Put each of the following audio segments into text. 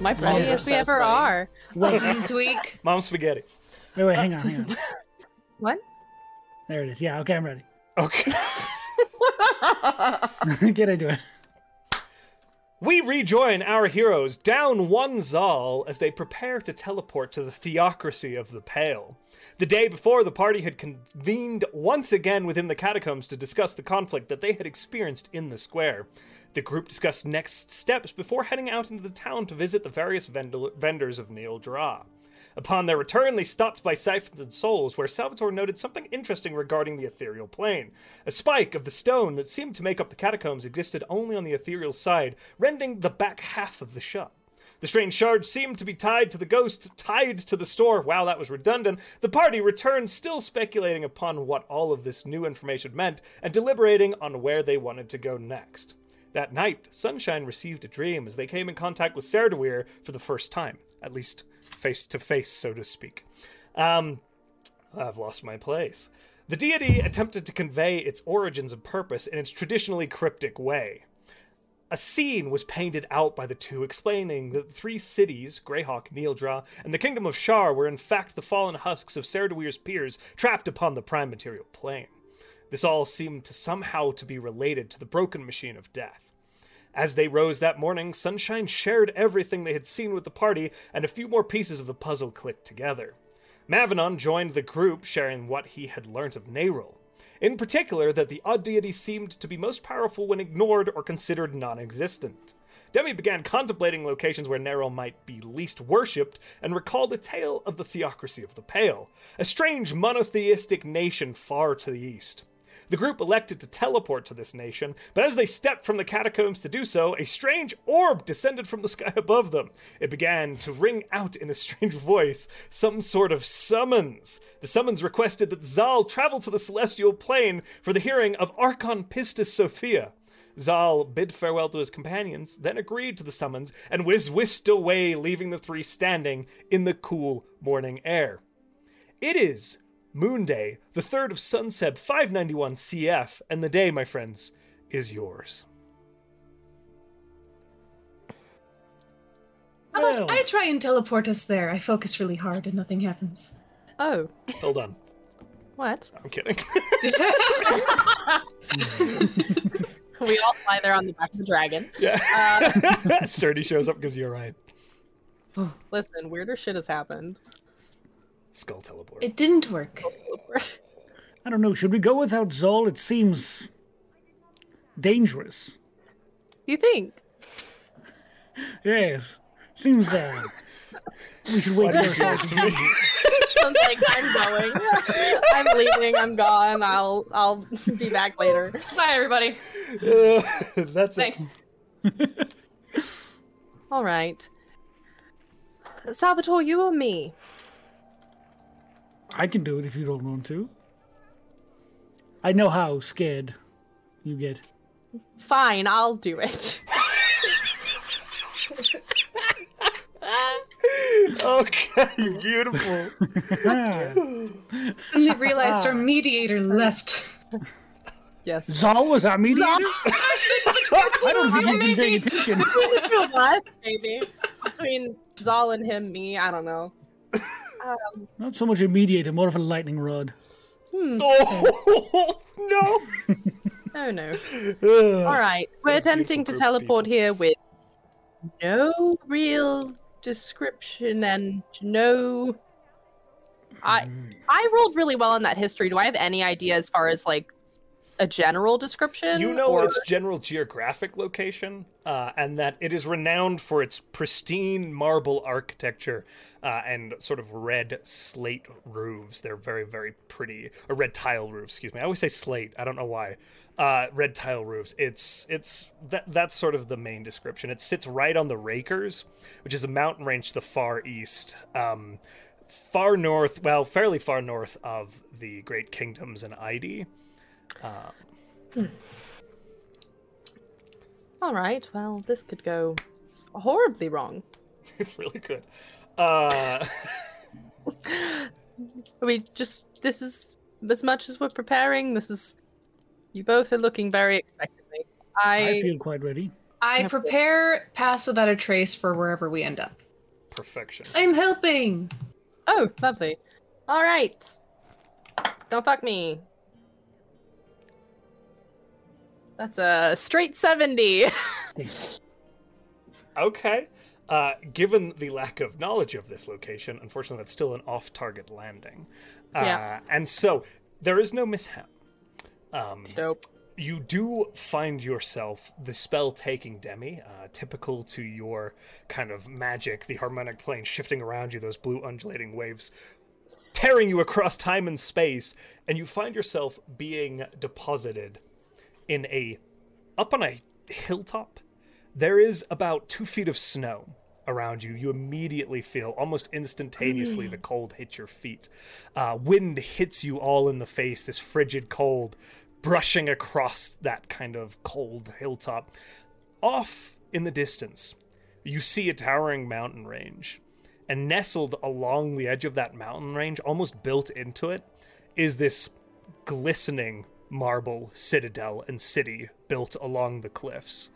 my friend. Yes, Moms are we so ever funny. are. Wait, This week. Mom spaghetti. wait, wait, hang on, hang on. What? There it is. Yeah, okay, I'm ready. Okay. Get into it. We rejoin our heroes down one Zal as they prepare to teleport to the theocracy of the Pale. The day before, the party had convened once again within the catacombs to discuss the conflict that they had experienced in the square. The group discussed next steps before heading out into the town to visit the various vendor- vendors of Neil Dra. Upon their return, they stopped by Siphons and Souls, where Salvatore noted something interesting regarding the ethereal plane. A spike of the stone that seemed to make up the catacombs existed only on the ethereal side, rending the back half of the shop. The strange shard seemed to be tied to the ghost, tied to the store. Wow, that was redundant. The party returned, still speculating upon what all of this new information meant and deliberating on where they wanted to go next. That night, Sunshine received a dream as they came in contact with Sardawir for the first time, at least face to face, so to speak. Um, I've lost my place. The deity attempted to convey its origins and purpose in its traditionally cryptic way. A scene was painted out by the two, explaining that the three cities, Greyhawk, Neildra, and the Kingdom of Shar, were in fact the fallen husks of Sardaweir's peers trapped upon the prime material plane. This all seemed to somehow to be related to the broken machine of death. As they rose that morning, Sunshine shared everything they had seen with the party, and a few more pieces of the puzzle clicked together. Mavanon joined the group, sharing what he had learnt of Neril. In particular, that the odd deity seemed to be most powerful when ignored or considered non existent. Demi began contemplating locations where Neril might be least worshipped and recalled a tale of the theocracy of the Pale, a strange monotheistic nation far to the east. The group elected to teleport to this nation, but as they stepped from the catacombs to do so, a strange orb descended from the sky above them. It began to ring out in a strange voice, some sort of summons. The summons requested that Zal travel to the celestial plane for the hearing of Archon Pistis Sophia. Zal bid farewell to his companions, then agreed to the summons, and was whisked away, leaving the three standing in the cool morning air. It is Moonday, the 3rd of Sunseb 591 CF, and the day, my friends, is yours. How about Well. I try and teleport us there? I focus really hard and nothing happens. Oh, Hold on. what? I'm kidding. We all fly there on the back of the dragon. yeah. Surdy shows up because you're right. Listen, weirder shit has happened. Skull teleport. It didn't work. I don't know. Should we go without Zol? It seems dangerous. You think? Yes. Seems uh, we should wait Why do for you do this to me? Sounds like I'm going. I'm leaving. I'm gone. I'll I'll be back later. Bye, everybody. Uh, that's Thanks. it. All right. Salvatore, you or me? I can do it if you don't want to. I know how scared you get. Fine, I'll do it. Okay, beautiful. Ah, Suddenly realized our mediator left. Yes. Zal was our mediator. Zal- I don't think you've been paying attention. Us, maybe. Between Zal and him, me, I don't know. Not so much a mediator, more of a lightning rod. oh, no. Oh no. Uh, All right. We're attempting to group of teleport here with no real description and no. I Mm. I rolled really well on that history. Do I have any idea as far as like a general description? You know or- its general geographic location, uh, and that it is renowned for its pristine marble architecture uh, and sort of red slate roofs. They're very, very pretty. Or red tile roofs, excuse me. I always say slate. I don't know why. Uh, red tile roofs. It's it's that that's sort of the main description. It sits right on the Rakers, which is a mountain range to the far east. Um, far north, well, fairly far north of the Great Kingdoms and Ide. All right. Well, this could go horribly wrong. really good. Uh, We just this is as much as we're preparing. This is you both are looking very expectantly. I, I feel quite ready. I prepare pass without a trace for wherever we end up. Perfection. I'm helping. Oh, lovely. All right. Don't fuck me. That's a straight 70. Okay. Uh, given the lack of knowledge of this location, unfortunately, that's still an off target landing. Uh, Yeah. And so there is no mishap. Um, Nope. you do find yourself the spell taking demi, uh, typical to your kind of magic, the harmonic plane shifting around you, those blue undulating waves tearing you across time and space, and you find yourself being deposited in a up on a hilltop. There is about two feet of snow around you. You immediately feel almost instantaneously the cold hit your feet. Uh, wind hits you all in the face, this frigid cold brushing across that kind of cold hilltop. Off in the distance, you see a towering mountain range. And nestled along the edge of that mountain range, almost built into it, is this glistening marble citadel and city built along the cliffs.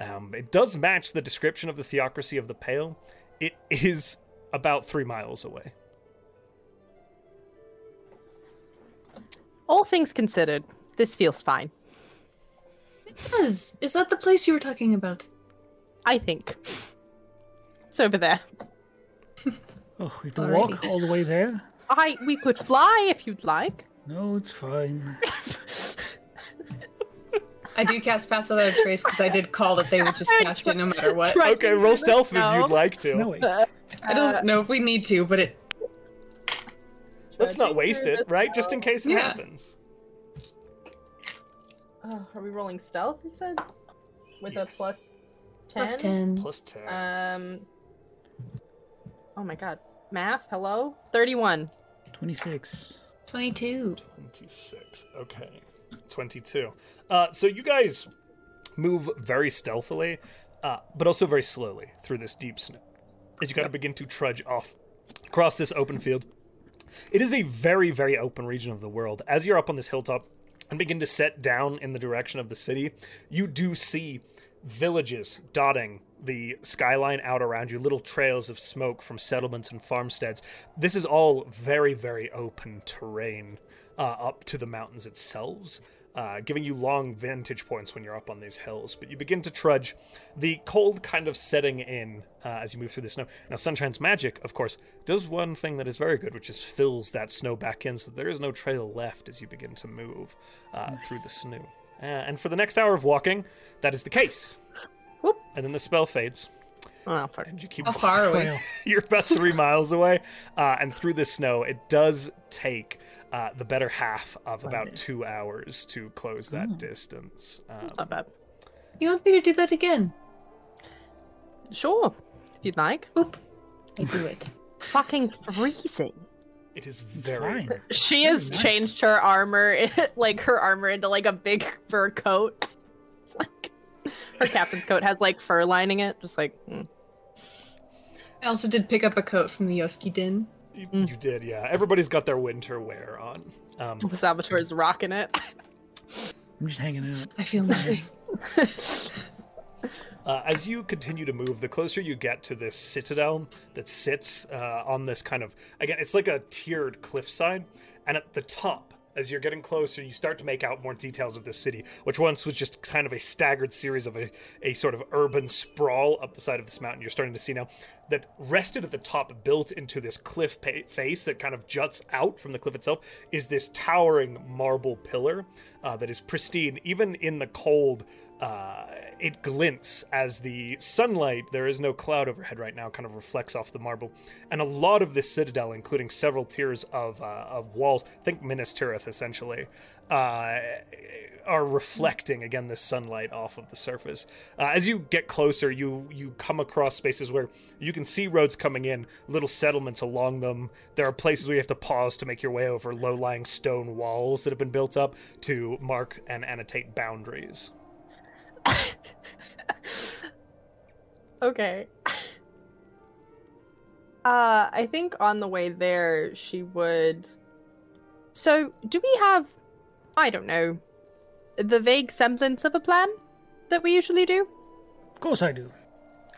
Um, it does match the description of the theocracy of the Pale. It is about three miles away. All things considered, this feels fine. Yes. Is that the place you were talking about? I think. It's over there. Oh, we have to walk Alrighty. all the way there? I we could fly if you'd like. No, it's fine. I do cast pass without a trace because I did call that they would just cast it no matter what. Try Okay, to roll do stealth this if you'd now. like It's to. snowy. Uh, I don't know if we need to, but it. Let's Should I not do waste it, this right? now? Just in case it Yeah. happens. oh, are we rolling stealth? You said with a Yes. plus ten. Plus ten. Plus ten. Um. Oh my god, math. Hello, thirty-one. 26. Twenty-two. 26. Okay. 22. Uh, so you guys move very stealthily, uh, but also very slowly through this deep snow as you kind of begin to trudge off across this open field. It is a very, very open region of the world. As you're up on this hilltop and begin to set down in the direction of the city, you do see villages dotting the skyline out around you, little trails of smoke from settlements and farmsteads. This is all very, very open terrain uh, up to the mountains themselves. Uh, giving you long vantage points when you're up on these hills, but you begin to trudge, the cold kind of setting in uh, as you move through the snow. Now, Sunshine's magic, of course, does one thing that is very good, which is fills that snow back in, so there is no trail left as you begin to move uh, through the snow. Uh, and for the next hour of walking, that is the case. Whoop. And then the spell fades, Oh, fuck. and you keep How walking. far away? Trail. You're about three miles away, uh, and through the snow, it does take uh, the better half of about two hours to close that distance. Um, not bad. You want me to do that again? Sure, if you'd like. Boop. I do it. Fucking freezing. it is It's very fine. She has nice. changed her armor, like her armor, into like a big fur coat. It's like her captain's coat has like fur lining it, just like. mm. I also did pick up a coat from the Yoski Din. You, you did, yeah. Everybody's got their winter wear on. Um, Salvatore's rocking it. I'm just hanging out. I feel nothing. uh, as you continue to move, the closer you get to this citadel that sits uh, on this kind of again, it's like a tiered cliffside, and at the top. As you're getting closer, you start to make out more details of the city, which once was just kind of a staggered series of a, a sort of urban sprawl up the side of this mountain. You're starting to see now that rested at the top, built into this cliff pa- face that kind of juts out from the cliff itself, is this towering marble pillar uh, that is pristine. Even in the cold, uh, it glints as the sunlight, there is no cloud overhead right now, kind of reflects off the marble. And a lot of this citadel, including several tiers of, uh, of walls, think Minas Tirith essentially, uh, are reflecting again this sunlight off of the surface. Uh, as you get closer, you you come across spaces where you can see roads coming in, little settlements along them. There are places where you have to pause to make your way over low-lying stone walls that have been built up to mark and annotate boundaries. Okay. Uh, I think on the way there, she would. So, do we have, I don't know, the vague semblance of a plan that we usually do? Of course I do.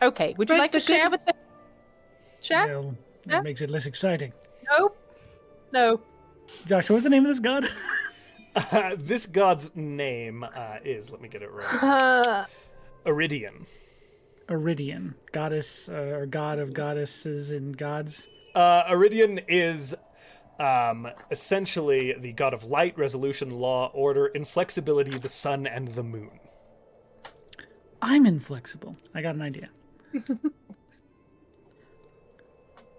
Okay. Would you Right, like to but good- share with the share? Well, Yeah. That makes it less exciting. Nope. No. Josh, what's the name of this god? this god's name uh, is, let me get it right, Uh, Iridian. Iridian, goddess uh, or god of goddesses and gods. Uh, Iridian is um, essentially the god of light, resolution, law, order, inflexibility, the sun, and the moon. I'm inflexible. I got an idea.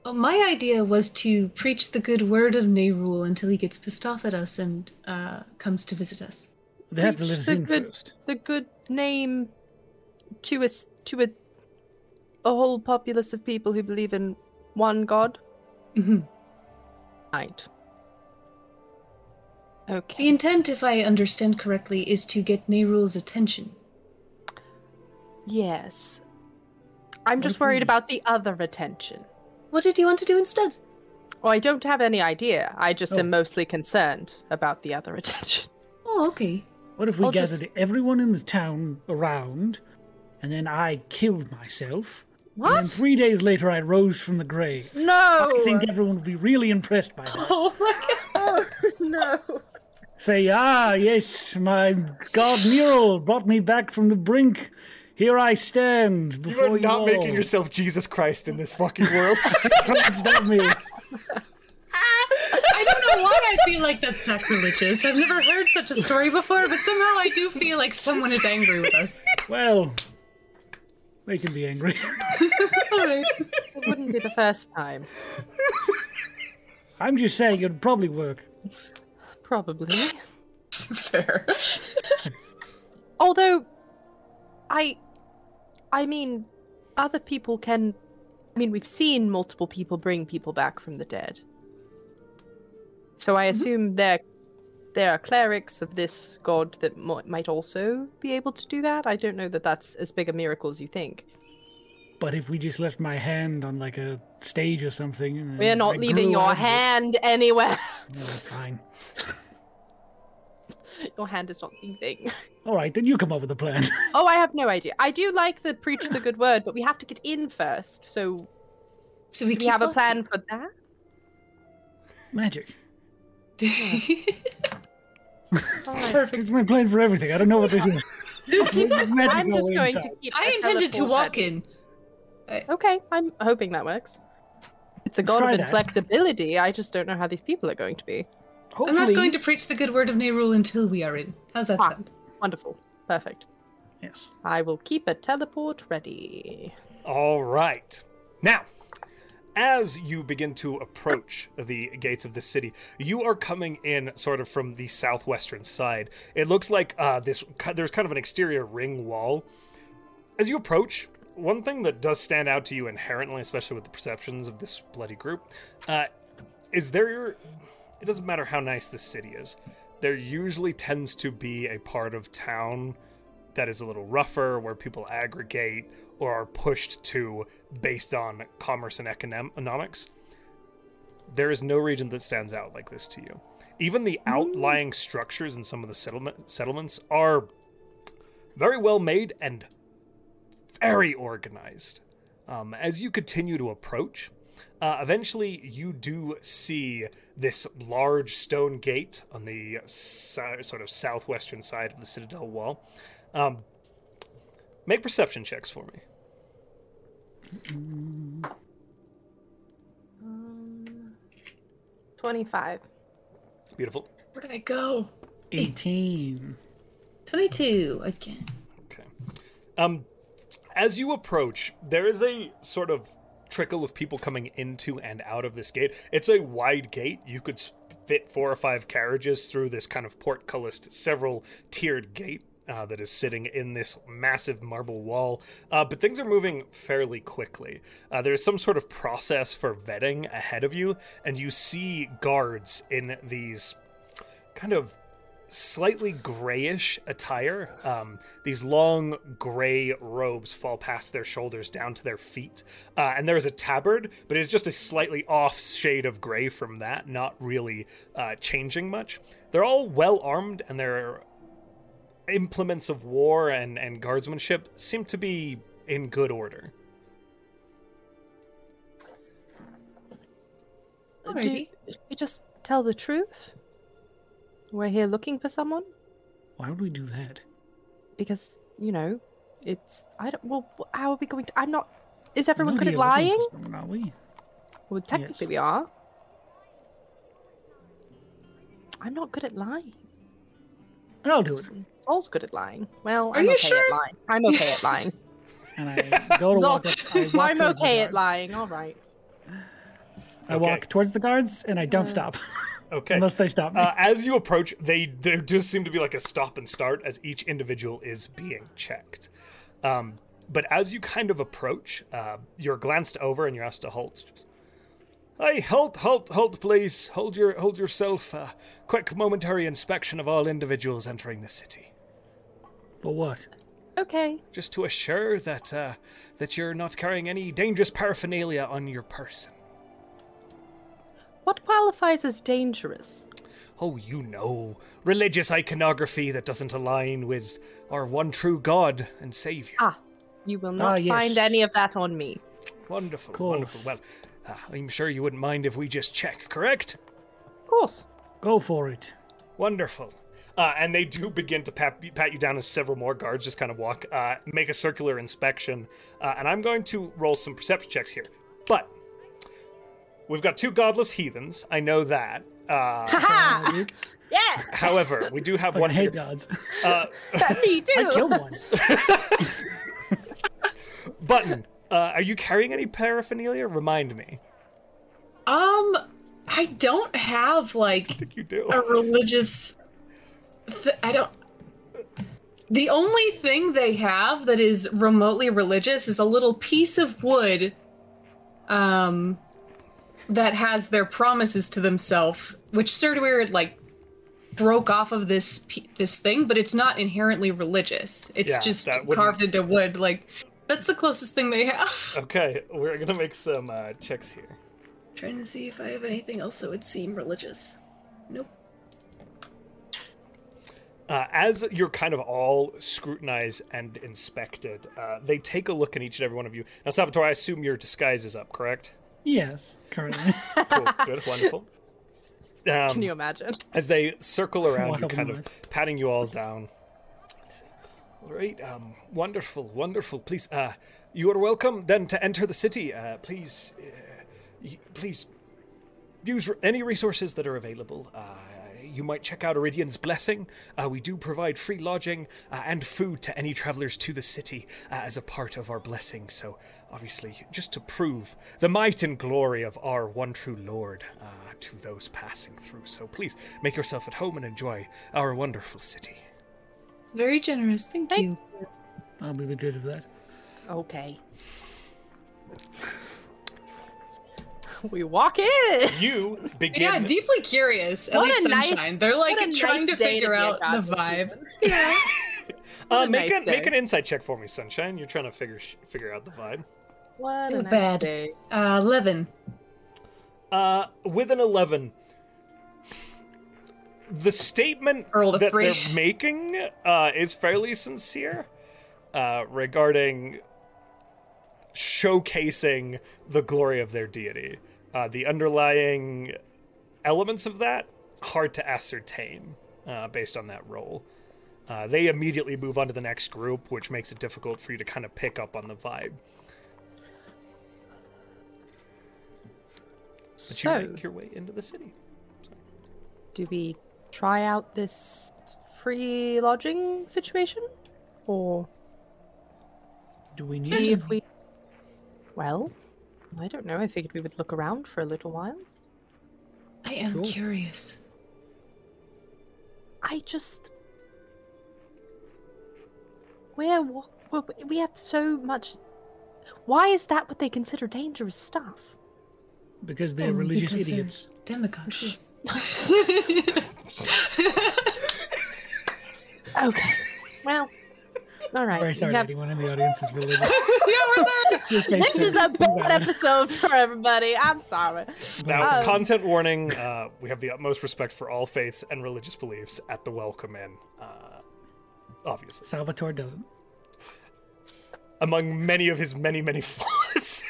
Well, my idea was to preach the good word of Nerul until he gets pissed off at us and uh, comes to visit us. They have to Preach let us the in good- first. the good name to a s- to a a whole populace of people who believe in one god. Mhm. Right. The Okay. intent, if I understand correctly, is to get Nerul's attention. Yes. I'm What just if we- worried about the other attention. What did you want to do instead? Well, I don't have any idea. I just Oh. am mostly concerned about the other attention. Oh, okay. What if we I'll gathered just- everyone in the town around, and then I killed myself? And then What? three days later, I rose from the grave. No. I think everyone would be really impressed by that. Oh my god. no. Say, ah, yes, my god mural brought me back from the brink. Here I stand before you all. yourself Jesus Christ in this fucking world. Don't stop me. I don't know why I feel like that's sacrilegious. I've never heard such a story before, but somehow I do feel like someone is angry with us. Well, they can be angry. It wouldn't be the first time. I'm just saying it'd probably work. Probably. Fair. Although, I, I mean, other people can. I mean, we've seen multiple people bring people back from the dead. So Mm-hmm. I assume there, there are clerics of this god that mo- might also be able to do that. I don't know that that's as big a miracle as you think. But if we just left my hand on like a stage or something, and We're not Mm, I leaving grew your out of it- hand anywhere. No, that's fine. your hand is not the thing. All right, then you come up with a plan. Oh, I have no idea. I do like the preach the good word, but we have to get in first. So So we, do we have a plan for that? Magic. Perfect. It's my plan for everything. I don't know what this is. Magic I'm all just going to inside. keep. I a intended to teleport walk ready. in. Okay, I'm hoping that works. It's a Let's god try of that. inflexibility. I just don't know how these people are going to be. Hopefully, I'm not going to preach the good word of Nerul until we are in. How's that Ah. sound? Wonderful, perfect. Yes. I will keep a teleport ready. All right. Now, as you begin to approach the gates of the city, you are coming in sort of from the southwestern side. It looks like uh, this there's kind of an exterior ring wall. As you approach, one thing that does stand out to you inherently, especially with the perceptions of this bloody group, uh, is there. It doesn't matter how nice this city is. There usually tends to be a part of town that is a little rougher, where people aggregate or are pushed to based on commerce and econom- economics. There is no region that stands out like this to you. Even the outlying structures in some of the settlement- settlements are very well made and very organized. Um, as you continue to approach, uh, eventually you do see this large stone gate on the so- sort of southwestern side of the citadel wall. Um, make perception checks for me. Twenty-five. Beautiful. Where did I go? 18. 22 again. Okay. Um, as you approach, there is a sort of trickle of people coming into and out of this gate. It's a wide gate. You could s- fit four or five carriages through this kind of portcullis, several tiered gate. Uh, that is sitting in this massive marble wall, uh, but things are moving fairly quickly. Uh, there's some sort of process for vetting ahead of you, and you see guards in these kind of slightly grayish attire. Um, these long gray robes fall past their shoulders down to their feet. Uh, and there is a tabard, but it's just a slightly off shade of gray from that, not really uh, changing much. They're all well armed, and their implements of war and, and guardsmanship seem to be in good order. Do you, you just tell the truth? We're here looking for someone Why would we do that? because you know it's I don't. Well, how are we going to? I'm not. Is everyone We're good at here looking lying? for someone, Are we? Well, technically we are. I'm not good at lying. And I'll do it. Saul's good at lying. Well, Are I'm you okay sure? at lying. I'm okay at lying. And I go to Zol- walk up. I walk I'm towards the okay at guards. lying. All right. I Okay. walk towards the guards and I Uh, don't stop Okay. unless they stop me. Uh, as you approach, they there does seem to be like a stop and start as each individual is being checked. Um, but as you kind of approach, uh, you're glanced over and you're asked to halt. Hey, halt, halt, halt, please! Hold your hold yourself. Uh, quick momentary inspection of all individuals entering the city, For what? Okay. just to assure that uh, that you're not carrying any dangerous paraphernalia on your person. What qualifies as dangerous? Oh, you know, religious iconography that doesn't align with our one true God and Savior. Ah, you will not Ah, find yes. any of that on me. Wonderful, course. wonderful. Well, uh, I'm sure you wouldn't mind if we just check, correct? Of course. Go for it. Wonderful. Uh, and they do begin to pat, pat you down as several more guards just kind of walk, uh, make a circular inspection. Uh, and I'm going to roll some perception checks here. But we've got two godless heathens. I know that. Uh, Ha! yeah, however, we do have Fucking one hate here. guards. Uh, that me too. I killed one. Button, uh, are you carrying any paraphernalia? Remind me. Um, I don't have like I think you do. a Oh. religious. Th- I don't. The only thing they have that is remotely religious is a little piece of wood, um, that has their promises to themselves, which Serdweird like broke off of this pe- this thing, but it's not inherently religious. It's Yeah, just that wouldn't- carved into wood. Like that's the closest thing they have. Okay, we're going to make some uh, checks here. Trying to see if I have anything else that would seem religious. Nope. Uh, as you're kind of all scrutinized and inspected, uh, they take a look at each and every one of you. Now, Salvatore, I assume your disguise is up, correct? Yes, currently. Cool, good, wonderful. Um, Can you imagine? as they circle around you, Wild kind of night. patting you all down. All right, um, wonderful, wonderful. Please, uh, you are welcome then to enter the city. Uh, please, uh, y- please use re- any resources that are available. Uh, you might check out Iridian's Blessing. Uh, we do provide free lodging uh, and food to any travelers to the city uh, as a part of our blessing. So, obviously, just to prove the might and glory of our one true Lord uh, to those passing through. So, please make yourself at home and enjoy our wonderful city. Very generous. Thank, you. I'll be the judge of that. Okay. We walk in. You begin. Yeah, deeply curious. At What least a nice- sunshine. They're like what a trying nice to day to figure be a out god the with vibe. Yeah. uh, a make, nice a, make day. an insight check for me, Sunshine. You're trying to figure figure out the vibe. What Too a nice bad. day. Uh, Levin. Uh, with an 11. The statement Earl of that three. they're making uh, is fairly sincere uh, regarding showcasing the glory of their deity. Uh, the underlying elements of that, hard to ascertain uh, based on that role. Uh, they immediately move on to the next group, which makes it difficult for you to kind of pick up on the vibe. But you So, make your way into the city. do we try out this free lodging situation, or Do we see need if we? Well, I don't know. I figured we would look around for a little while. I am Cool. curious. I just. We're, wa- we're- we have so much. Why is that what they consider dangerous stuff? because they're Um, Oh, religious because they're idiots. Demagogues. Okay. Well, all right. Very sorry, we have- anyone in the audience is religious. this is a bad episode for everybody. I'm sorry. Now, Um, content warning: uh, we have the utmost respect for all faiths and religious beliefs at the Welcome Inn. Uh, obviously, Salvatore doesn't. among many of his many, many flaws.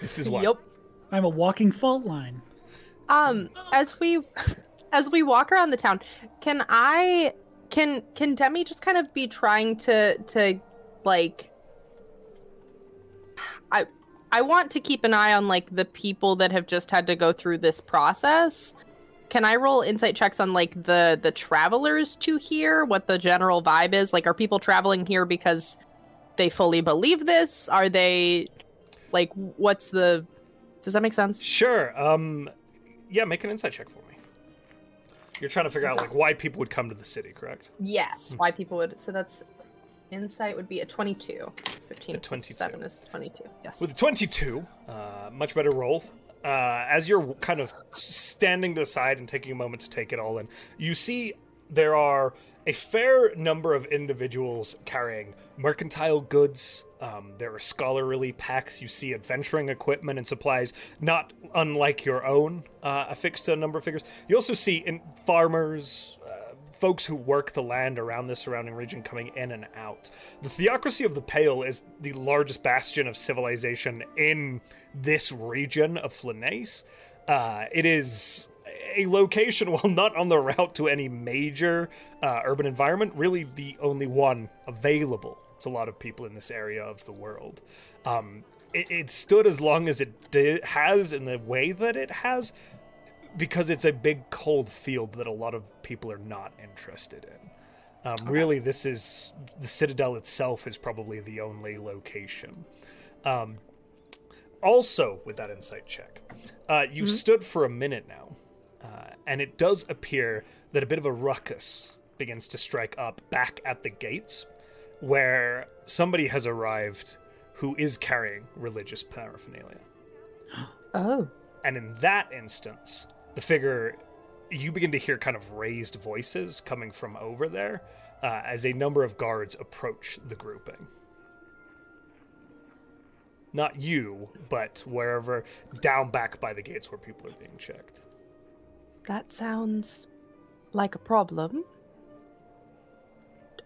this is why. Yup. I'm a walking fault line. Um, as we as we walk around the town, can I can can Demi just kind of be trying to to like I I want to keep an eye on like the people that have just had to go through this process. Can I roll insight checks on like the the travelers to here, what the general vibe is? Like are people traveling here because they fully believe this? Are they like what's the Does that make sense? Sure. Um, yeah, make an insight check for me. You're trying to figure out like why people would come to the city, correct? Hmm. Yes, why people would. So that's insight would be a 22. 15 A 22. 7 is 22. Yes. With 22, uh, much better roll. Uh, as you're kind of standing to the side and taking a moment to take it all in, you see there are a fair number of individuals carrying mercantile goods. Um, there are scholarly packs. You see adventuring equipment and supplies, not unlike your own, uh, affixed to a number of figures. You also see in farmers, uh, folks who work the land around the surrounding region coming in and out. The theocracy of the Pale is the largest bastion of civilization in this region of Flanace. Uh, it is a location, while not on the route to any major uh, urban environment, really the only one available to a lot of people in this area of the world. Um, it, it stood as long as it di- has in the way that it has because it's a big cold field that a lot of people are not interested in. Um, Really, this is the citadel itself is probably the only location. Um, also, with that insight check, uh, you've stood for a minute now, uh, and it does appear that a bit of a ruckus begins to strike up back at the gates, where somebody has arrived who is carrying religious paraphernalia. oh. And in that instance, the figure, you begin to hear kind of raised voices coming from over there uh, as a number of guards approach the grouping. Not you, but wherever down back by the gates where people are being checked. That sounds like a problem.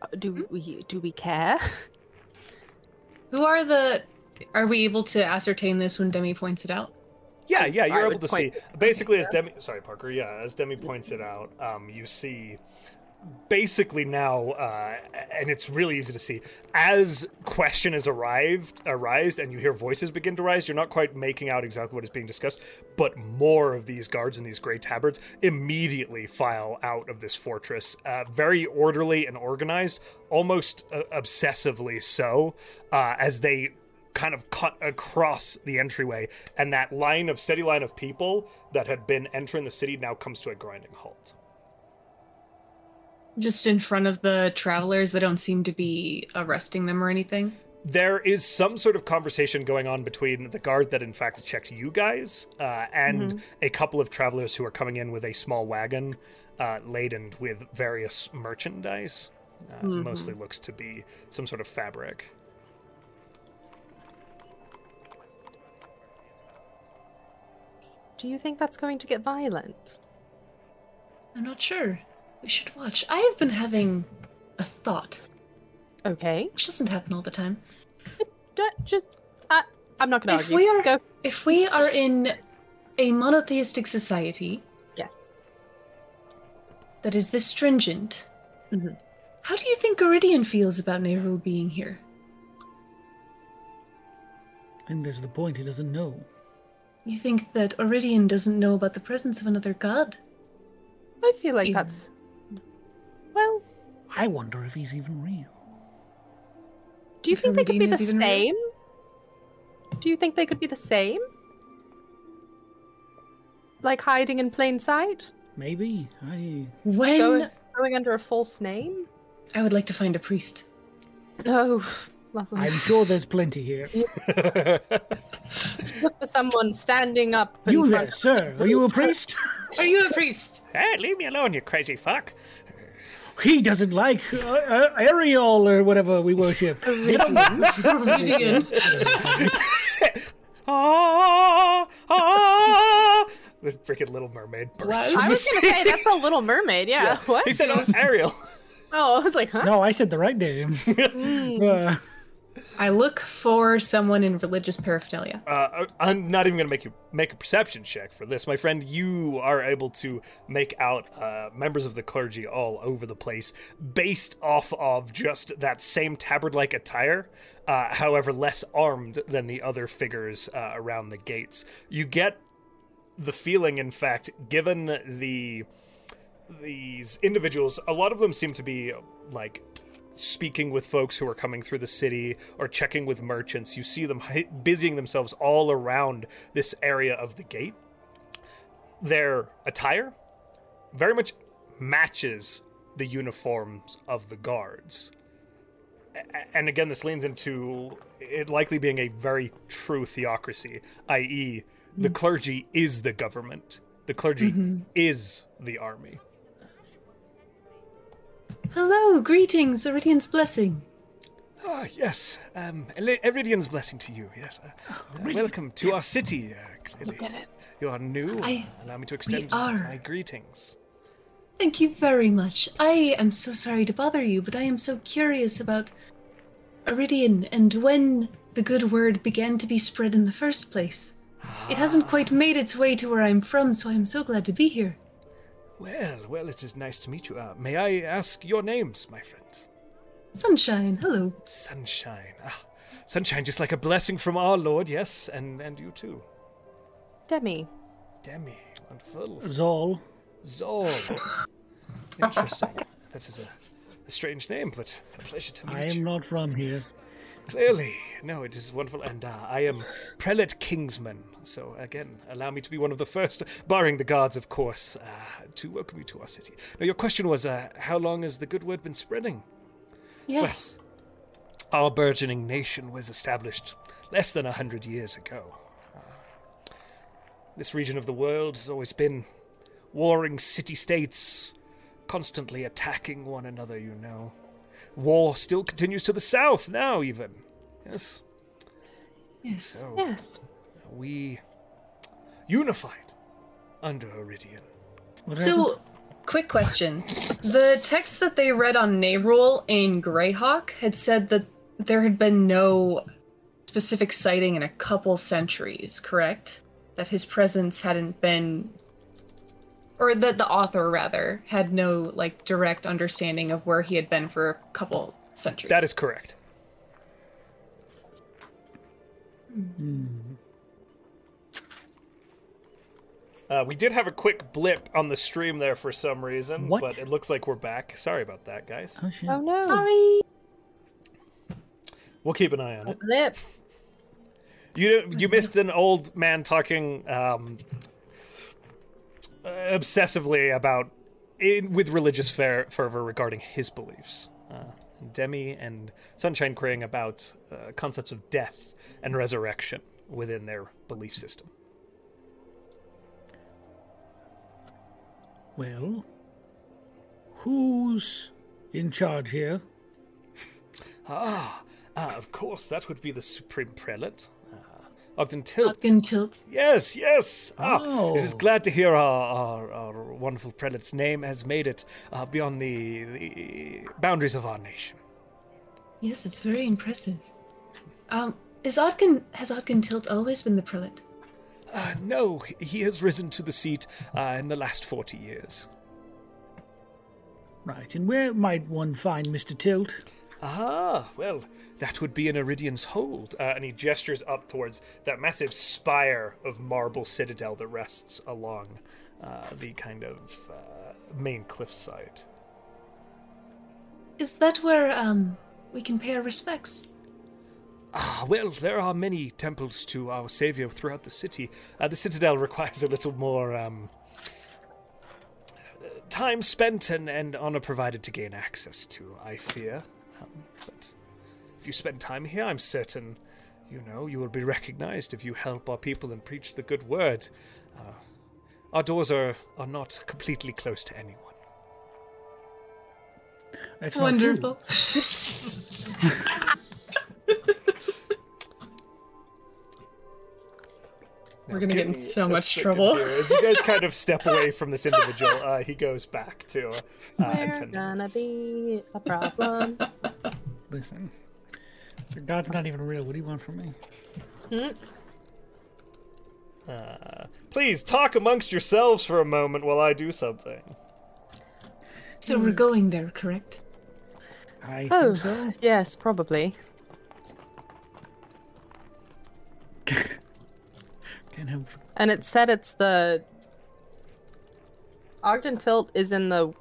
Uh, Do we do we care? Who are the? Are we able to ascertain this when Demi points it out? Yeah, yeah, you're able would to point- see. Basically, as Demi, sorry, Parker, yeah, as Demi points it out, um, you see basically now, uh, and it's really easy to see, as question is arrived, arised, and you hear voices begin to rise, you're not quite making out exactly what is being discussed, but more of these guards in these gray tabards immediately file out of this fortress, uh, very orderly and organized, almost uh, obsessively so, uh, as they kind of cut across the entryway, and that line of steady line of people that had been entering the city now comes to a grinding halt. Just in front of the travelers that don't seem to be arresting them or anything. There is some sort of conversation going on between the guard that, in fact, checked you guys uh, and a couple of travelers who are coming in with a small wagon uh, laden with various merchandise. Uh, Mostly looks to be some sort of fabric. Do you think that's going to get violent? I'm not sure. We should watch. I have been having a thought, Okay. which doesn't happen all the time. Don't just I I'm not going to If argue. we are- Go. If we are in a monotheistic society Yes. that is this stringent, Mm-hmm. Mhm. how do you think Iridian feels about Nerul being here? And there's the point. He doesn't know. You think that Iridian doesn't know about the presence of another god? I feel like Yeah. that's Well, I wonder if he's even real. do you If think they could be Iridian the is even real? same? Do you think they could be the same? Like hiding in plain sight? Maybe. I. When Going, going under a false name? I would like to find a priest. Oh, lovely. I'm sure there's plenty here. look for someone standing up in You front there, sir? Are you a priest? Are you a priest? hey, leave me alone, you crazy fuck. he doesn't like uh, uh, Ariel or whatever we worship. Iridian. Ah, ah. This freaking Little Mermaid bursts. Wow. from I the was gonna say that's a Little Mermaid. Yeah. What? He said, "Oh, Ariel." oh, I was like, huh? no, I said the right name. Uh, I look for someone in religious paraphernalia. Uh, I'm not even going to make you make a perception check for this, my friend. You are able to make out uh, members of the clergy all over the place, based off of just that same tabard-like attire. Uh, however, less armed than the other figures uh, around the gates. You get the feeling, in fact, given the these individuals, a lot of them seem to be like speaking with folks who are coming through the city or checking with merchants. You see them hi- busying themselves all around this area of the gate. Their attire very much matches the uniforms of the guards. A- And again, this leans into it likely being a very true theocracy, i.e., the clergy is the government, the clergy is the army. Hello, greetings, Iridian's blessing. Ah, yes. Um, Eli- Iridian's blessing to you. Yes. Uh, uh, welcome to our city, uh, clearly. You are new. I- Allow me to extend are. my greetings. Thank you very much. I am so sorry to bother you, but I am so curious about Iridian and when the good word began to be spread in the first place. It hasn't quite made its way to where I'm from, so I'm so glad to be here. Well, well, it is nice to meet you. Uh, may I ask your names, my friend? Sunshine, hello. Sunshine. Ah, sunshine, just like a blessing from our Lord, yes, and, and you too. Demi. Demi, wonderful. Zol. Zol. Interesting. That is a, a strange name, but a pleasure to meet I you. am not from here. Clearly, no, it is wonderful, and uh, I am Prelate Kingsman. So again, allow me to be one of the first, barring the guards, of course, uh, to welcome you to our city. Now, your question was, uh, how long has the good word been spreading? Yes. Our burgeoning nation was established less than a hundred years ago. Uh, this region of the world has always been warring city-states, constantly attacking one another. You know, war still continues to the south now, even. Yes. yes. So Yes. we unified under Iridian. What happened? So, quick question. The text that they read on Nayrul in Greyhawk had said that there had been no specific sighting in a couple centuries, correct? That his presence hadn't been. Or that the author, rather, had no, like, direct understanding of where he had been for a couple centuries. That is correct. Uh, we did have a quick blip on the stream there for some reason, What? but it looks like we're back. Sorry about that, guys. Oh, shit. Oh no. Sorry! We'll keep an eye on it. Lip. You you missed an old man talking um, obsessively about in, with religious fer- fervor regarding his beliefs. Uh, Demi and Sunshine praying about uh, concepts of death and resurrection within their belief system. Well, who's in charge here? Ah, ah of course, that would be the supreme prelate, uh, Ogden Tilt. Fucking tilt. Yes, yes. Ah, it is Oh. glad to hear our, our, our wonderful prelate's name has made it uh, beyond the, the boundaries of our nation. Yes, it's very impressive. Um, is Odkin. Has Odkin Tilt always been the prelate? Uh, no, he has risen to the seat uh, in the last 40 years. Right, and where might one find Mr. Tilt? Ah, well, that would be in Iridian's hold. Uh, and he gestures up towards that massive spire of marble citadel that rests along uh, the kind of uh, main cliffside. Is that where um we can pay our respects? Ah, well, there are many temples to our savior throughout the city. Uh, the citadel requires a little more um, uh, time spent and, and honor provided to gain access to, I fear. Um, but if you spend time here, I'm certain, you know, you will be recognized if you help our people and preach the good word. Uh, our doors are, are not completely closed to anyone. That's not true. We're gonna get Give in me so a much second trouble. here. As you guys kind of step away from this individual, uh, he goes back to. Uh, We're attendance. gonna be a problem. Listen, Your God's not even real. What do you want from me? Please talk amongst yourselves for a moment while I do something. So we're going there, correct? I Oh, think so. yes, probably. Can't help. it. And it said it's the Ogden Tilt is in the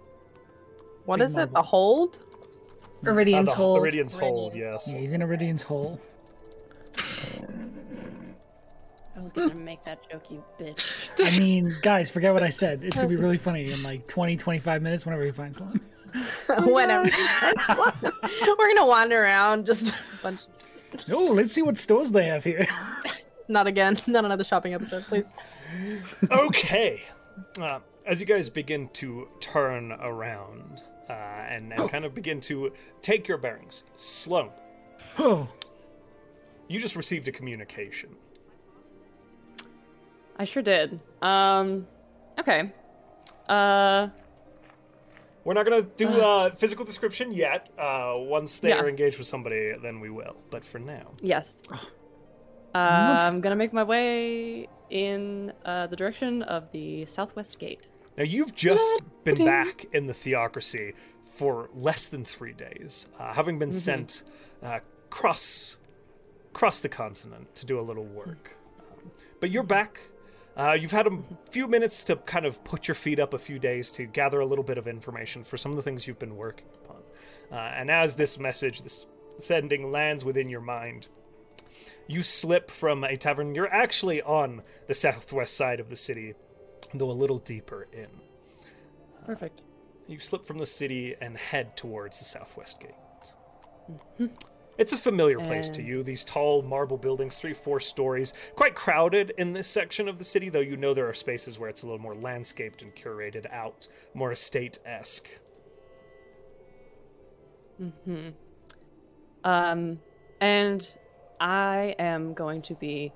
what Big is it? marble. The hold? Uh, Iridian's the hole. Iridian's hold, yes. Yeah, he's in Iridian's hole. I was gonna make that joke, you bitch. I mean, guys, forget what I said. It's gonna be really funny in like 20, 25 minutes whenever he finds one. Whatever. We're gonna wander around just a bunch. Oh, let's see what stores they have here. Not again. Not another shopping episode, please. okay. Uh, as you guys begin to turn around uh, and, and kind of begin to take your bearings, Sloan, Oh, you just received a communication. I sure did. Um, okay. Uh, We're not going to do uh, physical description yet. Uh, once they Yeah. are engaged with somebody, then we will. But for now, yes. Uh, I'm gonna make my way in uh, the direction of the southwest gate. Now, you've just been back in the theocracy for less than three days, uh, having been sent uh, cross across the continent to do a little work. Um, but you're back. Uh, you've had a m- few minutes to kind of put your feet up, a few days to gather a little bit of information for some of the things you've been working upon. Uh, and as this message, this sending lands within your mind, you slip from a tavern. You're actually on the southwest side of the city, though a little deeper in. Perfect. You slip from the city and head towards the southwest gate. It's a familiar place to And- you, these tall marble buildings, three, four stories, quite crowded in this section of the city, though you know there are spaces where it's a little more landscaped and curated out, more estate esque. Um, and I am going to be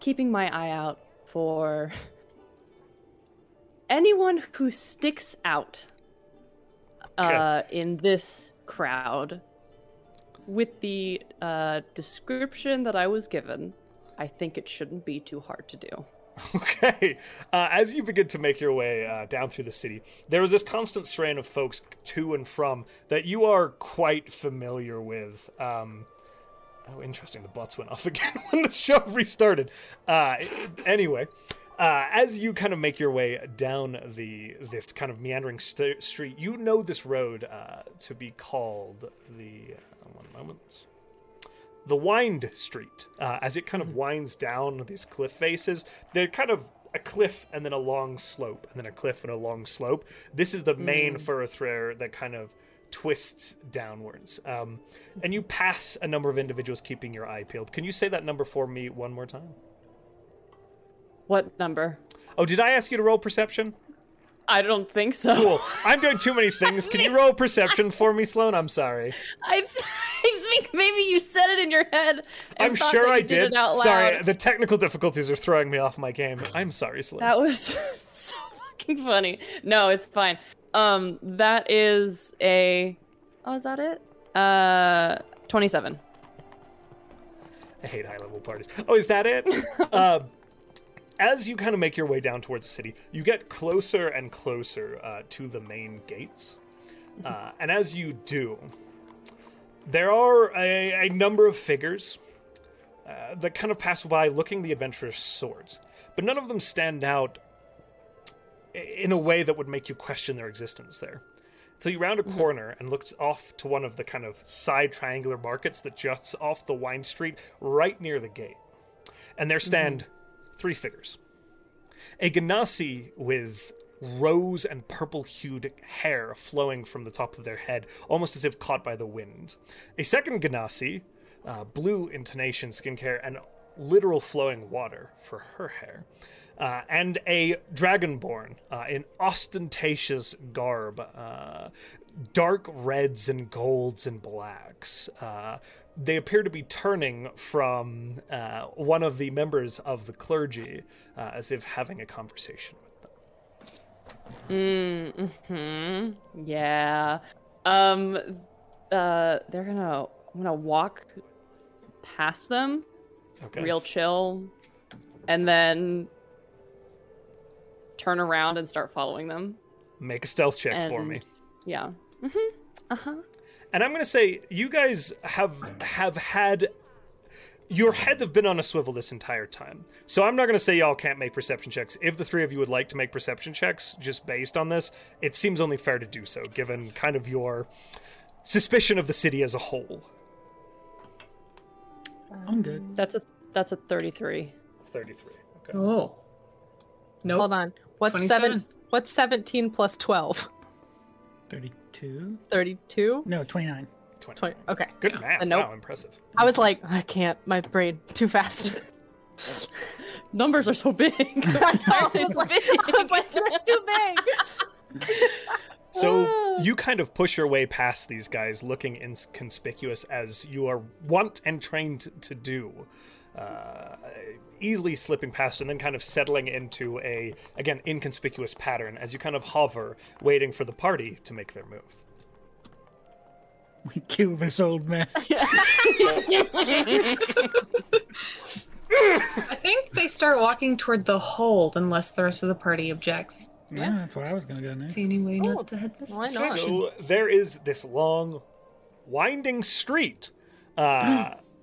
keeping my eye out for anyone who sticks out uh, in this crowd. With the uh, description that I was given, I think it shouldn't be too hard to do. Okay. Uh, as you begin to make your way uh, down through the city, there is this constant strain of folks to and from that you are quite familiar with. Um, oh, interesting. The bots went off again when the show restarted. Uh, anyway. Uh, as you kind of make your way down the this kind of meandering st- street, you know this road uh, to be called the uh, one moment the wind street uh, as it kind Hmm. of winds down these cliff faces they're kind of a cliff and then a long slope and then a cliff and a long slope this is the Hmm. main thoroughfare that kind of twists downwards um, and you pass a number of individuals keeping your eye peeled can you say that number for me one more time What number? oh did i ask you to roll perception I don't think so. cool i'm doing too many things can you roll perception for me sloan i'm sorry I, th- I think maybe you said it in your head. and i'm thought sure that i you did. it out loud. sorry the technical difficulties are throwing me off my game i'm sorry sloan That was so fucking funny. No, it's fine. Um, that is a. Oh, is that it? Uh, twenty-seven. I hate high level parties. Oh, is that it? uh, as you kind of make your way down towards the city, you get closer and closer uh, to the main gates. Uh, and as you do, there are a, a number of figures uh, that kind of pass by looking the adventurous swords, but none of them stand out i- in a way that would make you question their existence there. So you round a corner and looked off to one of the kind of side triangular markets that juts off the wine street right near the gate. And there stand three figures. A Ganassi with rose and purple hued hair flowing from the top of their head, almost as if caught by the wind. A second Ganassi, uh, blue in tonation skincare and literal flowing water for her hair. Uh, and a dragonborn uh, in ostentatious garb, uh, dark reds and golds and blacks. Uh, they appear to be turning from uh, one of the members of the clergy uh, as if having a conversation with them. Mm-hmm. Yeah. Um. Uh, they're gonna I'm gonna walk past them, Okay. real chill, and then turn around and start following them. Make a stealth check for And- me. Yeah. And I'm gonna say you guys have have had your head have been on a swivel this entire time. So I'm not gonna say y'all can't make perception checks. If the three of you would like to make perception checks just based on this, it seems only fair to do so, given kind of your suspicion of the city as a whole. I'm good. That's a that's a 33. Thirty-three. Okay. Oh. Nope. Hold on. What's 27? seven? What's 17 plus 12? 32? 32? No, 29. 20. 20. Mm, Okay. Good math. A nope. Wow, impressive. I was like, I can't. My brain too fast. Numbers are so big. I They're was so like, big. I was like, that's too big. Ah. So you kind of push your way past these guys, looking inconspicuous as you are wont and trained to do, uh, easily slipping past and then kind of settling into a again inconspicuous pattern as you kind of hover, waiting for the party to make their move. We kill this old man. I think they start walking toward the hold unless the rest of the party objects. yeah, that's where I was going to go next. See any way Oh, not to head this why not? direction? So there is this long, winding street. Uh,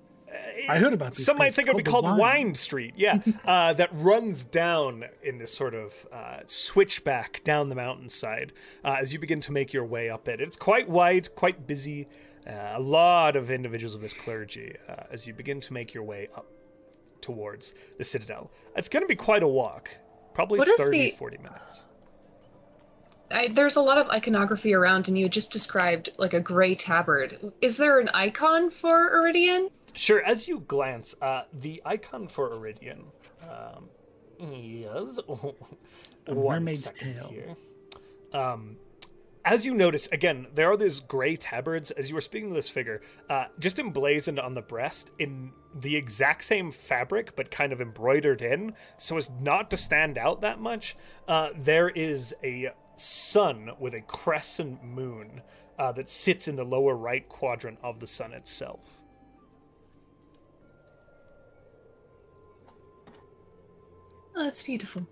I heard about these Some might places think it would be called called the Wine, Wine. Street, yeah, uh, that runs down in this sort of uh, switchback down the mountainside uh, as you begin to make your way up it. It's quite wide, quite busy, uh, a lot of individuals of this clergy uh, as you begin to make your way up towards the citadel. It's going to be quite a walk, probably What is 30, the- 40 minutes. I, there's a lot of iconography around, and you just described like a gray tabard. Is there an icon for Iridian? Sure, as you glance, uh, the icon for Iridian. Um, yes. A One mermaid's second tail. here. Um, as you notice, again, there are these gray tabards. As you were speaking to this figure, uh, just emblazoned on the breast in the exact same fabric, but kind of embroidered in, so as not to stand out that much. Uh, there is a sun with a crescent moon uh, that sits in the lower right quadrant of the sun itself. Oh, that's beautiful.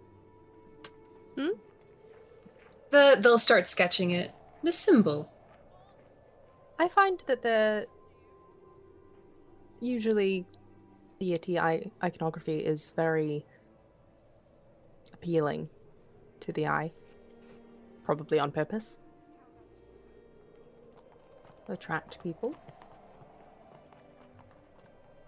Hmm? The they'll start sketching it. The symbol. I find that the usually deity I- iconography is very appealing to the eye, probably on purpose. Attract people.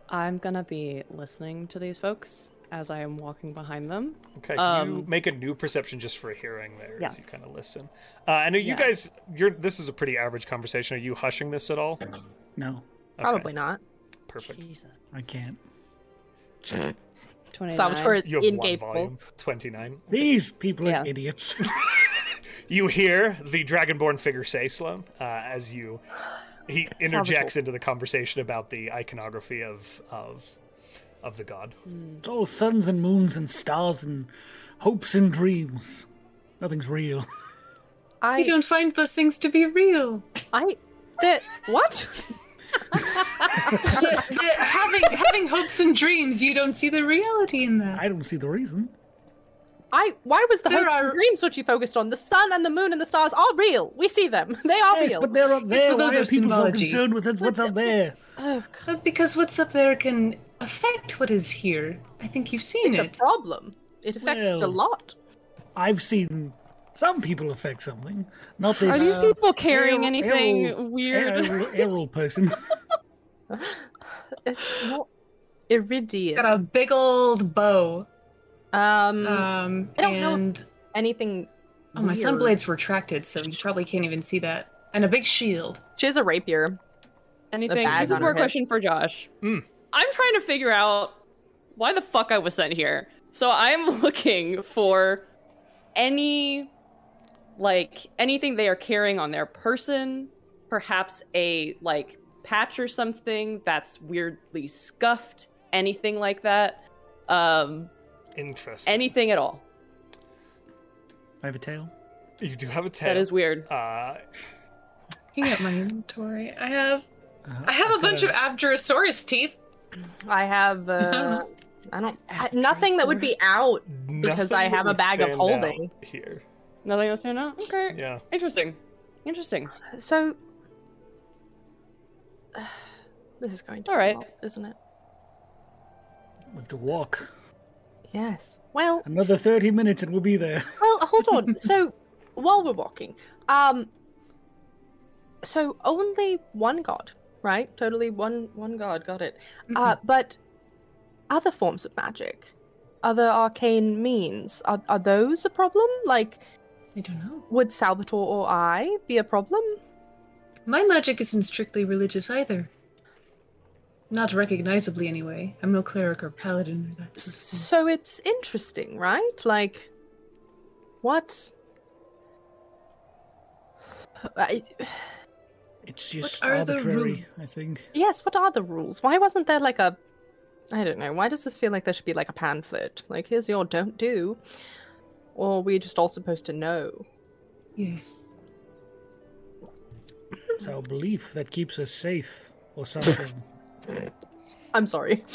I'm gonna be listening to these folks as I am walking behind them. Okay, can you Um, make a new perception just for hearing there Yeah. as you kind of listen? Uh, I know you Yeah. guys. You're. This is a pretty average conversation. Are you hushing this at all? Okay, No, Probably not. Perfect. Jesus. I can't. 29. Salvatore is You have one incapable. volume. Twenty nine. These people are Yeah. idiots. You hear the dragonborn figure say, "Sloan," uh, as you he interjects into the conversation about the iconography of of of the god. it's all suns and moons and stars and hopes and dreams. Nothing's real. We I, don't find those things to be real. I, that what? The- the- having having hopes and dreams, you don't see the reality in that. I don't see the reason. I. Why was the There hopes are- and dreams what you focused on? The sun and the moon and the stars are real. We see them. They are Yes, real. but they're up there. but those Why are are people so symbology. concerned with it? what's up there? oh, But because what's up there can affect what is here. I think you've seen the it. problem. It affects it a Well, lot. I've seen some people affect something. Not this. uh, Are these people Errol- carrying anything Errol- weird? Errol, Errol person. It's not iridium. Got a big old bow. Um, Um, I don't know if- and anything. oh, my weird. sunblade's retracted, so you probably can't even see that. And a big shield. She has a rapier. anything? bag This is on her more a head. question for Josh. Mm. I'm trying to figure out why the fuck I was sent here. So I'm looking for any like anything they are carrying on their person, perhaps a like patch or something that's weirdly scuffed, anything like that. Um Interesting. anything at all. I have a tail. you do have a tail. That is weird. Uh, Looking at my inventory, I have I have a bunch of Abdurosaurus teeth. I have uh, I don't I, nothing that would be out because I Nothing have a would bag of stand holding. out here. Nothing else there now? Okay. Yeah. Interesting. Interesting. So this is going to All be right. well, isn't it? We have to walk Yes. Well, another thirty minutes, and we'll be there. well, hold on. so while we're walking, um, so only one god, right? Totally one one god. Got it. Uh, but other forms of magic, other arcane means, are, are those a problem? Like, I don't know. would Salvatore or I be a problem? My magic isn't strictly religious either. Not recognizably, anyway. I'm no cleric or paladin or that sort of thing. So it's interesting, right? Like, what? I, It's just are the arbitrary, rules? I think. yes, what are the rules? Why wasn't there like a. I don't know. Why does this feel like there should be like a pamphlet? Like, here's your don't do. Or we're just all supposed to know. Yes. It's our belief that keeps us safe, or something. I'm sorry.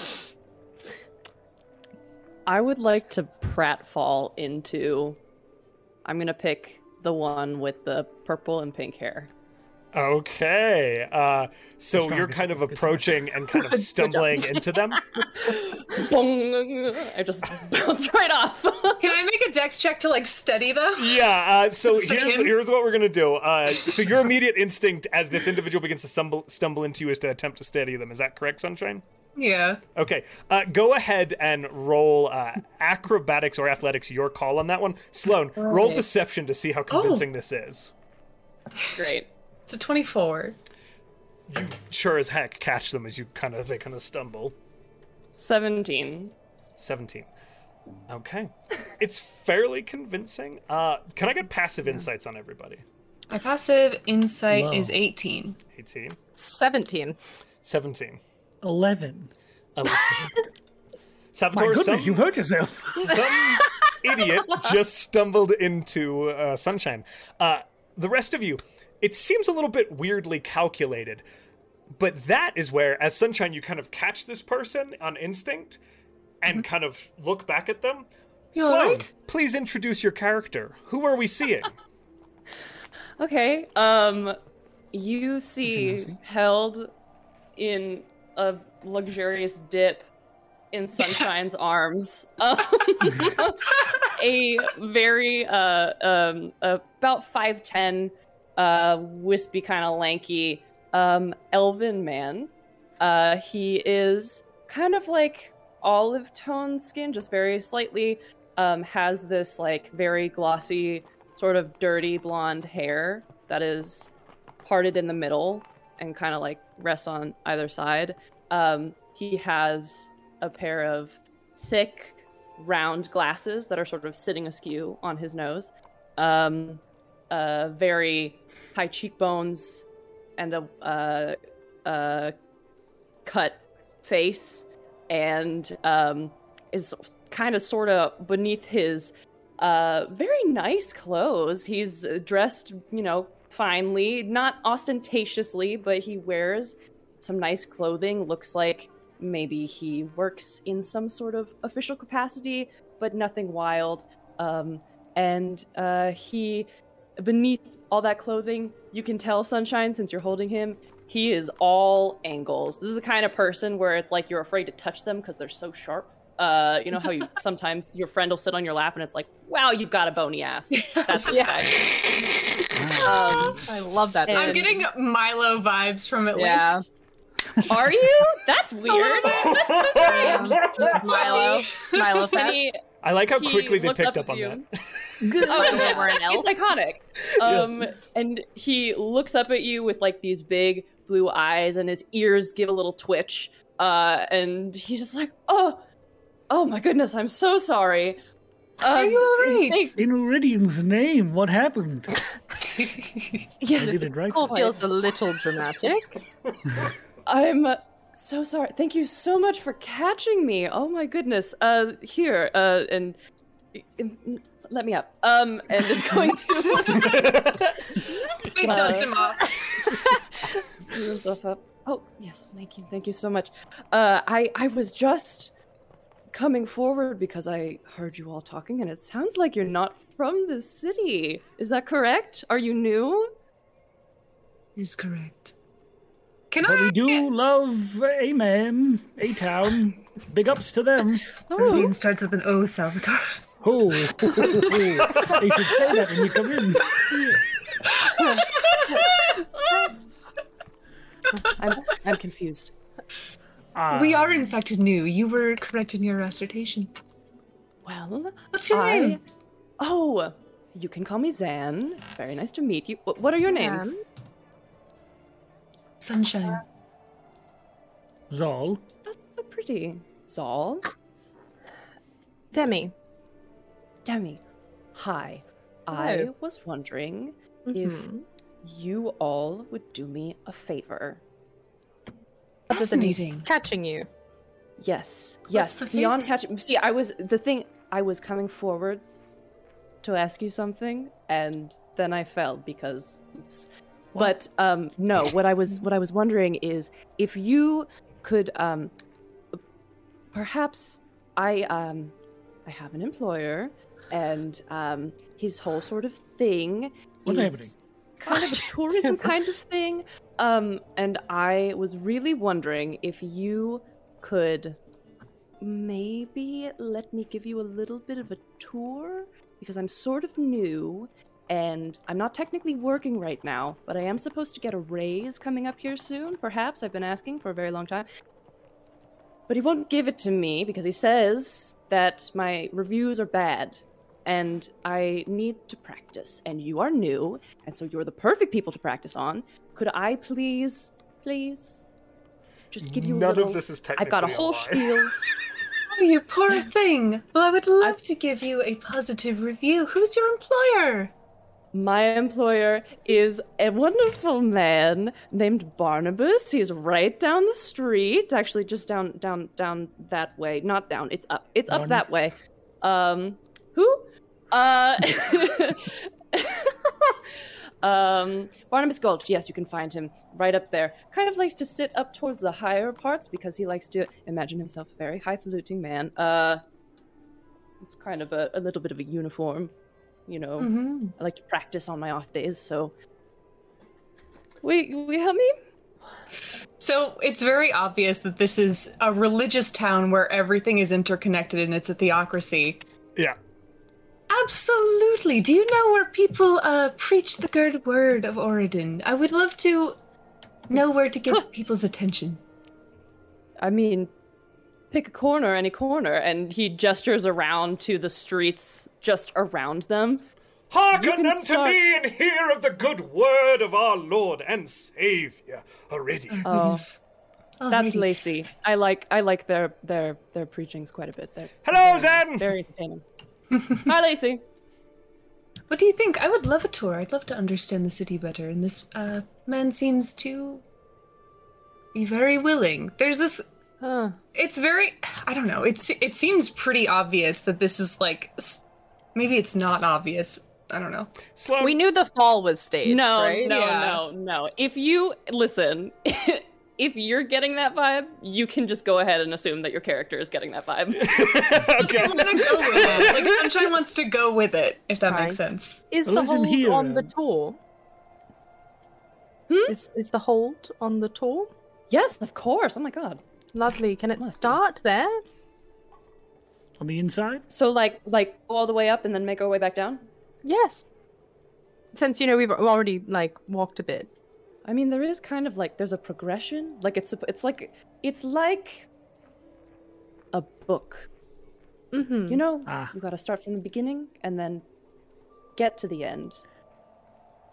I would like to pratfall into. I'm gonna pick the one with the purple and pink hair. Okay. Uh, so It's gone, you're it's- kind of it's good to approaching and kind of stumbling into them. Bong! I just bounce right off. Can I make a dex check to like study though? Yeah. Uh, so Say here's again? here's what we're gonna do. Uh, so your immediate instinct as this individual begins to stumble stumble into you is to attempt to steady them. Is that correct, Sunshine? Yeah. Okay. Uh, go ahead and roll uh, acrobatics or athletics. Your call on that one, Sloan. Roll Acrobatics. deception to see how convincing this is. Great. It's a 24. You sure as heck catch them as you kind of they kind of stumble. 17. 17. Okay. It's fairly convincing. Uh, can I get passive insights on everybody? My passive insight Wow. is 18. 18. 17. 17. Eleven. My Um, Salvatore, some, goodness, you hurt yourself. some idiot just stumbled into uh, sunshine. Uh, the rest of you, it seems a little bit weirdly calculated, but that is where, as sunshine, you kind of catch this person on instinct and kind of look back at them. You all Sloan, right? please introduce your character. Who are we seeing? Okay. Um, you see held in a luxurious dip in Sunshine's arms, um, a very uh, um, about five ten, uh, wispy kind of lanky um, elven man. Uh, he is kind of like olive tone skin, just very slightly. Um, has this like very glossy sort of dirty blonde hair that is parted in the middle and kind of like rests on either side. Um, he has a pair of thick, round glasses that are sort of sitting askew on his nose. Um, uh, very high cheekbones and a uh, uh, cut face, and um, is kind of sort of beneath his uh, very nice clothes. He's uh, dressed, you know, finely, not ostentatiously, but he wears some nice clothing. Looks like maybe he works in some sort of official capacity, but nothing wild. Um, and uh, he, beneath all that clothing, you can tell Sunshine since you're holding him. He is all angles. This is the kind of person where it's like you're afraid to touch them because they're so sharp. Uh, you know how you sometimes your friend will sit on your lap and it's like, wow, you've got a bony ass. That's this guy. Um, I love that. And- I'm getting Milo vibes from Atlanta. yeah. are you? That's weird. That's so strange. Milo. Milo. And effect. he- I like how He quickly they looks picked up up at on you. that. oh, yeah. We're an elf. It's iconic. Um, And he looks up at you with like these big blue eyes, and his ears give a little twitch. Uh, and he's just like, "Oh, oh my goodness, I'm so sorry." Um, Are you alright? thank- In Iridium's name, what happened? I yes, did it right. Cool feels a little dramatic. I'm uh, so sorry. Thank you so much for catching me. Oh my goodness. Uh, here, uh, and, and- let me up. Um, and is going to Big dust him off. Pull yourself up. Oh yes, thank you, thank you so much. Uh, I I was just coming forward because I heard you all talking, and it sounds like you're not from this city. Is that correct? Are you new? Is correct. Can But I? we do love A Man, A Town. Big ups to them. Oh, starts with an O, Salvatore. Oh, you should say that when you come in. I'm I'm confused. Ah, we are, in fact, new. You were correct in your assertion. Well, What's your I- name? oh, you can call me Zan. It's very nice to meet you. What, what are your names? Zan. Sunshine. Zol. That's so pretty. Zal, Demi. Demi. Hi. I Hello. was wondering if Mhm. you all would do me a favor. Fascinating. Catching you. Yes, yes. the Beyond favor? catching. See, I was the thing. I was coming forward to ask you something, and then I fell because. Oops. But um, no, what I was what I was wondering is if you could um, perhaps I um, I have an employer, and um, his whole sort of thing What's is kind of a tourism kind of thing. Um, and I was really wondering if you could maybe let me give you a little bit of a tour because I'm sort of new and I'm not technically working right now, but I am supposed to get a raise coming up here soon, perhaps. I've been asking for a very long time. But he won't give it to me because he says that my reviews are bad and I need to practice. And you are new, and so you're the perfect people to practice on. Could I please, please, just give you a None little... of this is technically I've got a whole lie. spiel. Oh, you poor thing. Well, I would love to give you a positive review. Who's your employer? My employer is a wonderful man named Barnabas. He's right down the street, actually, just down, down, down that way. Not down. It's up. It's up Barn- that way. Um, who? Uh, um, Barnabas Gulch. Yes, you can find him right up there. Kind of likes to sit up towards the higher parts because he likes to imagine himself a very highfalutin man. Uh, it's kind of a, a little bit of a uniform, you know. Mm-hmm. I like to practice on my off days, so. Wait, will you help me? So it's very obvious that this is a religious town where everything is interconnected and it's a theocracy. Yeah. Absolutely. Do you know where people uh, preach the good word of Oridon? I would love to know where to get people's attention. I mean, pick a corner, any corner, and he gestures around to the streets just around them. Hearken can unto start- me and hear of the good word of our Lord and Savior already. Oh, that's Alrighty. Lacey. I like I like their their their preachings quite a bit. They're Hello, very nice, Zen! uh, Very entertaining. Hi, Lacey. What do you think? I would love a tour. I'd love to understand the city better. And this uh, man seems to be very willing. There's this. Huh. It's very. I don't know. It's. It seems pretty obvious that this is like. s- Maybe it's not obvious. I don't know. Sloan, We knew the fall was staged. No, right? no, Yeah. no, no. If you listen, if you're getting that vibe, you can just go ahead and assume that your character is getting that vibe. okay. I'm gonna go with it. Like Sunshine wants to go with it, if that Fine. makes sense. Is Well, the isn't hold he a- on the tour? Hmm? Is, is the hold on the tour? yes, of course. Oh my god. Lovely. Can it Must be. start there? On the inside? So like like go all the way up and then make our way back down? Yes. Since you know we've already like walked a bit. I mean there is kind of like there's a progression. Like it's it's like it's like a book. Mm-hmm. You know, Ah. you got to start from the beginning and then get to the end.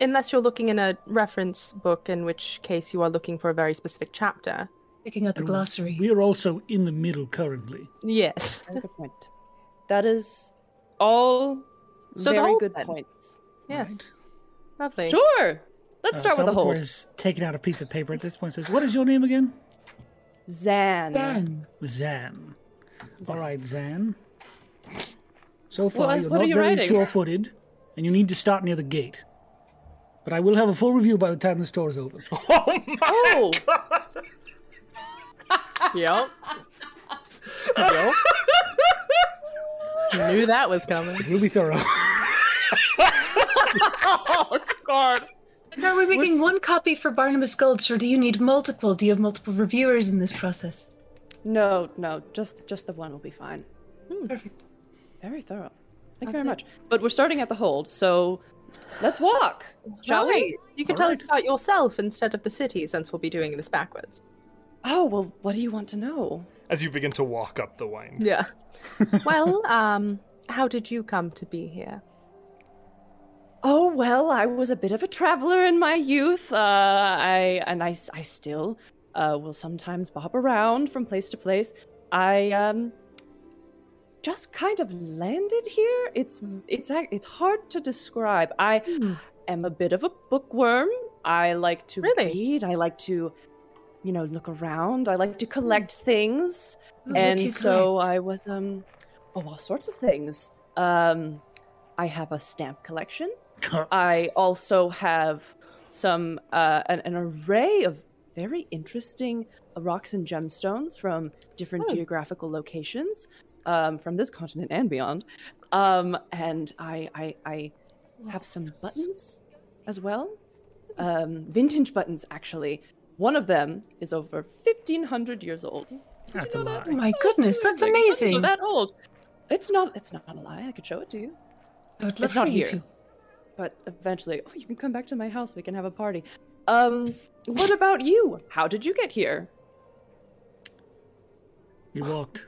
Unless you're looking in a reference book, in which case you are looking for a very specific chapter. Picking out the glossary. We are also in the middle currently. Yes. Very good point. That is all So the very whole good then. points. Yes. Right. Lovely. Sure. Let's start with the Uh, Salvatore hold. is taking out a piece of paper at this point. Says, "What is your name again?" Zan. Dan, Zan. All right, Zan. So far, What- you're what are not you very writing? sure-footed, and you need to start near the gate. But I will have a full review by the time the store's over. Oh my Oh. god! Yep. yep. Knew that was coming. You'll be thorough. Oh god. And are we making one copy for Barnabas Gulch, or do you need multiple? Do you have multiple reviewers in this process? No, no, just just the one will be fine. Perfect. Very thorough. Thank you very much. But we're starting at the hold, so let's walk, shall we? You can All tell right. us about yourself instead of the city, since we'll be doing this backwards. Oh well, what do you want to know? As you begin to walk up the wind. Yeah. well, um, how did you come to be here? Oh well, I was a bit of a traveler in my youth. Uh, I and I, s- I still uh, will sometimes bob around from place to place. I um, just kind of landed here. It's it's ac- it's hard to describe. I Hmm. am a bit of a bookworm. I like to Really? read. I like to, you know, look around. I like to collect things What and you so collect? I was um, oh, all sorts of things. Um, I have a stamp collection. I also have some uh, an, an array of very interesting uh, rocks and gemstones from different Oh. geographical locations um, from this continent and beyond. Um, and I, I I have some buttons as well, um, vintage buttons actually. One of them is over fifteen hundred years old. That's a know lie. that? Oh my goodness, that's Like, buttons are amazing. that old. It's not. It's not a lie. I could show it to you. I would love It's for not you to. here. But eventually, oh, you can come back to my house. We can have a party. Um, what about you? How did you get here? You walked.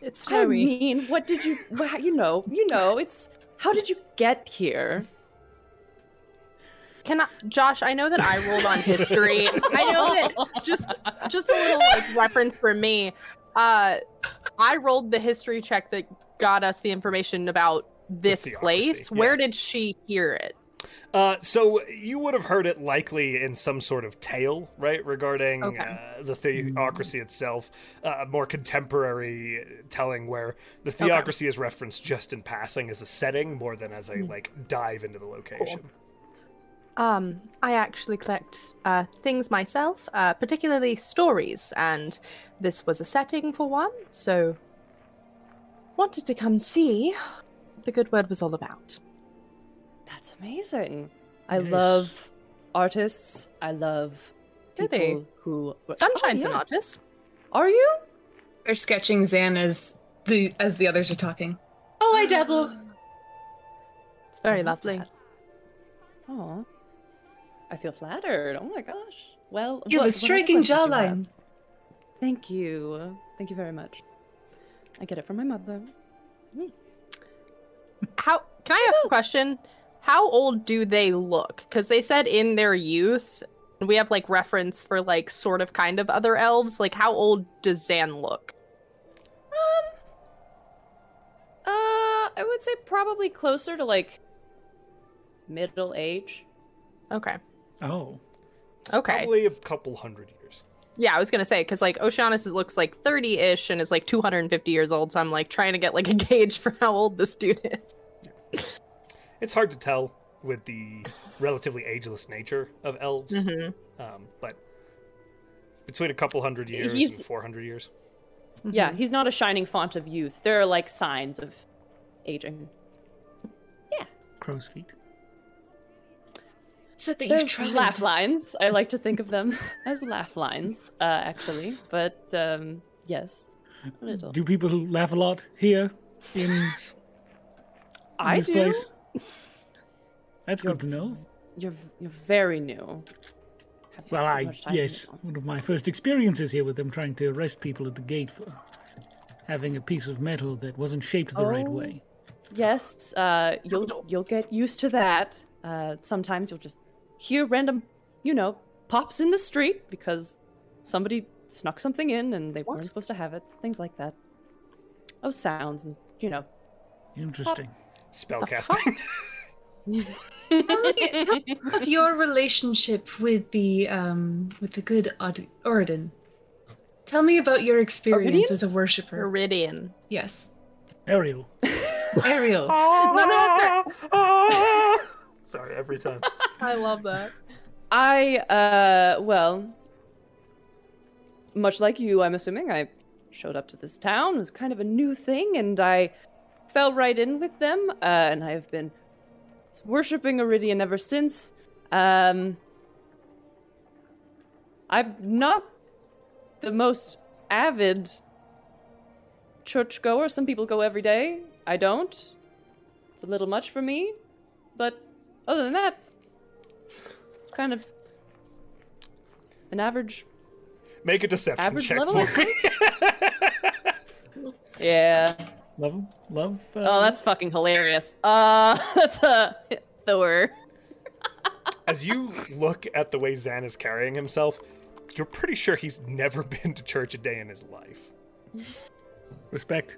It's I mean, what did you? Well, you know, you know. It's how did you get here? Can I, Josh? I know that I rolled on history. I know that just just a little like reference for me. Uh, I rolled the history check that got us the information about this theocracy, place. yeah. Where did she hear it? Uh, so you would have heard it likely in some sort of tale, right, regarding Okay. uh, the theocracy itself. Uh, a more contemporary telling where the theocracy is referenced just in passing as a setting more than as a like dive into the location. Um, I actually collect uh, things myself, uh, particularly stories, and this was a setting for one. So, wanted to come see what the good word was all about. That's amazing. I Yes. love artists. I love Do people they? who Sunshine's oh, an yeah. artist. Are you? They're sketching Zan as the as the others are talking. Oh, I dabble. It's very I love lovely. Oh, I feel flattered. Oh my gosh. Well, You have what- a what striking other questions do you have? jawline. Thank you. Thank you very much. I get it from my mother. How can I ask a question? How old do they look? Because they said in their youth. and We have like reference for like sort of kind of other elves. Like, how old does Zan look? Uh, I would say probably closer to like middle age. Okay. Oh. Okay. Probably a couple hundred years. Yeah, I was gonna say because like Oceanus is- looks like thirty-ish and is like two hundred and fifty years old. So I'm like trying to get like a gauge for how old this dude is. It's hard to tell with the relatively ageless nature of elves, um, but between a couple hundred years He's- and 400 years. Mm-hmm. Yeah, he's not a shining font of youth. There are like signs of aging. Crow's feet. Said that They're you've traveled. laugh lines. I like to think of them as laugh lines, uh, actually. But um, yes, a little. Do people who laugh a lot here in, in I this do. place? That's good to know. You're you're very new. Haven't Well, spent I much time yes, here. one of my first experiences here with them trying to arrest people at the gate for having a piece of metal that wasn't shaped the right Oh. way. Yes, uh, you'll you'll get used to that. Uh, sometimes you'll just hear random, you know, pops in the street because somebody snuck something in and they What? weren't supposed to have it. Things like that. Oh, sounds and you know. Interesting. Spellcasting. Tell me about your relationship with the um with the good Od- Oridan. Tell me about your experience Oridan? as a worshiper. Meridian. Yes, Ariel. Ariel. no, no, are every time. I love that. I, uh, well, much like you, I'm assuming, I showed up to this town. It was kind of a new thing, and I fell right in with them, uh, and I have been worshipping Iridian ever since. Um, I'm not the most avid churchgoer. Some people go every day. I don't. It's a little much for me, but other than that, it's kind of an average. Make a deception Average check level, for I me. Yeah. Love, love. Uh, Oh, that's fucking hilarious. Uh, that's a Thor. As you look at the way Zan is carrying himself, you're pretty sure he's never been to church a day in his life. uh, respect.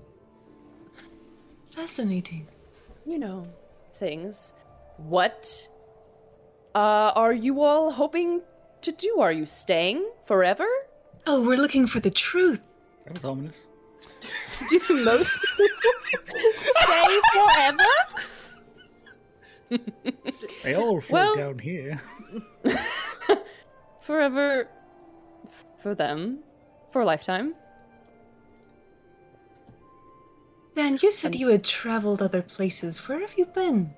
Fascinating. You know, things. What uh, are you all hoping to do? Are you staying forever? Oh, we're looking for the truth. That was ominous. Do most Stay forever? They all float Well- down here. forever for them, for a lifetime. Dan, you said you had traveled other places. Where have you been?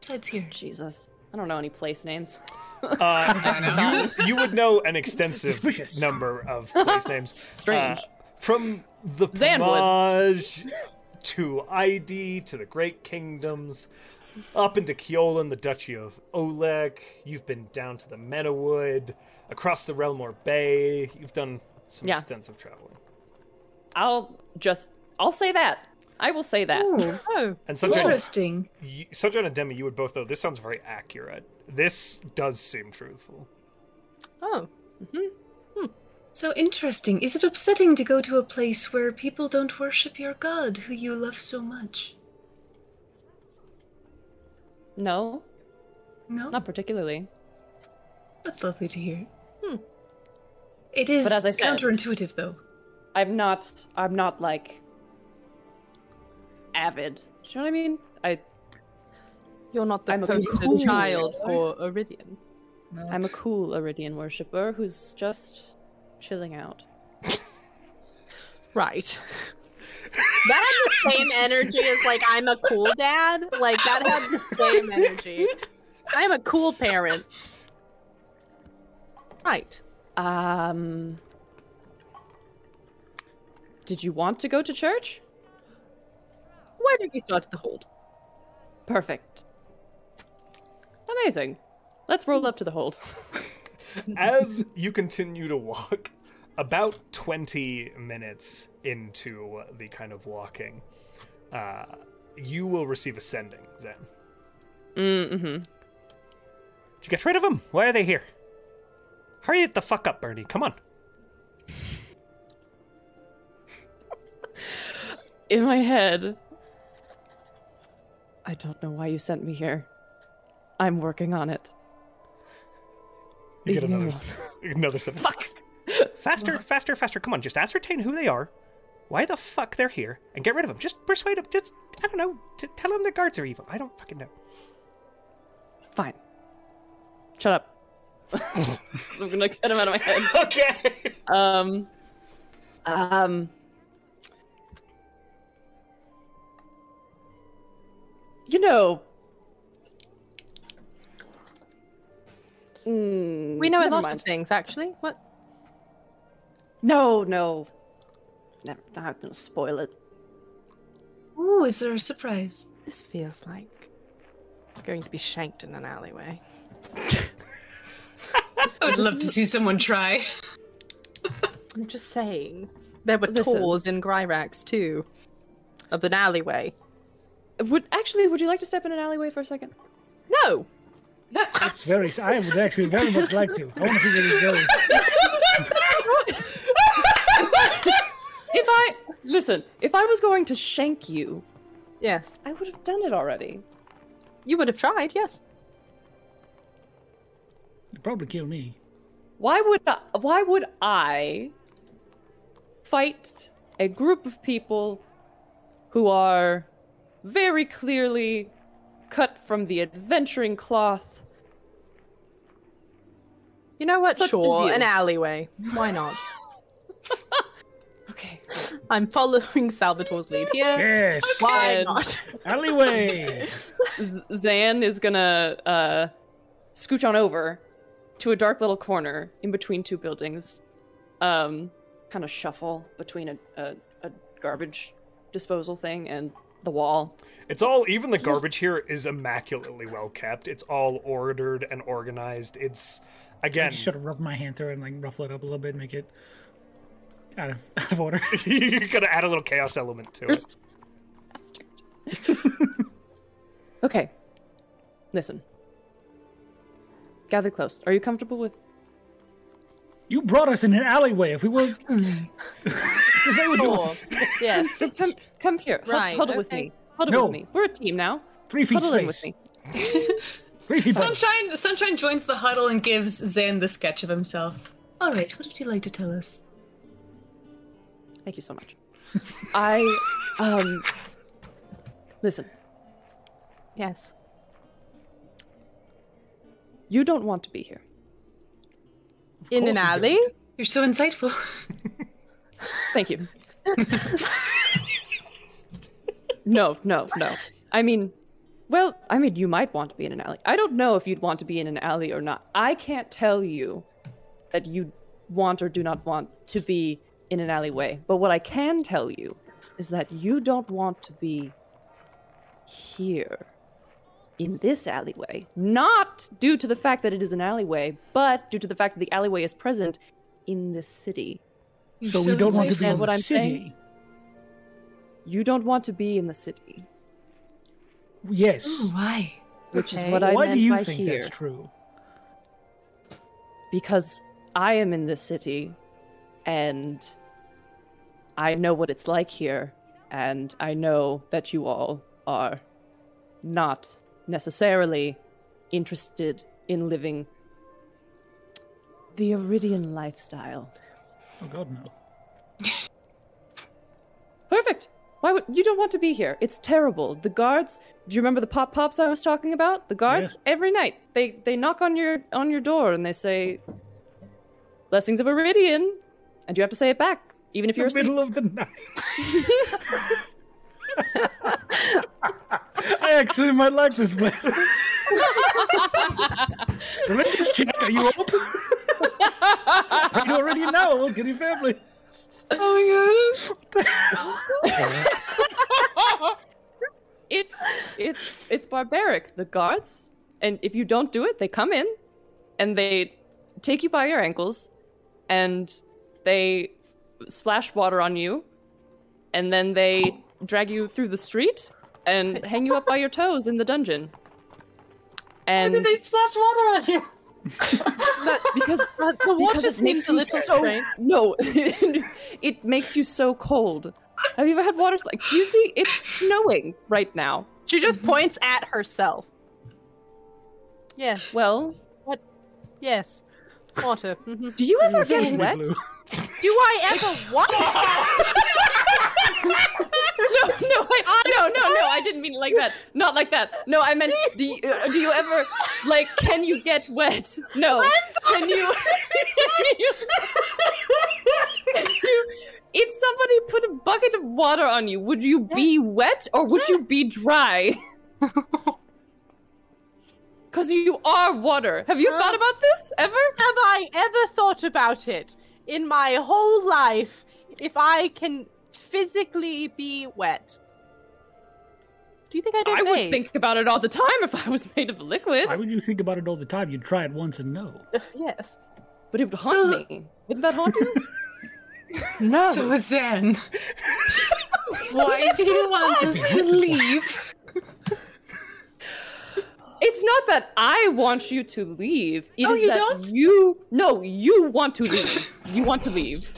Besides here. Jesus, I don't know any place names. Uh, you, you would know an extensive Suspicious. number of place names. Strange. Uh, from the Zan would. Pomage to ID to the Great Kingdoms, up into Kiolan, the Duchy of Oleg. You've been down to the Meadowood, across the Relmore Bay. You've done some Yeah. extensive traveling. I'll just, I'll say that. I will say that. Oh, oh, And Sunshine, interesting. you, Sunshine and Demi, you would both know this sounds very accurate. This does seem truthful. oh. So interesting. Is it upsetting to go to a place where people don't worship your god, who you love so much? No, No, not particularly. that's lovely to hear. It is But as I said- counterintuitive, though. I'm not. I'm not like avid. Do you know what I mean? I You're not the I'm a poster cool child for Iridian. I'm a cool Iridian worshipper who's just chilling out. Right. That had the same energy as like I'm a cool dad. Like that had the same energy. I'm a cool parent. Right. Um. Did you want to go to church? Why did we start the hold? Perfect. Amazing. Let's roll up to the hold. As you continue to walk, about 20 minutes into the kind of walking, uh, you will receive ascending, Zen. Mm-hmm. Did you get rid of them? Why are they here? Hurry the fuck up, Bernie. Come on. In my head. I don't know why you sent me here. I'm working on it. You get Yeah. another, another seven. Fuck! Faster, faster, faster. Come on, just ascertain who they are, why the fuck they're here, and get rid of them. Just persuade them. Just, I don't know, t- tell them the guards are evil. I don't fucking know. Fine. Shut up. I'm gonna get him out of my head. Okay! Um. Um. You know. Mm, We know a never lot mind. of things, actually. What? No, no. Never. I'm not gonna spoil it. Ooh, is there a surprise? This feels like going to be shanked in an alleyway. I would love to see someone try. I'm just saying. There were Listen. tours in Gryrax too, of an alleyway. Would actually, would you like to step in an alleyway for a second? No, It's very. I would actually very much like to. I want to see where he's going. If I listen, if I was going to shank you, yes, I would have done it already. you would have tried. Yes, He'd probably kill me. Why would I, why would I fight a group of people who are very clearly cut from the adventuring cloth. You know what? Such as sure, you. an alleyway. Why not? Okay. I'm following Salvatore's lead here. Yes. Why Good. not? Alleyway. Z- Zan is gonna uh, scooch on over to a dark little corner in between two buildings, um, kind of shuffle between a, a, a garbage disposal thing and the wall. It's all, even the garbage here is immaculately well kept. It's all ordered and organized. It's, I again, just should have rubbed my hand through it and like ruffle it up a little bit, make it out of, out of order. you gotta add a little chaos element to it. Bastard. okay. Listen. Gather close. Are you comfortable with You brought us in an alleyway. If we were, Sure. Yeah. Come, come here. Hud- Right, Huddle with okay. me. Huddle No. with me. We're a team now. three feet Huddle in with space. me. Three feet space. Sunshine Sunshine joins the huddle and gives Zan the sketch of himself. All right, what would you like to tell us? Thank you so much. I, um, listen. Yes. You don't want to be here. In an course alley? You're so insightful. Thank you. no, no, no. I mean, well, I mean, you might want to be in an alley. I don't know if you'd want to be in an alley or not. I can't tell you that you want or do not want to be in an alleyway. But what I can tell you is that you don't want to be here in this alleyway. Not due to the fact that it is an alleyway, but due to the fact that the alleyway is present in this city. You're So we don't want to be Understand in what the I'm city. saying? You don't want to be in the city, Yes. insightful. Why? which Okay. is what I Why meant do you by think here. that's true? because I am in this city, and I know what it's like here, and I know that you all are not necessarily interested in living the Iridian lifestyle. Oh God, no. Perfect. Why would you don't want to be here? It's terrible. The guards. Do you remember the pop pops I was talking about? The guards every night they they knock on your on your door and they say, "Blessings of Iridian," and you have to say it back, even if you're The asleep. middle of the night. I actually might like this place. Religious check, are you open? Are you already now? Look at your family. Oh my god. It's it's it's barbaric. The guards, and if you don't do it, they come in, and they take you by your ankles, and they splash water on you, and then they drag you through the street and hang you up by your toes in the dungeon. And Did they splash water on you? because The because water it seems makes a you little so strange. no, it makes you so cold. Have you ever had water like? Do you see? It's snowing right now. She just points at herself. Yes. Well, Yes. Water. Mhm. do you ever get Blue. wet? Do I ever what? no, no, I, no, no, no. I didn't mean it like that. Not like that. No, I meant. Do you, uh, do you ever like? Can you get wet? No. Can you? Can you- if somebody put a bucket of water on you, would you be wet or would you be dry? Because you are water. Have you thought about this ever? Have I ever thought about it in my whole life if I can physically be wet? Do you think I don't I would bathe? think about it all the time if I was made of liquid. Why would you think about it all the time? You'd try it once and no. Yes. But it would haunt So- me. Wouldn't that haunt you? No. So Zan. Why do you want us to leave? It's not that I want you to leave. It Oh, is you that don't? You no, you want to leave. you want to leave.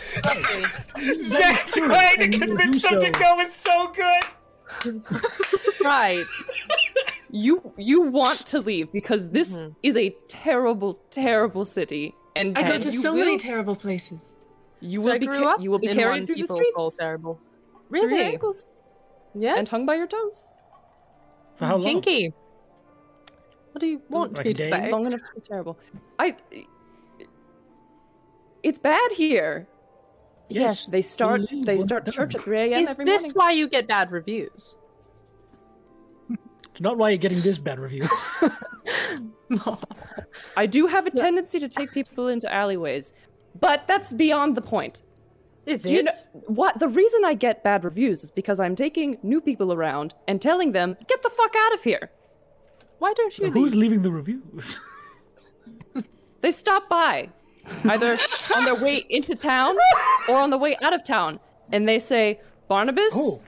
Zach trying to convince them to go is so good! right. You you want to leave because this is a terrible, terrible city. And I go and to you so will, many terrible places. you I will be grew ca- up you will be in one carried through the people streets, called terrible. through your Really? ankles, Yes. and hung by your toes. For how long? Kinky. What do you want Like me to Dave? say? Long enough to be terrible. I. It's bad here. Yes, Yes, they start. indeed, They well start church done. at three a.m. Is every this morning. why you get bad reviews? It's not why you're getting this bad review. I do have a tendency to take people into alleyways, but that's beyond the point. Is Do you know what the reason I get bad reviews is because I'm taking new people around and telling them, "Get the fuck out of here." Why don't you Who's leave? leaving the reviews? They stop by, either on their way into town or on the way out of town, and they say, "Barnabas, oh,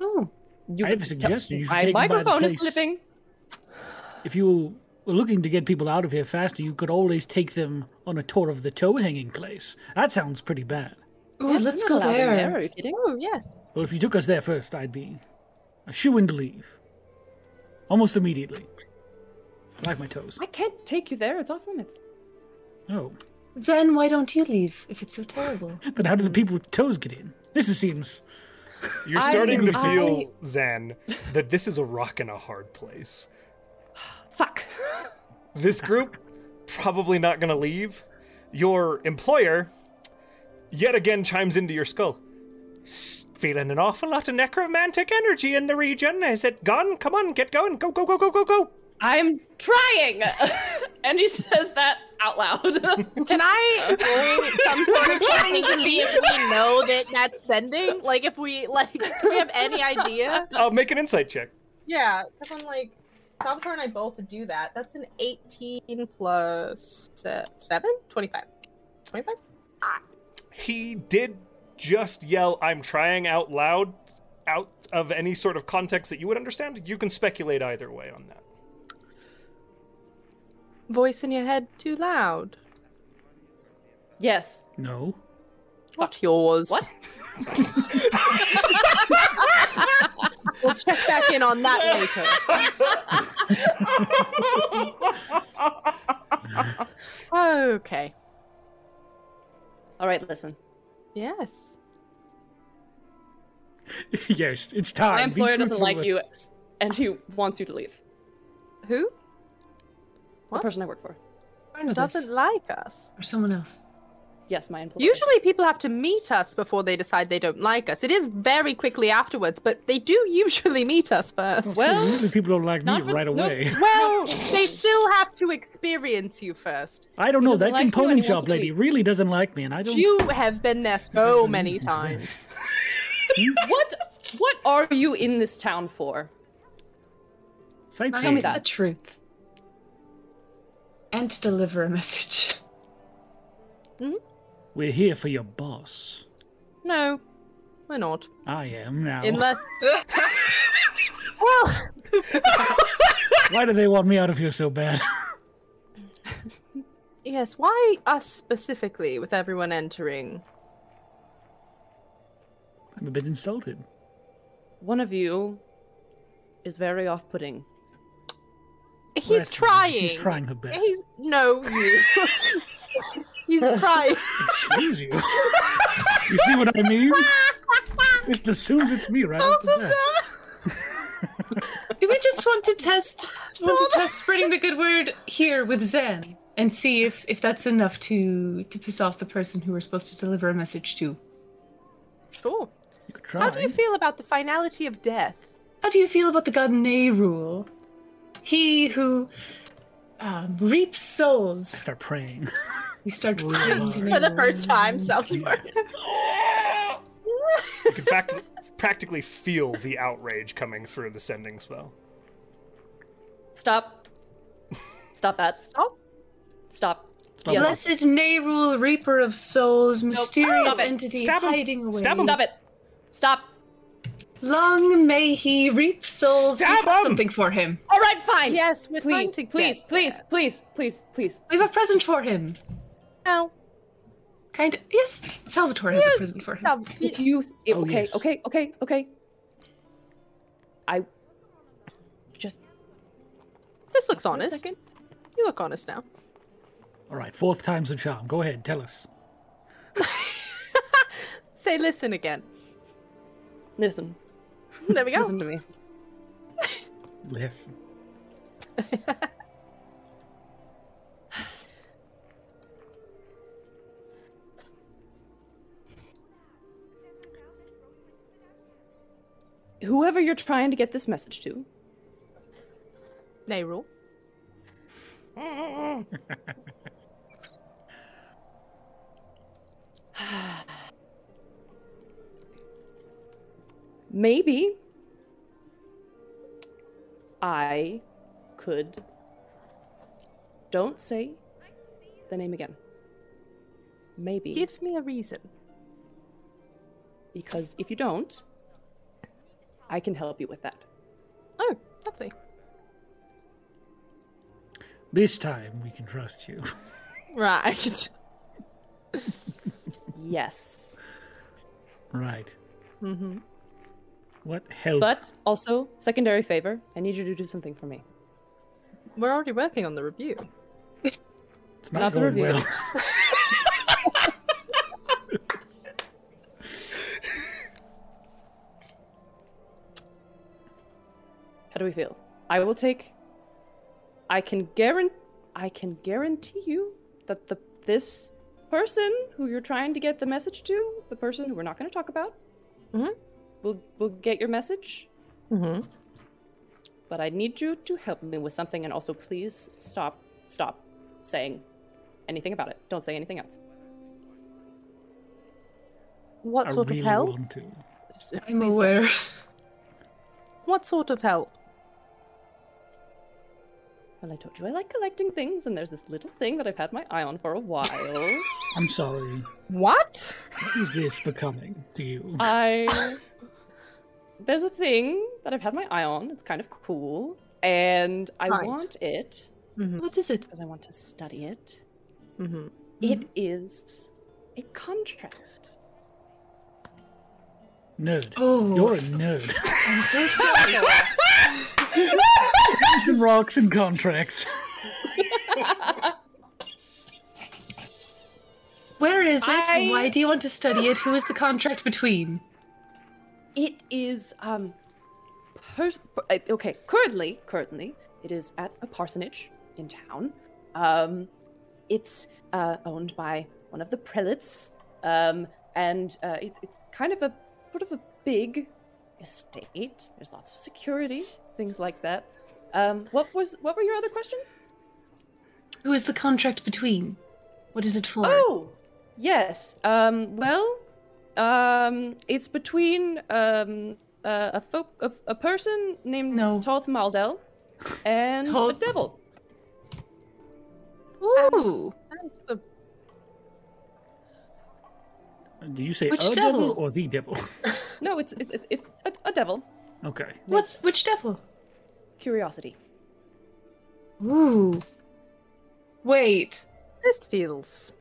Oh, you- I have a suggestion. You should my take by the microphone is place. slipping." if you were looking to get people out of here faster, you could always take them on a tour of the toe hanging place. That sounds pretty bad. Ooh, let's go Not allowed in there. Are you kidding? Oh yes. Well, if you took us there first, I'd be a shoe in to leave. Almost immediately. Like my toes. I can't take you there. It's off limits. Oh. Then why don't you leave if it's so terrible? Then how do the people with toes get in? This seems. You're I- starting to I- feel, Zen, that this is a rock and a hard place. Fuck. This group probably not going to leave. Your employer yet again chimes into your skull. "S- Feeling an awful lot of necromantic energy in the region. Is it gone? Come on, get going. Go, go, go, go, go, go. I'm trying. and he says that out loud. Can I roll some sort of something to see if we know that that's sending? Like, if we like, do we have any idea? I'll make an insight check. Yeah, because I'm like, Salvatore and I both do that. That's an 18 plus se- 7? 25. 25? He did just yell, I'm trying out loud, out of any sort of context that you would understand. You can speculate either way on that. Voice in your head too loud. yes. No. Not yours. What? we'll check back in on that later. okay. All right, listen. Yes. yes, it's time. Be My employer doesn't truthful like with- you, and he wants you to leave. Who The What? person I work for. Barnabas doesn't like us? or someone else? Yes, my employer. Usually people have to meet us before they decide they don't like us. It is very quickly afterwards, but they do usually meet us first. Well, Usually people don't like me not for- right no. away. Well, they still have to experience you first. I don't know. doesn't That like you and component he wants shop to lady leave. really doesn't like me, and I don't. You have been there so many times. What? What are you in this town for? Sightseeing. Tell me that. The truth. And to deliver a message. We're here for your boss. No, we're not. I am now. Unless. well, Why do they want me out of here so bad? yes, why us specifically with everyone entering? I'm a bit insulted. One of you is very off-putting. He's Bless her. trying. She's trying her best. He's. No, you. He's trying. Excuse you. you see what I mean? It assumes it's me, right? off the bat. Do we just want to test want to test spreading the good word here with Zen and see if if that's enough to to piss off the person who we're supposed to deliver a message to? Sure. You could try. How do you feel about the finality of death? How do you feel about the god Nay rule? He who um, reaps souls. Start praying. We start For the first time, Salvatore. You can fact- practically feel the outrage coming through the sending spell. Stop. Stop that. Stop. Stop. Stop Yes. Blessed Nerul, Reaper of Souls, mysterious stop it. entity Stab him. hiding away. Stab him. Stop it. Stop. Long may he reap souls. Stab We've got him. Something for him. All right, fine. Yes, we're trying Please, to get please, please, there. please, please, please. We have a present for him. No. Kind of. Yes, Salvatore has a present for him. no. If you, if- Oh, okay, yes. okay, okay, okay. I just This looks one honest. second. You look honest now. All right, fourth time's the charm. Go ahead, tell us. Say listen again. Listen, There we go. listen to me. Yes. Whoever you're trying to get this message to, Nay rule. maybe I could. Don't say the name again. Maybe. Give me a reason. because if you don't, I can help you with that. Oh, lovely. This time we can trust you. Right. Yes. right. mm-hmm. What help? But also, secondary favor, I need you to do something for me. We're already working on the review. it's not, not the going review. well. How do we feel? I will take I can guarantee I can guarantee you that the this person who you're trying to get the message to, the person who we're not going to talk about, Mhm. will will get your message, Mm-hmm. but I need you to help me with something and also please stop stop saying anything about it. Don't say anything else. What I sort really of help? want to. I'm aware. What sort of help? Well, I told you I like collecting things, and there's this little thing that I've had my eye on for a while. I'm sorry. What? What is this becoming to you? I there's a thing that I've had my eye on. It's kind of cool, and I Right. want it What is it? because I want to study it. Mm-hmm. It is a contract. nerd. Oh. You're a nerd. I'm so sorry. Names and rocks and contracts. Where is it? I- Why do you want to study it? Who is the contract between? It is um, pers- per- I- okay. Currently, currently, it is at a parsonage in town. Um, it's uh, owned by one of the prelates, um, and uh, it, it's kind of a sort of a big estate. There's lots of security, things like that. Um, what was what were your other questions? Who is the contract between? What is it for? Oh, yes. Um, well, um, it's between um, uh, a, folk, a, a person named No. Toth Maldel and a Toth- devil. Ooh. Do you say Which a devil devil? or the devil? No, it's it, it, it's a, a devil. Okay. What's which devil? Curiosity. Ooh. Wait. This feels.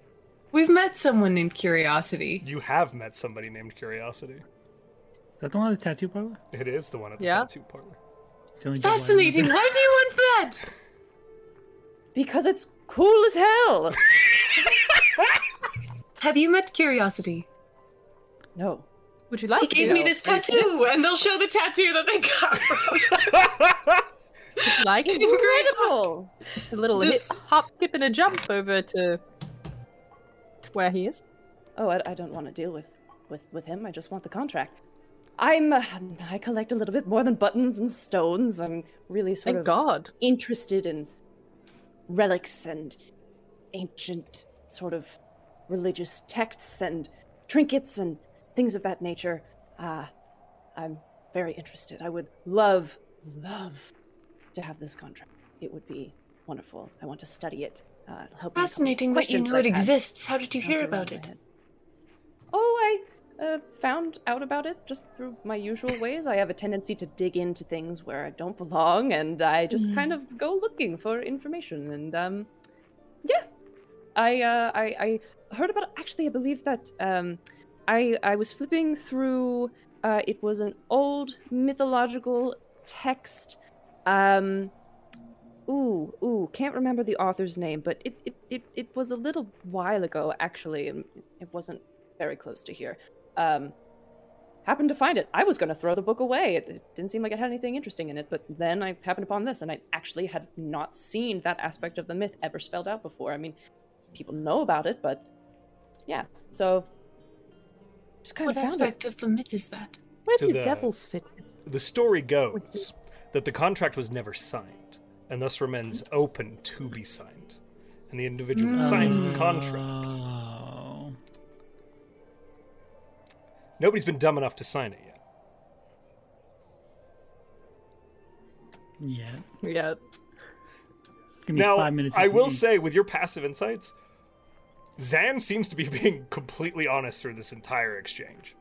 We've met someone named Curiosity. You have met somebody named Curiosity. Is that the one at the tattoo parlor? It is the one at the Yeah. tattoo parlor. It's the only job I Fascinating. remember. Why do you want that? Because it's cool as hell. Have you met Curiosity? no. Would you like? They to gave know? me this tattoo, and they'll show the tattoo that they got. Would you Like a Incredible. little This- hip, hop, skip, and a jump over to where he is. Oh, I, I don't want to deal with, with with him. I just want the contract. I'm uh, I collect a little bit more than buttons and stones. I'm really Thank sort of God. interested in relics and ancient sort of religious texts and trinkets and things of that nature. Uh, I'm very interested. I would love, love to have this contract. It would be wonderful. I want to study it. Uh, it'll help me with a couple Fascinating that you questions know it I've had exists. How did you hear bouncing about around in my it? head. Oh, I uh, found out about it just through my usual ways. I have a tendency to dig into things where I don't belong, and I just kind of go looking for information. And um, yeah, I, uh, I I heard about. Actually, I believe that um, I I was flipping through. Uh, it was an old mythological text. Um, Ooh, ooh, can't remember the author's name, but it, it, it, it was a little while ago, actually, and it wasn't very close to here. Um, happened to find it. I was going to throw the book away. It, it didn't seem like it had anything interesting in it, but then I happened upon this, and I actually had not seen that aspect of the myth ever spelled out before. I mean, people know about it, but yeah. So just kind What of found it. aspect of the myth is that? Where To do the- devils fit in? The story goes that the contract was never signed and thus remains open to be signed. And the individual who signs the Mm. contract. Oh. Nobody's been dumb enough to sign it yet. Yeah. Yeah. Give me Now, five minutes. I it's will me. say, with your passive insights, Zan seems to be being completely honest through this entire exchange.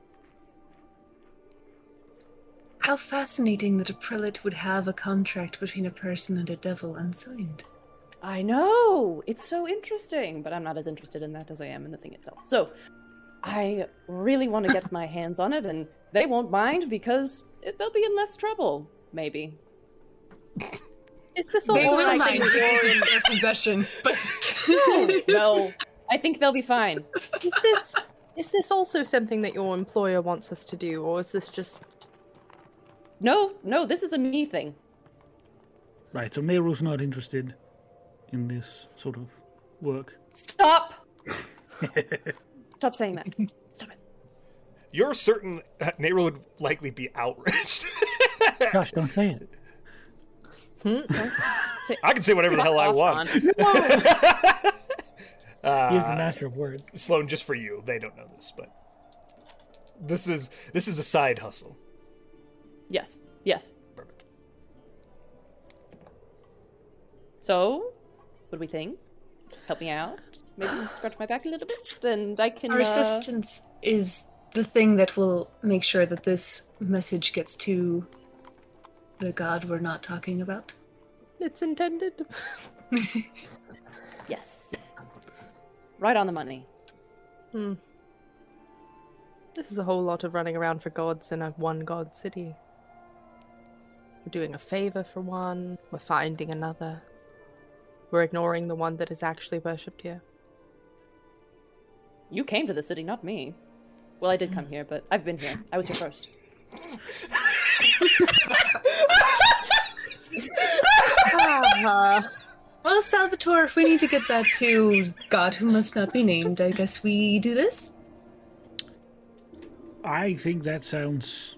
How fascinating that a prelate would have a contract between a person and a devil unsigned. I know. It's so interesting, but I'm not as interested in that as I am in the thing itself. So I really want to get my hands on it, and they won't mind because it, they'll be in less trouble, maybe. Is this all I can in their possession, but no, I think they'll be fine. Is this is this also something that your employer wants us to do, or is this just No, no, this is a me thing. Right, so Meru's not interested in this sort of work. Stop! Stop saying that. Stop it. You're certain that Nero would likely be outraged. Gosh, don't say it. hmm, I can say whatever the hell I Off want. on. He Uh, is the master of words. Sloan, just for you, they don't know this, but this is this is a side hustle. Yes, yes. Perfect. So, what do we think? Help me out. Maybe scratch my back a little bit, and I can. our uh, assistance is the thing that will make sure that this message gets to the god we're not talking about. it's intended? Yes. Right on the money. This is a whole lot of running around for gods in a one god city. We're doing a favor for one, we're finding another. We're ignoring the one that is actually worshipped here. You came to the city, not me. Well, I did come here, but I've been here. I was here first. Well, Salvatore, if we need to get that to God who must not be named, I guess we do this. I think that sounds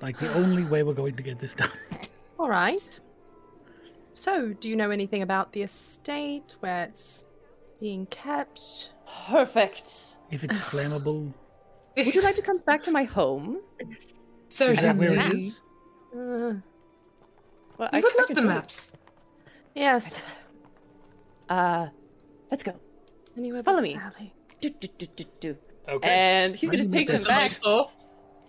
like the only way we're going to get this done. All right. So, do you know anything about the estate, where it's being kept? Perfect. If it's flammable, Would you like to come back to my home? is that where it Certainly. is? Uh, Well, We would love can the show you. maps. yes. Uh, let's go. Anywhere Follow but me. this alley. Do, do, do, do, do. Okay. And he's gonna take them back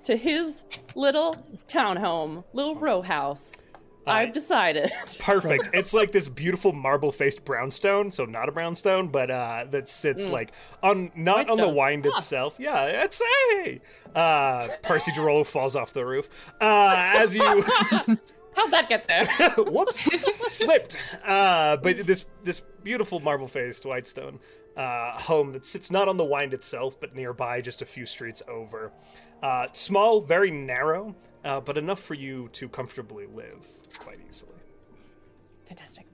to his little townhome, little row house. I've decided. Perfect. It's like this beautiful marble-faced brownstone, so not a brownstone, but uh, that sits like on not on the Whitestone. wind itself. Yeah, it's hey. Uh, Percy Girolo falls off the roof uh, as you How'd that get there? whoops slipped uh but this this beautiful marble faced whitestone uh home that sits not on the wind itself but nearby just a few streets over uh small very narrow uh but enough for you to comfortably live quite easily Fantastic.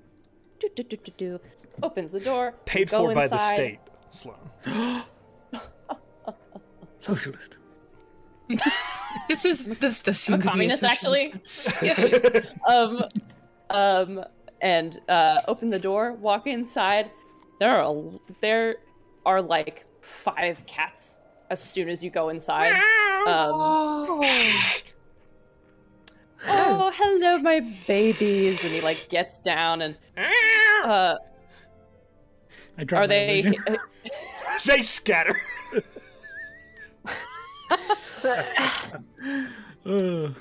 Do, do, do, do, do. Opens the door. we paid go for by the inside. state sloan Socialist. This is this does seem I'm a to be communist, socialist. actually. um, um, and uh, open the door. Walk inside. There are a- there are like five cats as soon as you go inside. Um, oh, hello, my babies! And he like gets down and uh, I dropped my are they? uh, version. they scatter Ugh.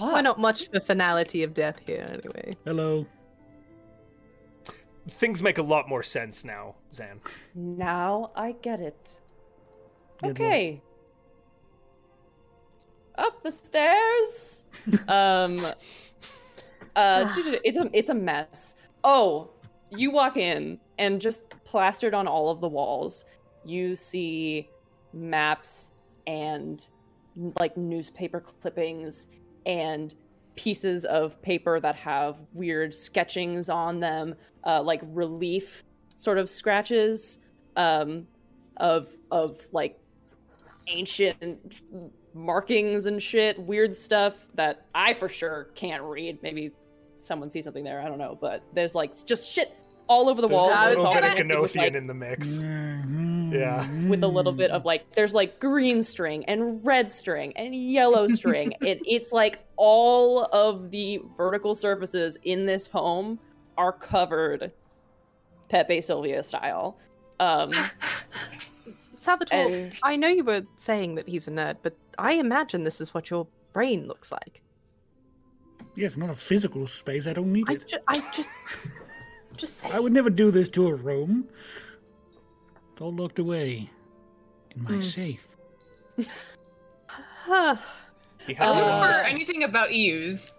We're not much for finality of death here, anyway. hello. things make a lot more sense now zan Now I get it. Good okay. Up the stairs. um. Uh, duh, duh, duh, it's a it's a mess. Oh, you walk in and just plastered on all of the walls, you see maps and like newspaper clippings and pieces of paper that have weird sketchings on them, uh, like relief sort of scratches um, of of like ancient markings and shit, weird stuff that I for sure can't read. Maybe someone sees something there. I don't know, but there's like just shit all over the There's walls. a I was It's little all bit of connected with, Ganothian like, in the mix. Yeah. with a little bit Mm. of like there's like green string and red string and yellow string and it's like all of the vertical surfaces in this home are covered pepe sylvia style um Salvatore, and I know you were saying that he's a nerd, but I imagine this is what your brain looks like. Yes, not a physical space. I don't need I, it. ju- I just, just say. I would never do this to a room. It's all locked away in Hmm. my safe. Huh. He has Uh, Look no for arms. anything about Eves.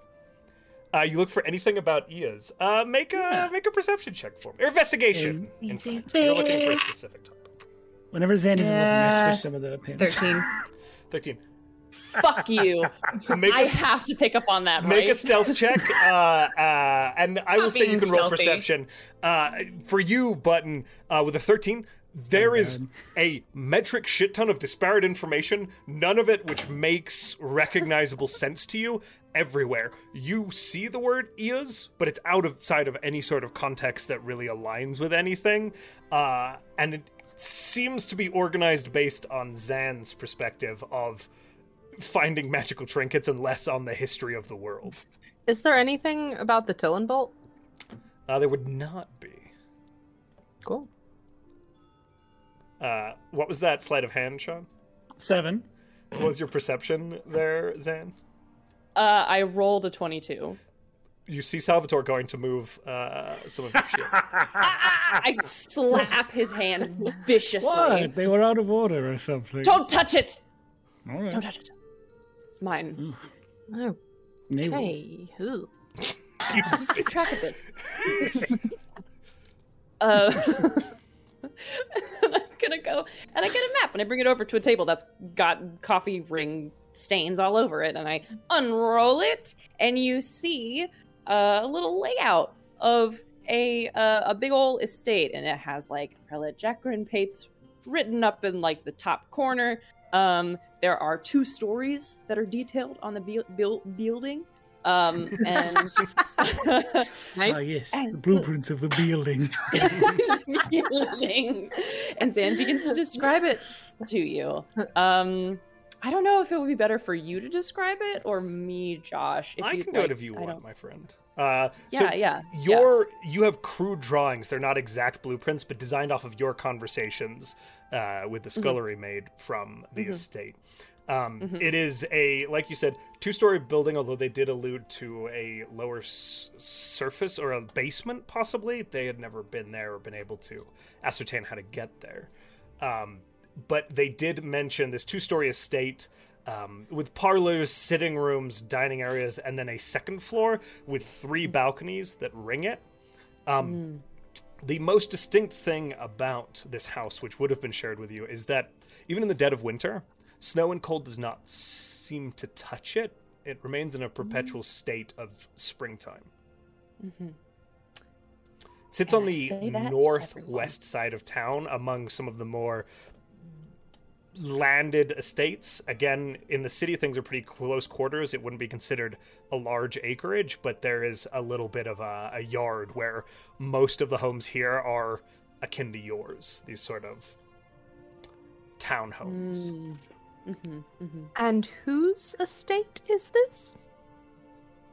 Uh, you look for anything about Ia's. Uh, make a make a perception check for me. Or investigation. In fact, you're looking for a specific topic. Whenever Xan is looking, I Yeah. switch some of the pins. Thirteen. Thirteen. fuck you Make i a s- have to pick up on that Make right a stealth check, uh, uh, and I will Not say you being can roll stealthy. perception. Uh, for you, Button, uh, with a 13, Oh, there is a metric shit ton of disparate information, none of it which makes recognizable sense to you everywhere. You see the word Eos, but it's out of sight of any sort of context that really aligns with anything. Uh, and it seems to be organized based on Zan's perspective of finding magical trinkets and less on the history of the world. Is there anything about the Tillenbolt? Uh, there would not be. Cool. Uh, what was that sleight of hand, Sean? Seven. What was your perception there, Zan? uh i rolled a 22 You see Salvatore going to move uh, some of your shit. i slap his hand viciously What? They were out of order or something. don't touch it All right. don't touch it it's mine They were- Okay. Ooh. keep track of this. uh, and I'm gonna go and I get a map and I bring it over to a table that's got coffee ring stains all over it, and I unroll it, and you see uh, a little layout of a uh, a big old estate, and it has like prelate Jacqueline Pates written up in like the top corner. Um, there are two stories that are detailed on the buil- buil- building. Um, and Nice. Ah, yes. And- The blueprints of the building. feeling. and Zan begins to describe it to you. Um, I don't know if it would be better for you to describe it or me, Josh. If I you'd can do like. it if you I want, don't- my friend. Uh, so Yeah, yeah. your you have crude drawings. They're not exact blueprints, but designed off of your conversations uh, with Mm-hmm. the scullery maid from the Mhm. estate. Um, Mhm. it is a like you said, two-story building. Although they did allude to a lower s- surface or a basement, possibly they had never been there or been able to ascertain how to get there. Um, but they did mention this two-story estate um, with parlors, sitting rooms, dining areas, and then a second floor with three Hmm. balconies that ring it. Um, Mm. the most distinct thing about this house, which would have been shared with you, is that even in the dead of winter, snow and cold does not seem to touch it. It remains in a Hmm. perpetual state of springtime. Mhm. sits Can on I the say that to northwest side of town among some of the more landed estates again in the city things are pretty close quarters it wouldn't be considered a large acreage but there is a little bit of a, a yard where most of the homes here are akin to yours these sort of townhomes Mm. Mhm, mhm. And whose estate is this?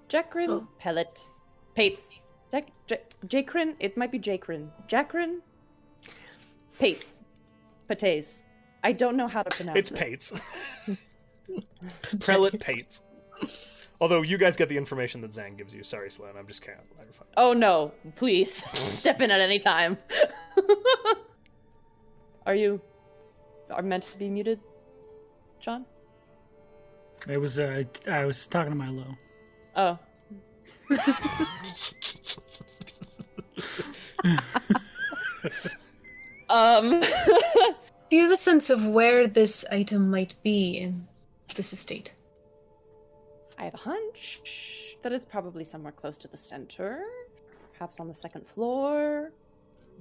Jacqueline Oh. Pellet. Pates. Jack, Jack, Jacqueline. It might be Jacqueline. Jacqueline. Pates. Pates. I don't know how to pronounce it's it. pates prelate pates although you guys get the information that zan gives you sorry sloan i'm just can't clarify Oh no, please step in at any time. are you are meant to be muted, John? It was. Uh, I was talking to Milo. Oh. um Um, Do you have a sense of where this item might be in this estate? I have a hunch that it's probably somewhere close to the center, perhaps on the second floor,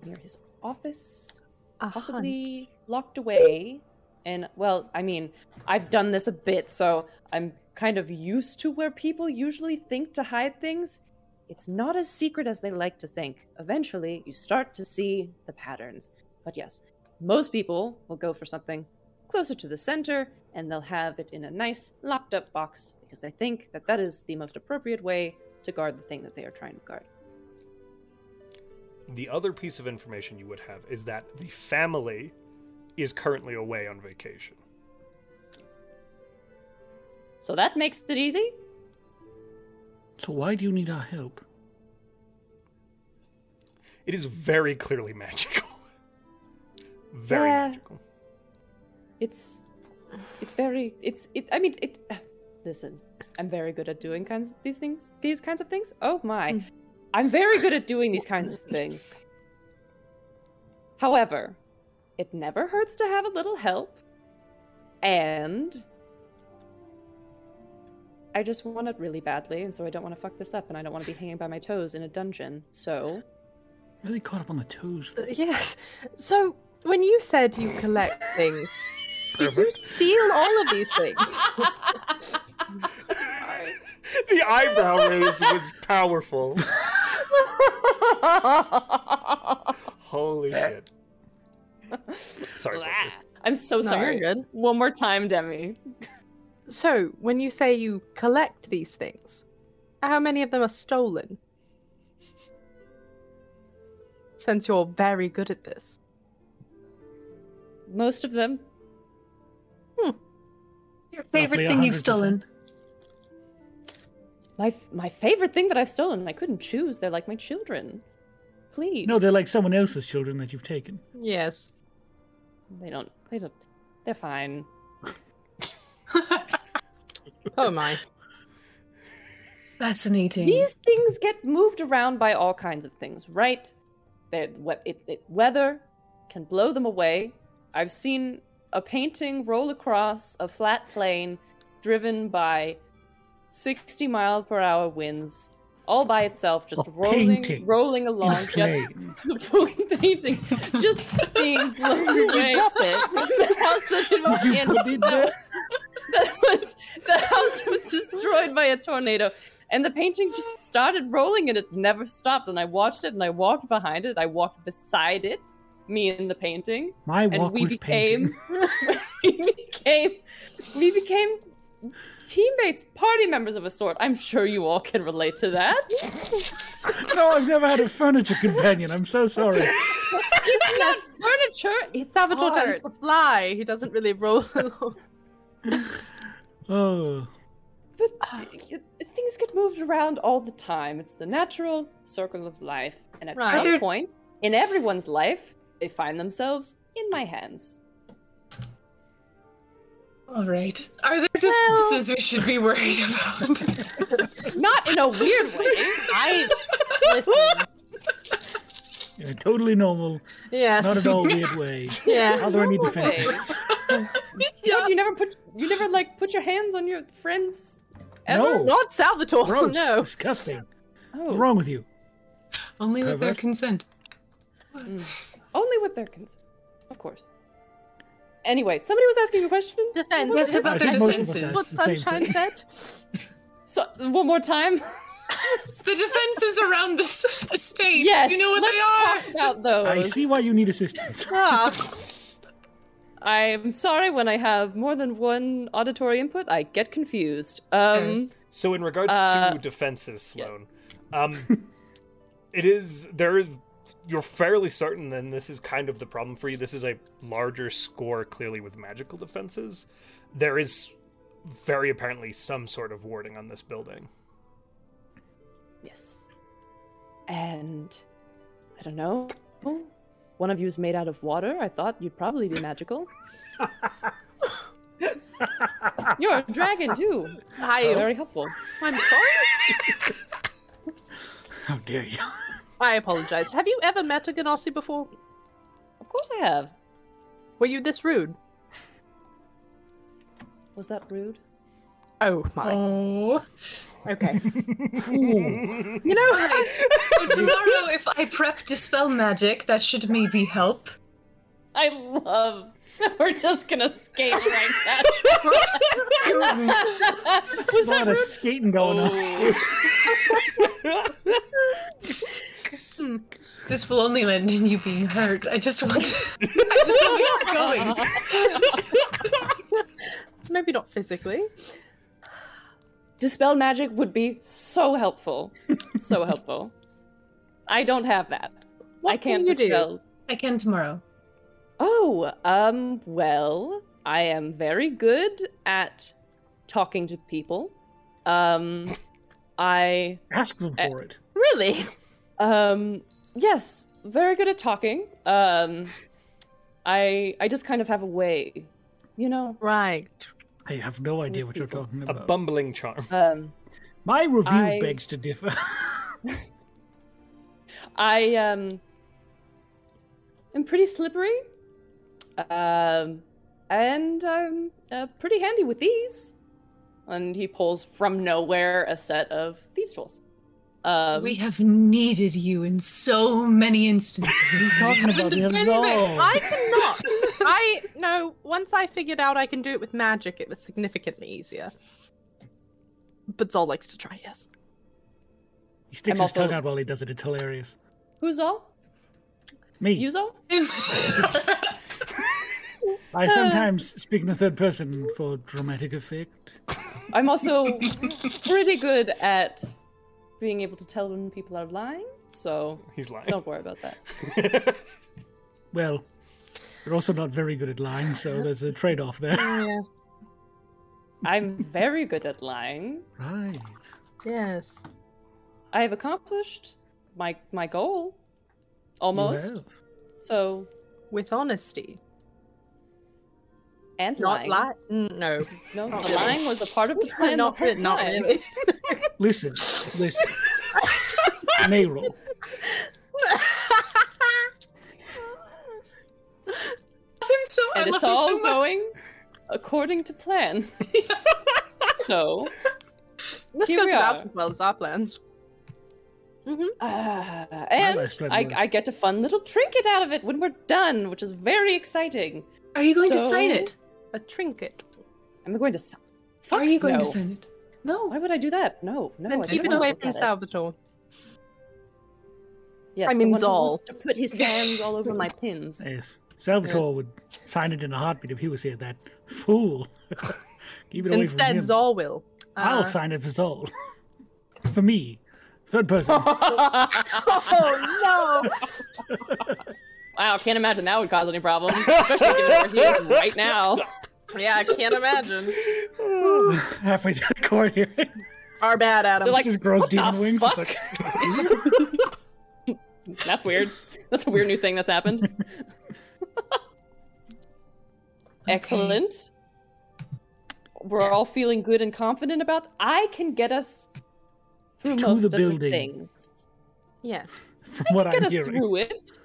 near his office, A possibly locked away. And well, I mean, I've done this a bit, so I'm kind of used to where people usually think to hide things. It's not as secret as they like to think. Eventually, you start to see the patterns. But yes, most people will go for something closer to the center and they'll have it in a nice locked up box because they think that that is the most appropriate way to guard the thing that they are trying to guard. The other piece of information you would have is that the family is currently away on vacation. So that makes it easy. So why do you need our help? It is very clearly magical. Very Yeah. magical. It's it's very it's it I mean it listen, I'm very good at doing kinds these things these kinds of things. Oh my. I'm very good at doing these kinds of things. However, it never hurts to have a little help. And I just want it really badly, and so I don't want to fuck this up, and I don't want to be hanging by my toes in a dungeon. So Really caught up on the toes. Uh, Yes. So when you said you collect things, did you steal all of these things? The eyebrow raise was powerful. Holy shit. Sorry. Parker. I'm so No, sorry. you're good. One more time, Demi. So when you say you collect these things, how many of them are stolen? Since you're very good at this. Most of them. Your favorite favorite Roughly thing you've 100%. stolen? My my favorite thing that I've stolen. I couldn't choose. They're like my children. Please. No, they're like someone else's children that you've taken. Yes. They don't. They don't. They're fine. Oh my. Fascinating. These things get moved around by all kinds of things, right? They're, we- it, it, weather can blow them away. I've seen a painting roll across a flat plain driven by 60 mile per hour winds all by itself, just A rolling, painting rolling In along. a Yep. plane. the fucking painting just being blown away. The house that it was you in, put it that there? was- that was the house was destroyed by a tornado, and the painting just started rolling, and it never stopped. And I watched it, and I walked behind it, I walked beside it, me and the painting, My and walk we with became, painting. we became, we became teammates, party members of a sort. I'm sure you all can relate to that. No, I've never had a furniture companion. I'm so sorry. Not furniture. It's Salvatore art. tends to fly. He doesn't really roll along. Oh, But d- things get moved around all the time. It's the natural circle of life. And at Right. some There- point in everyone's life, they find themselves in my hands. All right. Are there differences we should be worried about? Not in a weird way. I listen. in a totally normal, Yes. not at all weird way. Yeah. Are there any Normal defenses? ways. What, you never put you never like put your hands on your friends ever? No. Not Salvatore. Gross, No. disgusting. What's Oh, wrong with you? Only with their Pervert. consent. only with their consent. Of course. Anyway, somebody was asking a question. Defense. Yes, Is about I their think most of us defenses. asked What the same Sunshine thing. said? So one more time. The defenses around this estate. yes. You know what let's they are. talk about those. I see why you need assistance. Ah. I'm sorry when I have more than one auditory input, I get confused. Um, So in regards Uh, to defenses, yes. Sloan, um, it is there is you're fairly certain then this is kind of the problem for you. This is a larger score clearly with magical defenses. There is very apparently some sort of warding on this building. yes. And I don't know. One of you is made out of water. I thought you'd probably be magical. You're a dragon too. I, Very helpful. I'm sorry. How dare you? I apologize. Have you ever met a Ganassi before? Of course I have. Were you this rude? Was that rude? Oh my. Oh. Okay. you know, So tomorrow, if I prep dispel magic, that should maybe help. I love. We're just gonna skate like that. a Was lot that of rude? Oh. skating going on. This will only end in you being hurt. I just want to, I just want to keep going. maybe not physically. Dispel magic would be so helpful. So helpful. I don't have that. I What can can't you do? dispel. I can tomorrow. Oh, um, well, I am very good at talking to people. Um, I, Ask them Eh. for it. Really? um, yes, very good at talking. Um, I, I just kind of have a way, you know. Right. I have no idea what you're talking A about. bumbling charm. Um, My review I- begs to differ. I um am pretty slippery. Um and I'm uh, pretty handy with these. And he pulls from nowhere a set of thieves tools. Um we have needed you in so many instances. talking about it at all. I cannot. I no. Once I figured out I can do it with magic, it was significantly easier. But Zol likes to try. Yes. He sticks I'm his tongue also- out while he does it. It's hilarious. who's all? Me, You's all? I sometimes speak in the third person for dramatic effect. I'm also pretty good at being able to tell when people are lying, so He's lying. don't worry about that. Well, you're also not very good at lying, so there's a trade-off there. Yes. I'm very good at lying. Right. Yes. I have accomplished my my goal almost. You have. So With honesty, and not lie. lying. No, No, the really. lying was a part of the plan. not, the whole not time. really. Listen, listen. May roll. I'm so, I And love it's him all so much. going according to plan. so, This Here goes we about are. as well as our plans. uh, and last plan I, worked. I get a fun little trinket out of it when we're done, which is very exciting. Are you going to So- sign it? A trinket. Am I going to sell? Fuck Are you going no. to sign it? No. Why would I do that? No, no. then I keep it don't want to away look from at it. Salvatore. Yes, I the mean one who wants Zol. To put his hands all over my pins. Yes. Salvatore would sign it in a heartbeat if he was here. That fool. Keep it away Instead, from him. Zol will. Uh, I'll sign it for Zol. for me. Third person. Oh no! Wow, can't imagine that would cause any problems, especially given where he is right now. Yeah, I can't imagine. Halfway through the court here. Our bad, Adam. They're like, Just grows "What the demon wings. It's fuck?" like, That's weird. That's a weird new thing that's happened. Excellent. We're all feeling good and confident about. I can get us through To most the of the building. things. yes. from what Get I'm us hearing. through it.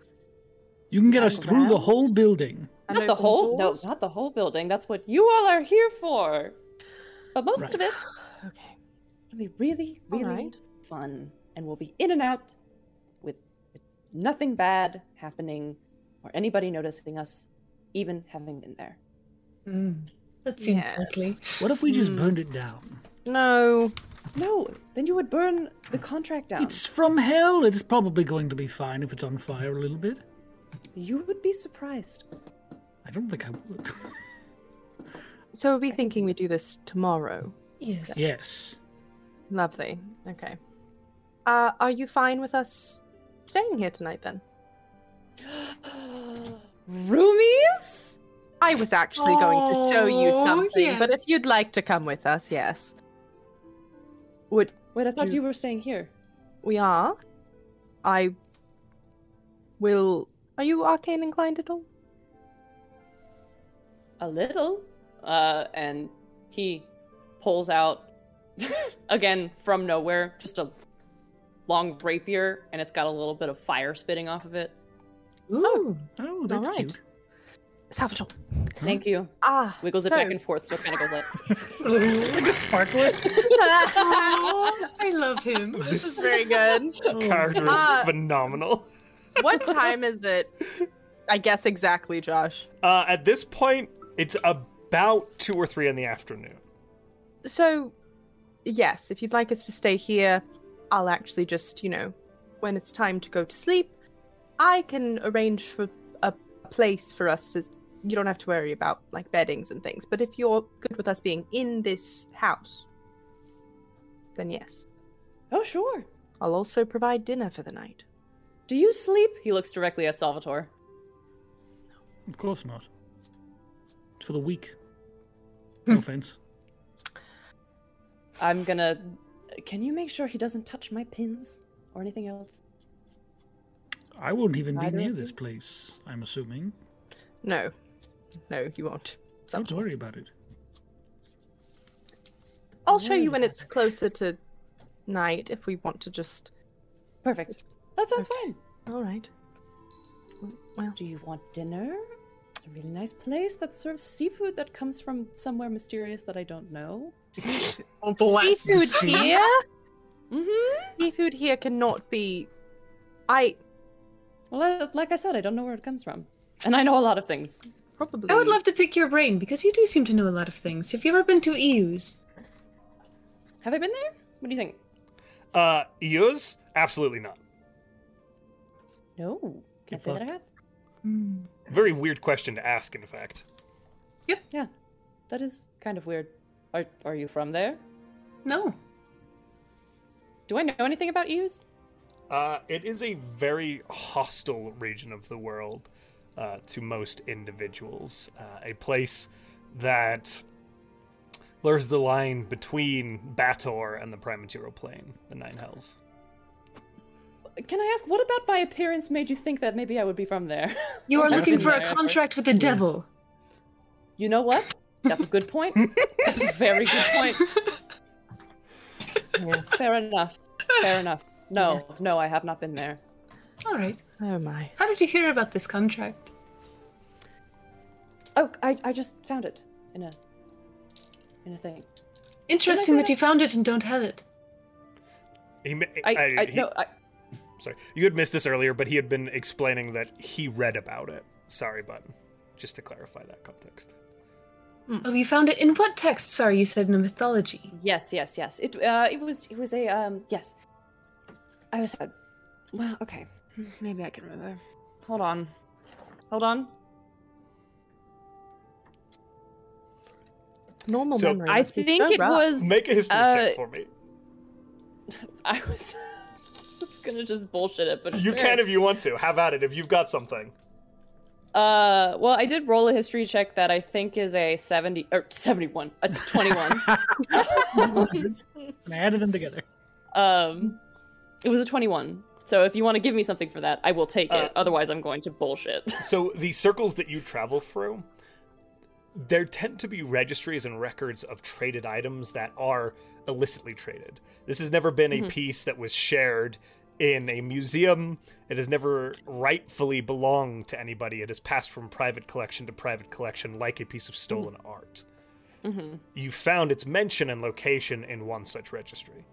You can get us and through the around. whole building. And Not the open whole. doors? No, not the whole building. That's what you all are here for. But most Right. of it Okay. will be really, All really right. fun, and we'll be in and out with, with nothing bad happening or anybody noticing us, even having been there. Mm. That seems Yes. likely. What if we just Hmm. burned it down? No. No, then you would burn the contract down. It's from hell. It's probably going to be fine if it's on fire a little bit. You would be surprised. I don't think I would. So are we thinking we do this tomorrow? Yes. yes. Lovely. Okay. Uh, are you fine with us staying here tonight then? Roomies? I was actually going to show you Oh, something, but if yes. you'd like to come with us, yes. Would Wait, I thought You- you, were staying here. we are? I will. Are you arcane inclined at all? A little. Uh, and he pulls out, again, from nowhere, just a long rapier, and it's got a little bit of fire spitting off of it. Ooh. Oh, that's right. cute. Salvador. Thank you. Ah. Wiggles it so- back and forth, so it kind of goes like. like a sparklet. Aw, I love him. this is very good. Mm. Character is Uh, phenomenal. what time is it? I guess exactly, Josh. Uh, at this point, it's about two or three in the afternoon. So, yes, if you'd like us to stay here, I'll actually just, you know, when it's time to go to sleep, I can arrange for a place for us to. You don't have to worry about like beddings and things. But if you're good with us being in this house, then yes, Oh sure. I'll also provide dinner for the night. Do you sleep? He looks directly at Salvatore. Of course not. It's for the weak. No offense. I'm gonna. Can you make sure he doesn't touch my pins or anything else? I won't even be Neither near of this place, I'm assuming. No, no, you won't. Don't worry about it. I'll show you when it's closer to night if we want to just. Perfect. That sounds fine. All right. Well, Do you want dinner? It's a really nice place that serves seafood that comes from somewhere mysterious that I don't know. Oh, bless. seafood sea. here. Mm-hmm. Seafood here cannot be. I Well, I- like I said, I don't know where it comes from, and I know a lot of things. probably. I would love to pick your brain because you do seem to know a lot of things. Have you ever been to E EU's? Have I been there? What do you think? Uh, Eos? Absolutely not. No. Can Get I say that I fucked. have? Very weird question to ask, in fact. Yeah. That is kind of weird. Are Are you from there? No. Do I know anything about Eus? Uh, it is a very hostile region of the world uh, to most individuals. Uh, a place that blurs the line between Bator and the Primaterial Plane, the Nine Hells. Can I ask what about my appearance made you think that maybe I would be from there? You are I've looking been for a there. contract with the devil. You know what? That's a good point. That's a very good point. Fair enough. Fair enough. No, no, I have not been there. All right. Oh my. How did you hear about this contract? Oh, I, I just found it in a in a thing. Interesting say that you found it and don't have it. He, ma- I I, he- no, I sorry, you had missed this earlier, but he had been explaining that he read about it. Sorry, but just to clarify that context. Oh, you found it in what text? Sorry, you said in a mythology. yes, yes, yes. It uh it was it was a um yes. As I said. Well, okay. Maybe I can remember. Hold on. Hold on. Normal So- memory. Oh, I must be think so it rough. was Make a history Uh, check for me. I was just gonna just bullshit it, but You sure. can if you want to. Have at it if you've got something. Uh, well, I did roll a history check that I think is a seventy or seventy-one, a twenty-one. And I added them together. um, it was a twenty-one. So if you want to give me something for that, I will take Uh, it. Otherwise, I'm going to bullshit. So the circles that you travel through, there tend to be registries and records of traded items that are illicitly traded. This has never been a piece that was shared in a museum. It has never rightfully belonged to anybody. It has passed from private collection to private collection like a piece of stolen art. You found its mention and location in one such registry.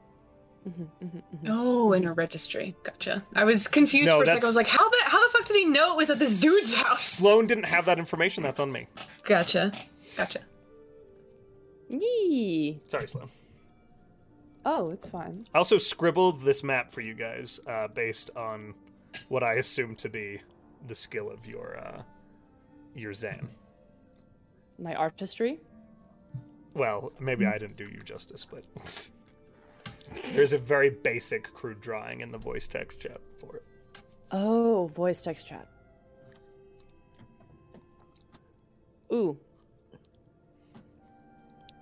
Oh, in a registry. Gotcha. I was confused No, for a second. that's- I was like, how the how the fuck did he know it was at this dude's house? Sloan didn't have that information. That's on me. Gotcha. Gotcha. Yee. Sorry, Sloan. Oh, it's fine. I also scribbled this map for you guys uh, based on what I assume to be the skill of your uh, your Zan. My artistry. Well, maybe I didn't do you justice, but there's a very basic crude drawing in the voice text chat for it. Oh, voice text chat. Ooh.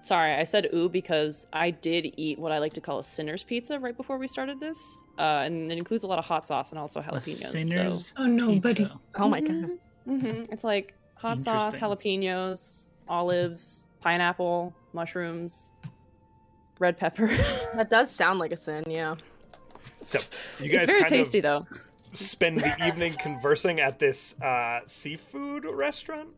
Sorry, I said ooh because I did eat what I like to call a sinner's pizza right before we started this. Uh, and it includes a lot of hot sauce and also A jalapenos. sinner's Oh no, buddy. pizza. Oh my god. So, hmm It's like hot sauce, jalapenos, olives, pineapple, mushrooms, red pepper. That does sound like a sin. Yeah. So you guys it's very kind tasty, of though. spend the evening conversing at this uh, seafood restaurant.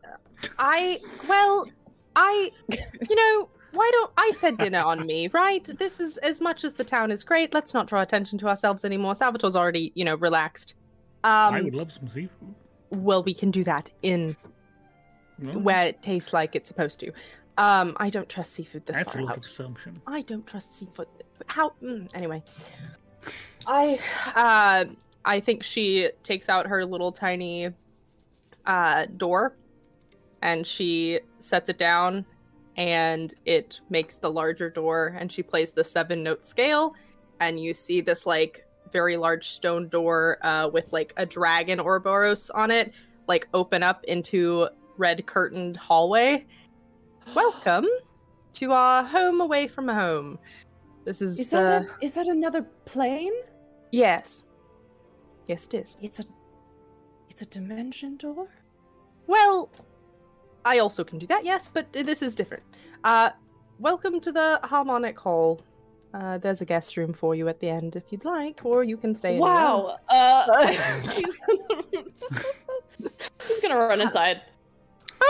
I well, I you know, why don't I said dinner on me, right? This is as much as the town is great. Let's not draw attention to ourselves anymore. Salvatore's already, you know, relaxed. I Um, would love some seafood. well, we can do that in No, where it tastes like it's supposed to. Um, I don't trust seafood this that's a far lot out. of assumption. I don't trust Seafoot. How? Mm, anyway, I uh, I think she takes out her little tiny uh, door, and she sets it down, and it makes the larger door, and she plays the seven note scale, and you see this like very large stone door uh, with like a dragon Ouroboros on it, like open up into red curtained hallway. Welcome to our home away from home. This is, Is uh, that a- is that another plane? yes, yes, it is. It's a it's a dimension door. Well, I also can do that, yes, but this is different. Uh, welcome to the Harmonic Hall. Uh, there's a guest room for you at the end if you'd like, or you can stay. in the room. Wow. Uh, she's, she's gonna run inside.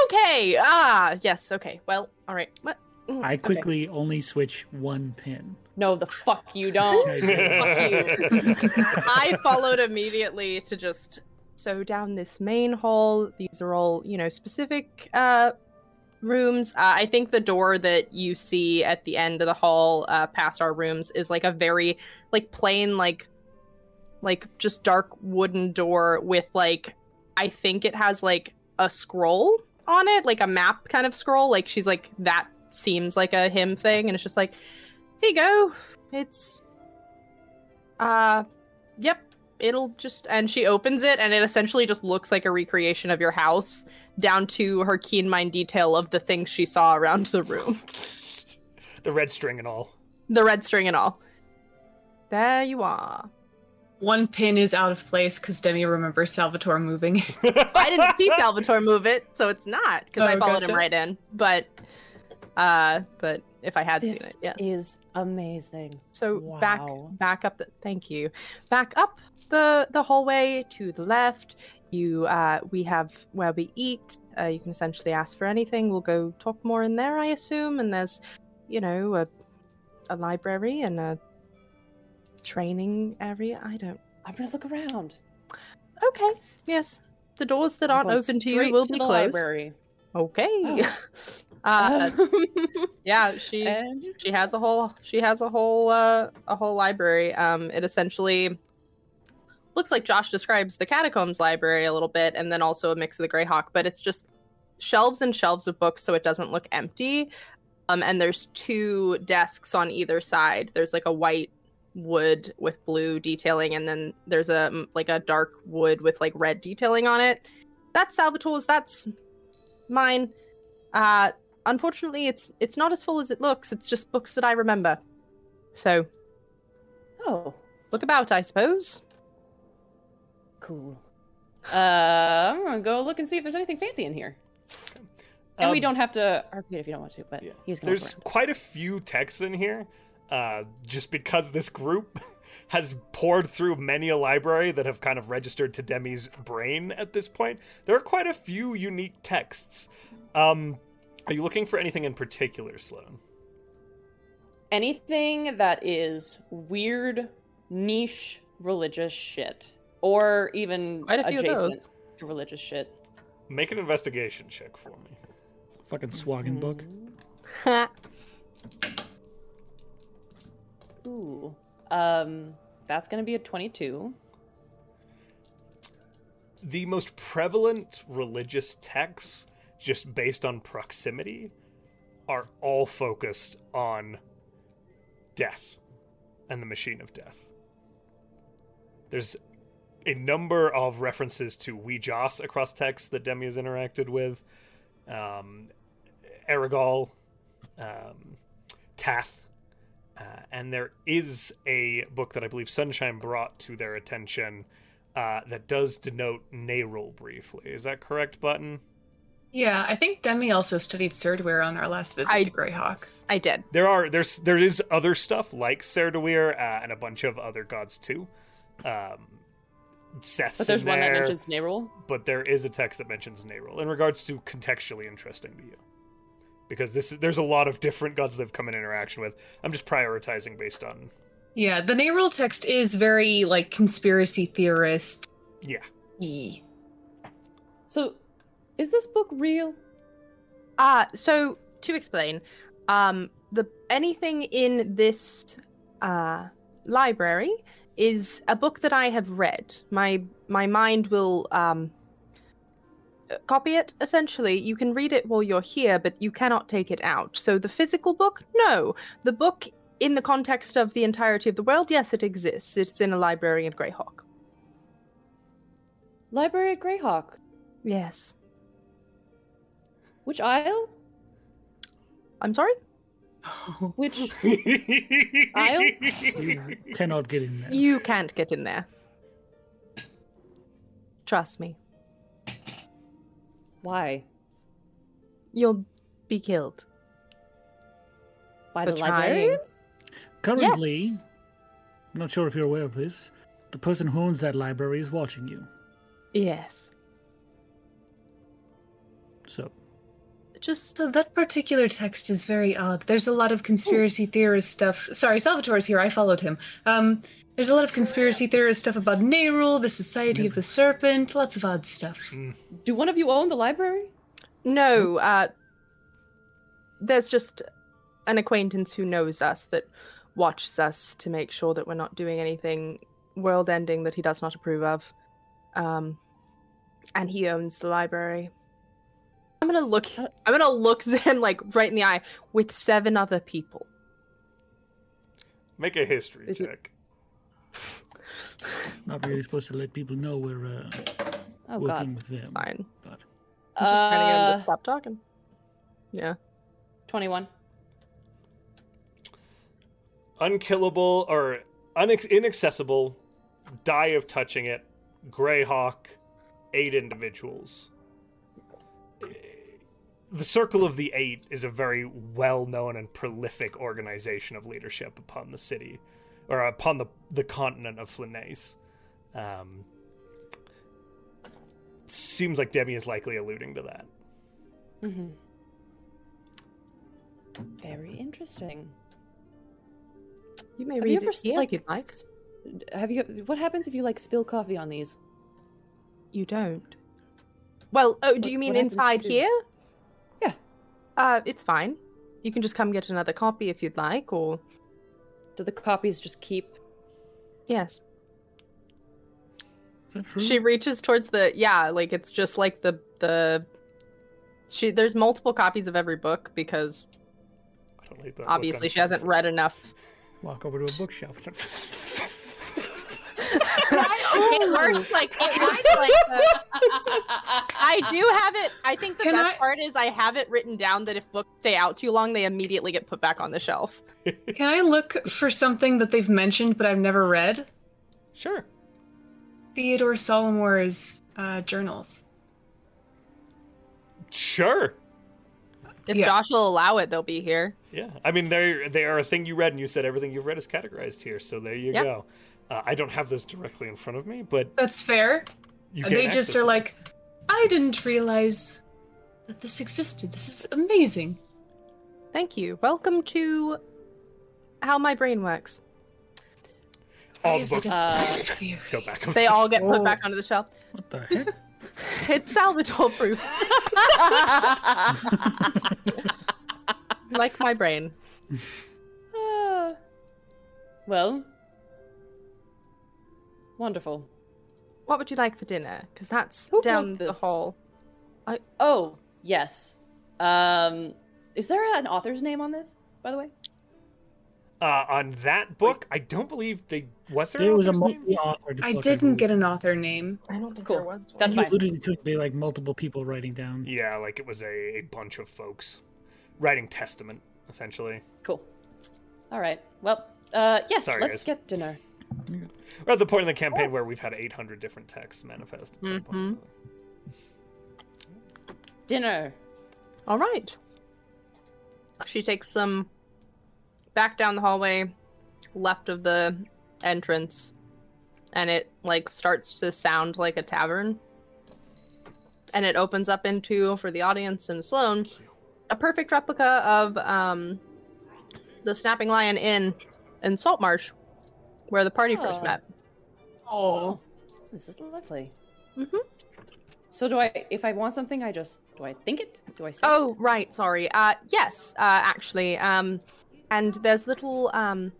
Okay. Ah, yes. Okay. Well, all right. What? Mm, I okay. quickly only switch one pin. No, the fuck you don't. I followed immediately to just so down this main hall. These are all you know specific uh, rooms. Uh, I think the door that you see at the end of the hall, uh, past our rooms, is like a very like plain like like just dark wooden door with like I think it has like a scroll on it, like a map kind of scroll. Like she's like that seems like a him thing, and it's just like here you go. It's uh yep. It'll just and she opens it and it essentially just looks like a recreation of your house down to her keen mind detail of the things she saw around the room. The red string and all. the red string and all. There you are. One pin is out of place because Demi remembers Salvatore moving. I didn't see Um, Salvatore move it, so it's not because I Oh, followed him gotcha. right in. But uh but if I had This seen it, yes. is amazing. So Wow. back back up the thank you. Back up the the hallway to the left. You uh we have where we eat. Uh, you can essentially ask for anything. We'll go talk more in there, I assume, and there's you know a a library and a training area. I don't I'm gonna look around. Okay. Yes. The doors that I'm aren't going open to straight you will to be the closed. Library. Okay. Oh. uh, Um, yeah, she and she has a whole she has a whole uh, a whole library um it essentially looks like josh describes the catacombs library a little bit and then also a mix of the greyhawk but it's just shelves and shelves of books so it doesn't look empty um and there's two desks on either side there's like a white wood with blue detailing and then there's a mm, like a dark wood with like red detailing on it that's salvatore's that's mine uh unfortunately it's it's not as full as it looks it's just books that i remember so Oh, look about i suppose cool. Uh, I'm gonna go look and see if there's anything fancy in here. And we Um, don't have to arcade if you don't want to, but Yeah. he's gonna. look There's quite a few texts in here, uh, just because this group has poured through many a library that have kind of registered to Demi's brain at this point. There are quite a few unique texts. Um, are you looking for anything in particular, Sloan? anything that is weird, niche religious shit, or even Quite a few of those. adjacent to religious shit. Make an investigation check for me. Fucking swagging book. Ooh, um, that's gonna be a twenty-two. The most prevalent religious texts, just based on proximity, are all focused on death and the machine of death. There's a number of references to We Joss across texts that Demi has interacted with, um, Erigol, um, Tath, uh, and there is a book that I believe Sunshine brought to their attention uh, that does denote Nerol briefly. Is that correct, Button? yeah, I think Demi also studied Serdware on our last visit I- to Greyhawk. i did There are there's there is other stuff like Serdawir uh, and a bunch of other gods too, um, Seth's But there's in one that there, mentions Nerul. but there is a text that mentions Neril in regards to contextually interesting to you, because this is, there's a lot of different gods they've come in interaction with. I'm just prioritizing based on Yeah, the Nerul text is very like conspiracy theorist. yeah. E. So, is this book real? Uh, so to explain, um, the anything in this uh, library is a book that I have read. My my mind will um, uh, copy it. Essentially, you can read it while you're here, but you cannot take it out. So the physical book, no. The book in the context of the entirety of the world, yes, it exists. It's in a library in Greyhawk. Library at Greyhawk. Yes. Which aisle? I'm sorry. Which You cannot get in there. You can't get in there. Trust me. why? You'll be killed. By The the librarians? Currently, I'm not sure if you're aware of this, the person who owns that library is watching you. Yes. So, Just So uh, that particular text is very odd. There's a lot of conspiracy theorist stuff. Sorry, Salvatore's here. I followed him. Um, there's a lot of conspiracy theorist stuff about Nerul, the Society of the Serpent, lots of odd stuff. Do one of you own the library? no, uh there's just an acquaintance who knows us that watches us to make sure that we're not doing anything world ending that he does not approve of. Um and he owns the library. I'm gonna look Uh, I'm gonna look Zen like right in the eye with seven other people. Make a history Is it- check. not really supposed to let people know we're uh, Oh working god. with them. It's fine. But I'm just trying to get him Uh, to stop talking. Yeah. 21. Unkillable or unex inaccessible, die of touching it, Greyhawk, eight individuals. The Circle of the Eight is a very well known and prolific organization of leadership upon the city, or upon the, the continent of Flanace. Um, seems like Demi is likely alluding to that. Mm-hmm. Very interesting. You may Have read you ever it here like, if you'd like. s- Have you? What happens if you like spill coffee on these? You don't. Well, oh, do What- you mean what happens inside to- here? Yeah. Uh, it's fine. You can just come get another copy if you'd like, or Do the copies just keep? yes. is that true? She reaches towards the yeah, like it's just like the the. She there's multiple copies of every book because I don't like that look obviously on she hasn't Sean's read face. enough. Walk over to a bookshelf. It's like, it works like it works like the- I do have it. I think the Can best I- part is I have it written down that if books stay out too long, they immediately get put back on the shelf. Can I look for something that they've mentioned but I've never read? Sure. Theodore Solomore's uh, journals. Sure. If Yeah. Josh will allow it, they'll be here. Yeah, I mean they they are a thing you read, and you said everything you've read is categorized here. So there you Yeah. go. Uh, I don't have those directly in front of me, but That's fair. you Uh, get they just access to are like, those. I didn't realize that this existed. This is amazing. Thank you. Welcome to how my brain works. all the books Uh, go back. They all get put back onto the shelf. what the heck? It's Salvatore proof. like my brain. Ah. well, wonderful. What would you like for dinner? Because that's Who down wrote the this? hall. Oh yes. Um, is there an author's name on this, by the way? Uh, on that book, I don't believe they was there. There an was a author's name? multi-authored. I book, didn't believe. get an author name. I don't think Cool. there was one. That's You fine. alluded to it being like multiple people writing down. Yeah, like it was a, a bunch of folks writing testament essentially. Cool. All right. Well, uh, yes. Sorry, let's guys. get dinner. We're at the point in the campaign where we've had 800 different texts manifest. At some point. Dinner. All right. She takes them back down the hallway, left of the entrance, and it like starts to sound like a tavern. And it opens up into for the audience and Sloan a perfect replica of um, the Snapping Lion Inn in Saltmarsh, where the party first Oh. met. Oh, This is lovely. Mhm. So do I? If I want something, I just do I think it? Do I say? Oh, right. Sorry. Uh, yes, uh, actually. Um, and there's little, um,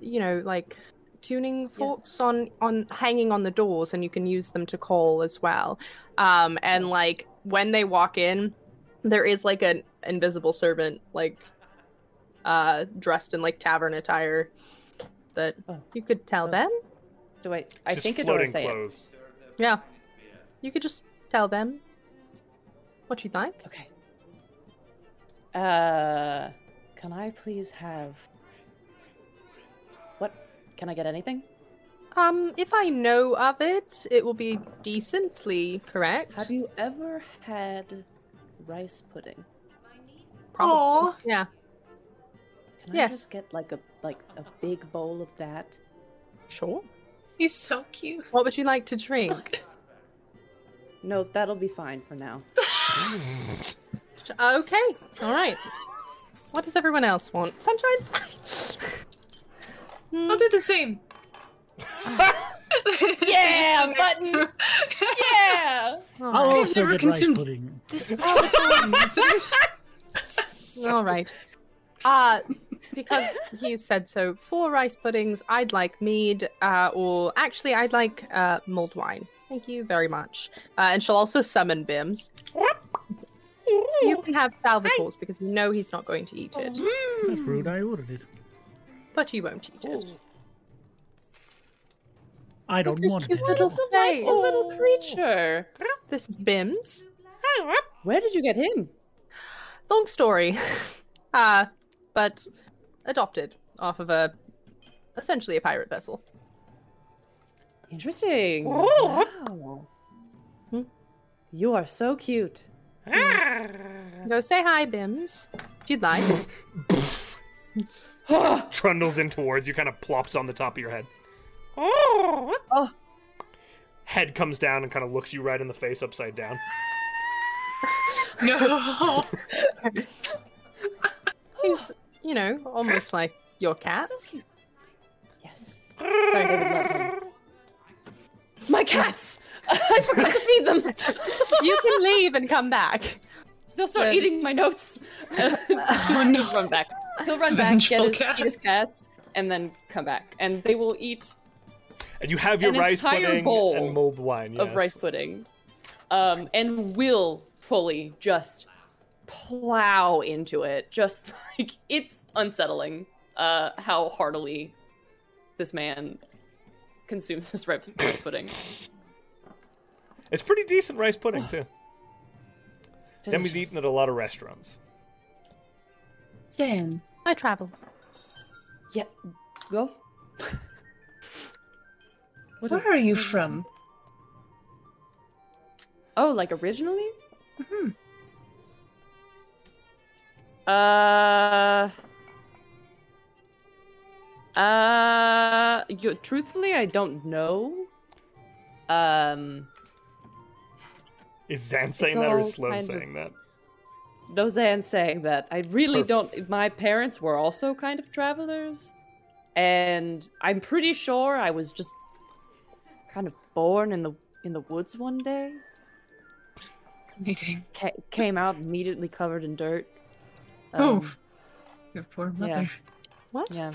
you know, like tuning forks on on hanging on the doors, and you can use them to call as well. Um, and like when they walk in, there is like an invisible servant, like uh, dressed in like tavern attire, that Oh. you could tell Oh. them. it? Do I? I Just think it. Do I floating say it? clothes. Yeah, you could just tell them what you'd like. Okay. Uh, can I please have? What? Can I get anything? Um, if I know of it, it will be decently correct. Have you ever had rice pudding? Oh. Aw. Yeah. Can Yes. I just get like a like a big bowl of that? Sure. he's so cute. What would you like to drink? No, that'll be fine for now. okay. All right. What does everyone else want? Sunshine. Hmm. I'll do the same. Yeah, button. Yeah. I'll All right. also never get consumed- rice pudding. this is all the time. All right. Uh, because he said so. Four rice puddings. I'd like mead, uh, or actually, I'd like uh, mulled wine. Thank you very much. Uh, and she'll also summon Bims. You can have Salvatore's because you know he's not going to eat it. That's rude. I ordered it. But you won't eat it. I don't This want it. cute little anymore. face. little creature. This is Bims. Where did you get him? Long story. uh, but adopted off of a essentially a pirate vessel. Interesting. Wow. Hmm? You are so cute. Go say hi, Bims, if you'd like. Trundles in towards you, kind of plops on the top of your head. Oh. Head comes down and kind of looks you right in the face upside down. no. He's, you know, almost like your cat. So cute. Yes. Sorry, they would love him. My cats! I forgot to feed them. You can leave and come back. They'll start Good. eating my notes. Oh, no. run back. He'll run back, get Vengeful his, eat his cats, and then come back. And they will eat And you have your An rice entire pudding bowl and mulled wine. Yes. of rice pudding, um, and will fully just plow into it. Just like it's unsettling uh, how heartily this man consumes his rice rice pudding. It's pretty decent rice Oh, pudding too. Demi's eaten at a lot of restaurants. Zen. I travel. Yeah, girls. What is, Where are you from? oh, like originally? Uh. Uh, you, truthfully, I don't know. Um, Is Zan saying It's that or all is Sloan kind of- saying that? no Zan saying that. I really Perfect. don't. My parents were also kind of travelers, and I'm pretty sure I was just kind of born in the in the woods one day. Meeting. ca- came out immediately covered in dirt. Oh. Um, Your poor yeah. mother. What? Yeah.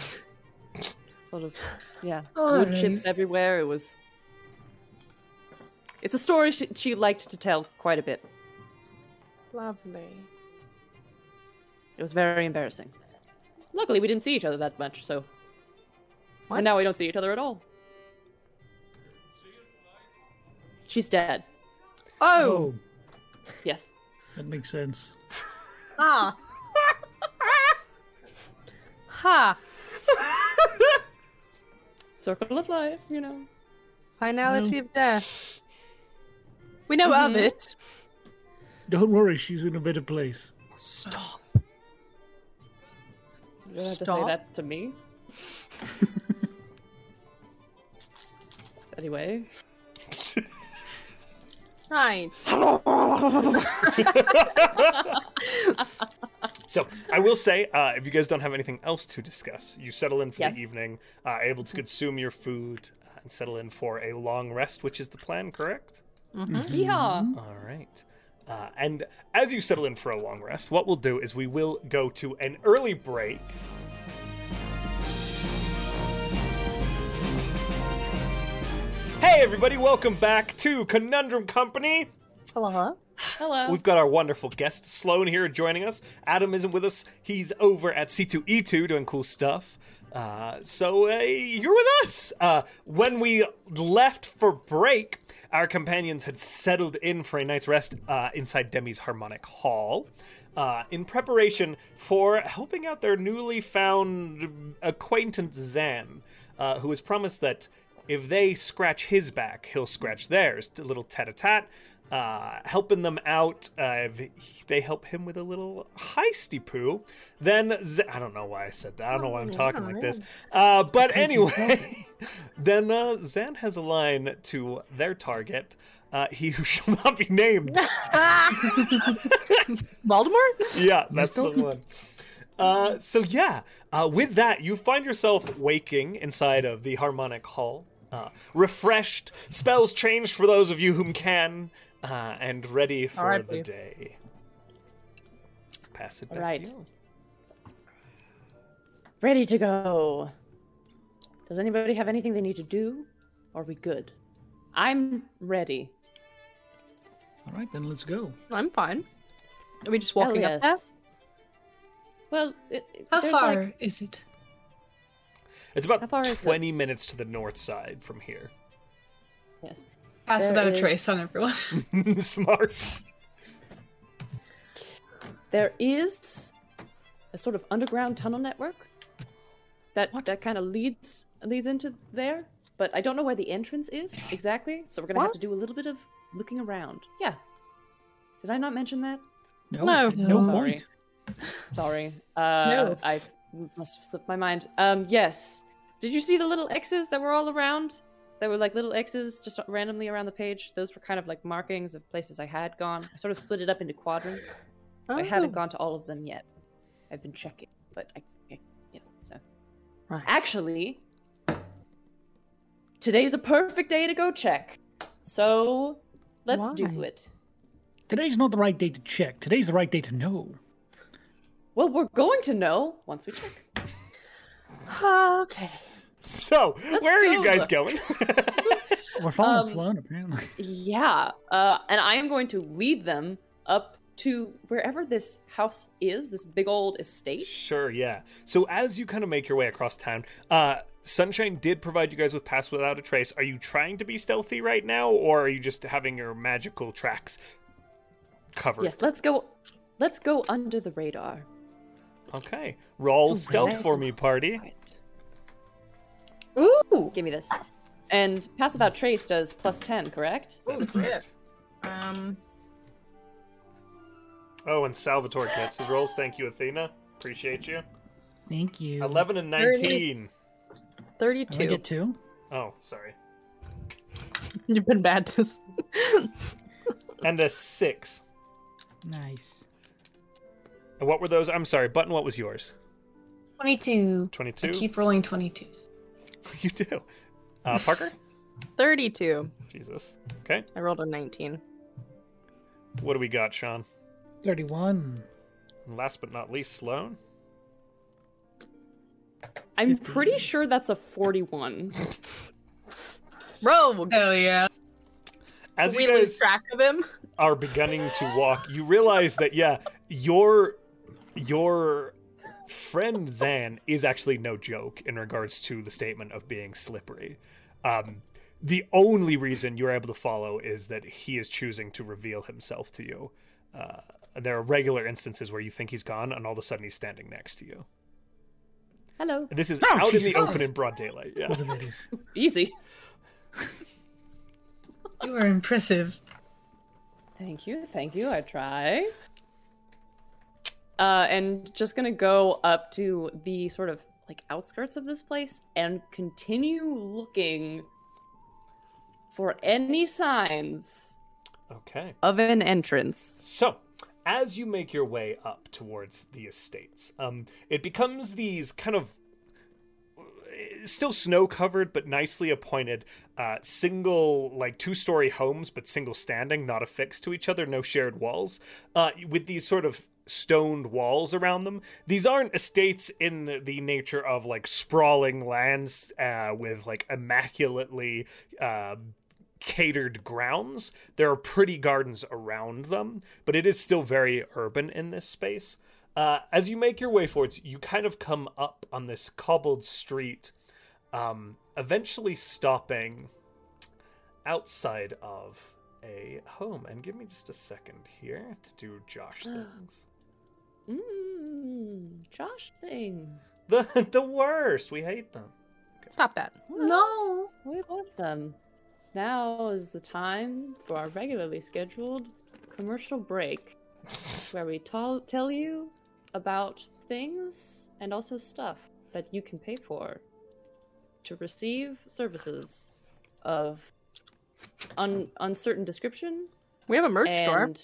sort of. Yeah. All Wood right. chips everywhere. It was. It's a story she, she liked to tell quite a bit. Lovely. It was very embarrassing. Luckily, we didn't see each other that much, so. What? And now we don't see each other at all. She's dead. Oh, Oh, Yes. that makes sense. Oh. ah. ha. Circle of life, you know. Finality of death. We know of it. Don't worry, she's in a better place. Stop. You don't have to say Stop. that to me. anyway. Right. So I will say, uh, if you guys don't have anything else to discuss, you settle in for Yes. the evening, uh, able to consume your food, uh, and settle in for a long rest, which is the plan, correct? Yeehaw! All right. Uh, and as you settle in for a long rest, what we'll do is we will go to an early break. Hey, everybody, welcome back to Conundrum Company. Hello. Hello. We've got our wonderful guest Sloan here joining us. Adam isn't with us. He's over at C2E2 doing cool stuff. Uh, so uh, you're with us. Uh, when we left for break, our companions had settled in for a night's rest uh, inside Demi's Harmonic Hall. Uh, in preparation for helping out their newly found acquaintance Zan, uh, who was promised that if they scratch his back, he'll scratch theirs. A little tat a tat, uh, helping them out. Uh, if he- they help him with a little heisty poo. Then Z- I don't know why I said that. I don't know why I'm talking like this. Uh, but anyway, then uh, Zan has a line to their target. Uh, he who shall not be named. Voldemort? yeah, that's the one. Uh, so yeah, uh, with that, you find yourself waking inside of the harmonic hall, uh, refreshed, spells changed for those of you whom can, uh, and ready for R.I.P.. the day. Pass it back Right. to you. Ready to go. Does anybody have anything they need to do? Are we good? I'm ready. All right, then let's go. I'm fine. Are we just walking up there? Elias. Well, it, it- How there's far Like, is it? It's How about far is it? twenty minutes to the north side from here. yes. Pass There without a is- trace on everyone. Smart. There is a sort of underground tunnel network that What? that kind of leads leads into there, but I don't know where the entrance is exactly, so we're gonna have What? to do a little bit of looking around. Yeah. Did I not mention that? No, No. no Sorry. point. Sorry. Uh, No. I must have slipped my mind. Um, yes. Did you see the little X's that were all around? That were like little X's just randomly around the page. Those were kind of like markings of places I had gone. I sort of split it up into quadrants. I haven't Oh. gone to all of them yet. I've been checking, but I, I yeah, so. Right. Actually, today's a perfect day to go check. So let's do Why? it. Today's not the right day to check. Today's the right day to know. Well, we're going to know once we check. Oh. Okay. So, where are you go. guys going? Oh, We're following Um, Sloan, apparently. Yeah, uh, and I am going to lead them up to wherever this house is, this big old estate. Sure, yeah. So as you kind of make your way across town, uh, Sunshine did provide you guys with Pass Without a Trace. Are you trying to be stealthy right now, or are you just having your magical tracks covered? Yes, let's go. Let's go under the radar. Okay. Roll Ooh, stealth nice. for me, party. Right. Ooh. Oh. Give me this. And pass without trace does plus ten, correct? That's correct. Um. Oh, and Salvatore gets his rolls. Thank you, Athena. Appreciate you. Thank you. 11 and Very neat. 19. Did I 32. get two? Oh, sorry. You've been bad this. And a 6. Nice. And what were those? I'm sorry, Button, what was yours? 22. I 22? keep rolling 22s. You do. Uh, Parker? 32. Jesus. Okay. I rolled a 19. What do we got, Sean? 31. And last but not least, Sloan. I'm pretty sure that's a forty-one. Bro, Hell yeah. As we you guys lose track of him. are beginning to walk, you realize that yeah, your your friend Zan is actually no joke in regards to the statement of being slippery. Um, the only reason you're able to follow is that he is choosing to reveal himself to you. Uh, there are regular instances where you think he's gone, and all of a sudden he's standing next to you. Hello. This is Oh, out in Jesus the open Christ. in broad daylight. Yeah. Look at that is. Easy. You are impressive. Thank you, thank you. I try. Uh, and just gonna go up to the sort of like outskirts of this place and continue looking for any signs Okay. of an entrance. So, as you make your way up towards the estates, um, it becomes these kind of uh, still snow covered but nicely appointed uh, single like two story homes but single standing not affixed to each other no shared walls uh, with these sort of stoned walls around them these aren't estates in the nature of like sprawling lands uh, with like immaculately uh, catered grounds there are pretty gardens around them but it is still very urban in this space uh, as you make your way forwards, you kind of come up on this cobbled street, um, eventually stopping outside of a home. And give me just a second here to do Josh things. Mm, Josh things. the the worst. We hate them. Stop that. No. We love them. Now is the time for our regularly scheduled commercial break where we tell tell you about things and also stuff that you can pay for to receive services of un- uncertain description We have a merch store. and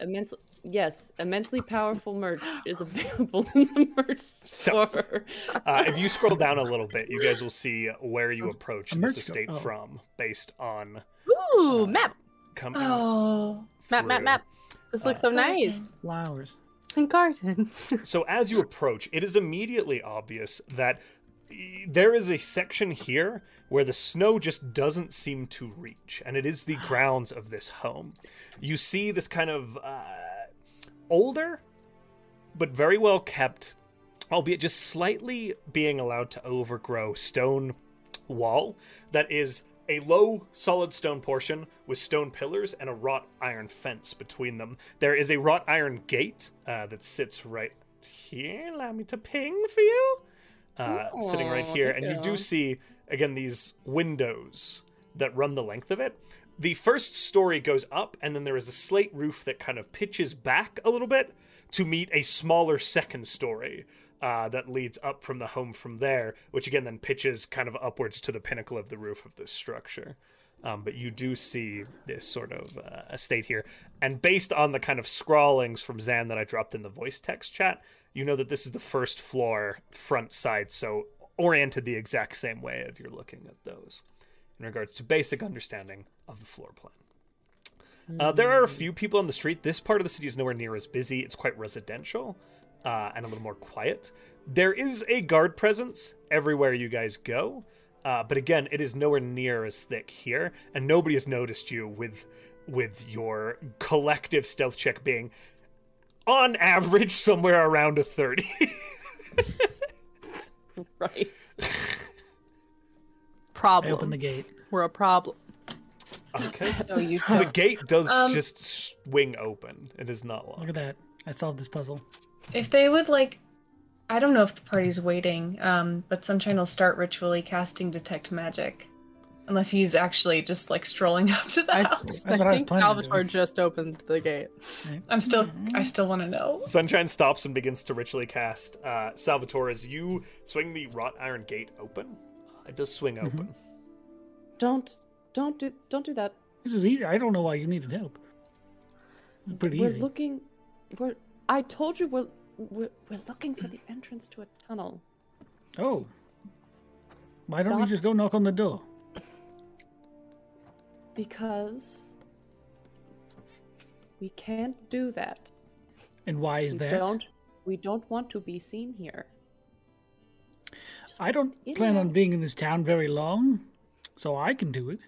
immensely yes immensely powerful merch is available in the merch So- store Uh, if you scroll down a little bit, you guys will see where you approach a this merch shop. estate Oh. from, based on Oh, Ooh, map, coming Oh. map, map, through. map. This looks so nice. Flowers. And garden. So as you approach, it is immediately obvious that e- there is a section here where the snow just doesn't seem to reach, and it is the grounds of this home. You see this kind of uh, older, but very well kept, albeit just slightly being allowed to overgrow stone wall that is a low solid stone portion with stone pillars and a wrought iron fence between them. There is a wrought iron gate uh, that sits right here. Allow me to ping for you. Uh, sitting right Aw, here. thank And you you. do see, again, these windows that run the length of it. The first story goes up, and then there is a slate roof that kind of pitches back a little bit to meet a smaller second story uh, that leads up from the home from there, which again then pitches kind of upwards to the pinnacle of the roof of this structure. Um, but you do see this sort of uh, estate here. And based on the kind of scrawlings from Zan that I dropped in the voice text chat, you know that this is the first floor front side, so oriented the exact same way if you're looking at those in regards to basic understanding of the floor plan. Uh, there are a few people on the street. This part of the city is nowhere near as busy. It's quite residential uh, and a little more quiet. There is a guard presence everywhere you guys go, uh, but again, it is nowhere near as thick here, and nobody has noticed you with with your collective stealth check being on average somewhere around a 30 rice I problem. open the gate. We're a problem. okay No, you the gate does Um, just swing open it is not Look locked at that. I solved this puzzle. If they would like, I don't know if the party's waiting, um, but Sunshine will start ritually casting detect magic, unless he's actually just like strolling up to the I, house. I what I was think planning on Salvatore doing. just opened the gate. I'm still, I still want to know. Sunshine stops and begins to ritually cast uh, Salvatore as you swing the wrought iron gate open. uh, It does swing open. don't don't do don't do that This is easy. I don't know why you needed help. It's pretty we're easy. looking we're i told you we're, we're we're looking for the entrance to a tunnel oh. Why don't we Dot. just go knock on the door? because we can't do that And why is we that? don't we don't want to be seen here I don't You plan know. on being in this town very long, so I can do it.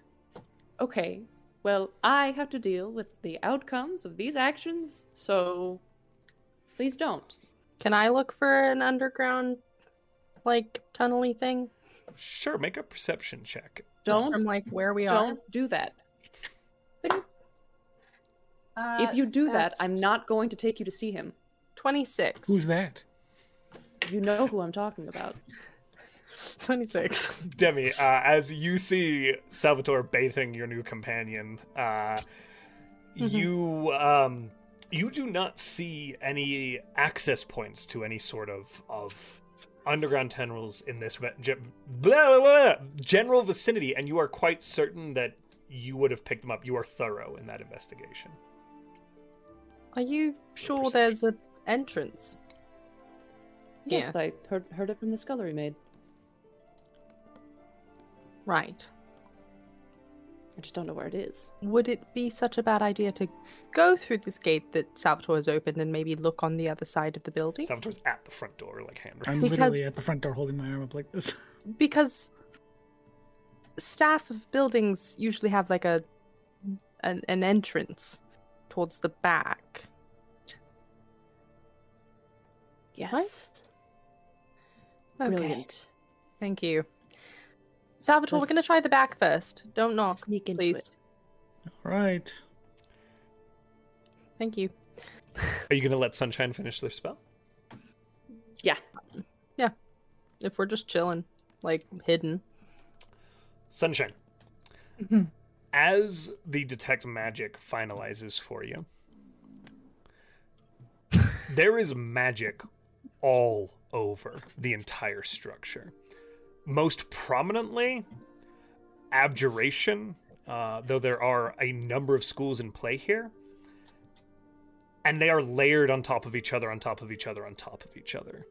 okay well i have to deal with the outcomes of these actions so please don't Can I look for an underground, like tunnely thing? Sure, make a perception check. Just don't from like where we are. don't do that if you Uh, do that i'm not going to take you to see him Twenty six. Who's that? you know who i'm talking about Twenty six. Demi, uh, as you see Salvatore baiting your new companion, uh, you um, you do not see any access points to any sort of of underground tunnels in this ve- ge- blah, blah, blah, general vicinity, and you are quite certain that you would have picked them up. You are thorough in that investigation. Are you sure there's a entrance? Yes, Yeah. I heard, heard it from the scullery maid. Right. I just don't know where it is. Would it be such a bad idea to go through this gate that Salvatore has opened and maybe look on the other side of the building? Salvatore's at the front door, like hand. I'm Because- literally at the front door holding my arm up like this. because staff of buildings usually have like a an, an entrance towards the back. Yes. Brilliant. Thank you. Salvatore, we're going to Let's- try the back first. Don't knock. Sneak into please. it. All right. Thank you. Are you going to let Sunshine finish their spell? Yeah. If we're just chilling, like hidden. Sunshine. Mhm. As the detect magic finalizes for you, there is magic all over the entire structure. Most prominently, abjuration, uh, though there are a number of schools in play here. And they are layered on top of each other, on top of each other, on top of each other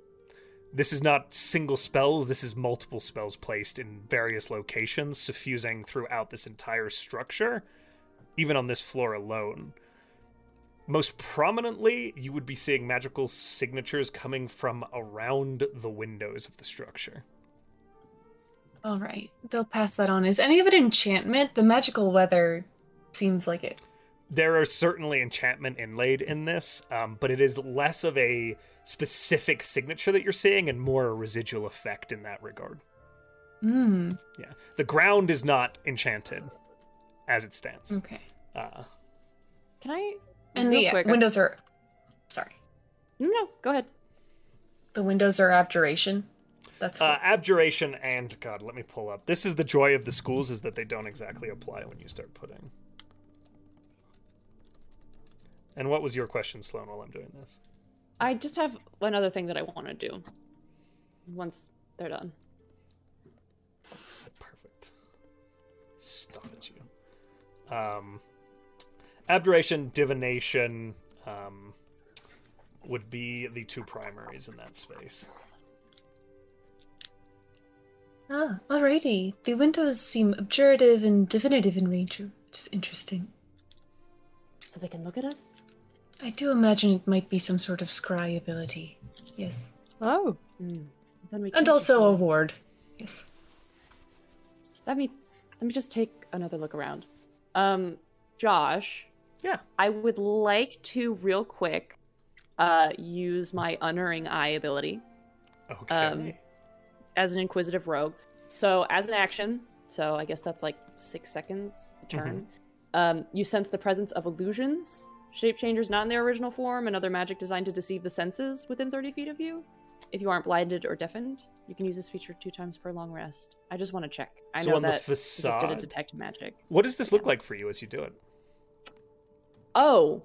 this is not single spells this is multiple spells placed in various locations suffusing throughout this entire structure even on this floor alone most prominently you would be seeing magical signatures coming from around the windows of the structure All right, they'll pass that on. Is any of it enchantment? The magical weather seems like it. there are certainly enchantment inlaid in this um, but it is less of a specific signature that you're seeing and more a residual effect in that regard Hmm. yeah the ground is not enchanted as it stands Okay. uh, Can I? And Real the quick, I- windows are. Sorry, No, no, go ahead. the windows are abjuration. That's Uh, what- abjuration and God, let me pull up. This is the joy of the schools is that they don't exactly apply when you start putting. And what was your question, Sloan, while I'm doing this? I just have one other thing that I want to do. Once they're done. Perfect. Stop at you. Um, abjuration, divination, um, would be the two primaries in that space. Ah, alrighty. The windows seem abjurative and divinative in nature, which is interesting. So they can look at us? I do imagine it might be some sort of scry ability. Yes. Oh, Mm. Then we can And also a ward. Yes. let me let me just take another look around. Um, Josh, Yeah. I would like to real quick uh use my unerring eye ability Okay. Um, as an inquisitive rogue. So as an action, so I guess that's like six seconds a turn. Mm-hmm. Um, you sense the presence of illusions, shape changers not in their original form, and other magic designed to deceive the senses within 30 feet of you. If you aren't blinded or deafened, you can use this feature two times per long rest. I just want to check. I So know on the that we just did a facade- detect magic. what does this look like for you as you do it? Oh,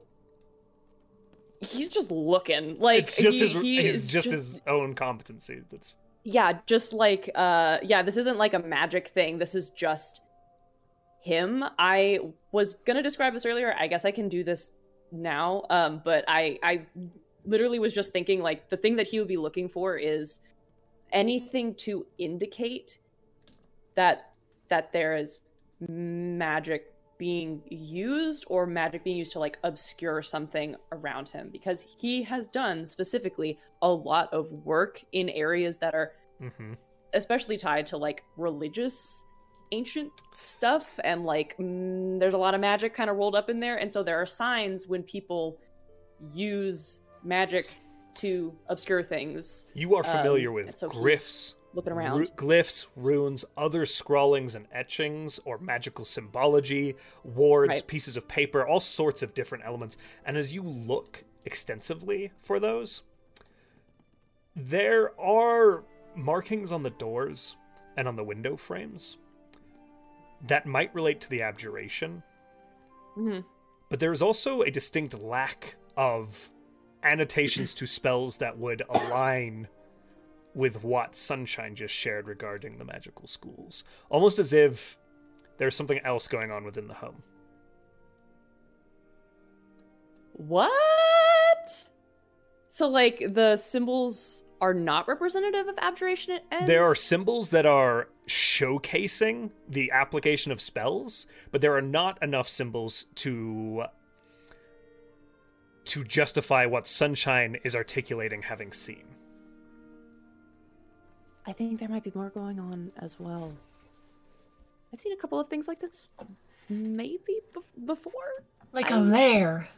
he's just looking like it's just he- his. he He's is just his own competency. That's yeah just like uh yeah this isn't like a magic thing this is just him i was gonna describe this earlier i guess i can do this now um but i i literally was just thinking like the thing that he would be looking for is anything to indicate that that there is magic being used or magic being used to like obscure something around him because he has done specifically a lot of work in areas that are hmm especially tied to like religious ancient stuff and like mm, there's a lot of magic kind of rolled up in there and so there are signs when people use magic to obscure things You are familiar Um, with and so he's glyphs, looking ru- around glyphs, runes, other scrawlings and etchings, or magical symbology, wards, Right. pieces of paper, all sorts of different elements. And as you look extensively for those, there are markings on the doors and on the window frames that might relate to the abjuration Mhm. but there is also a distinct lack of annotations to spells that would align with what Sunshine just shared regarding the magical schools. Almost as if There's something else going on within the home. What? So like the symbols are not representative of abjuration and There are symbols that are showcasing the application of spells, but there are not enough symbols to to justify what Sunshine is articulating having seen. I think there might be more going on as well. I've seen a couple of things like this maybe bef- before. Like a lair.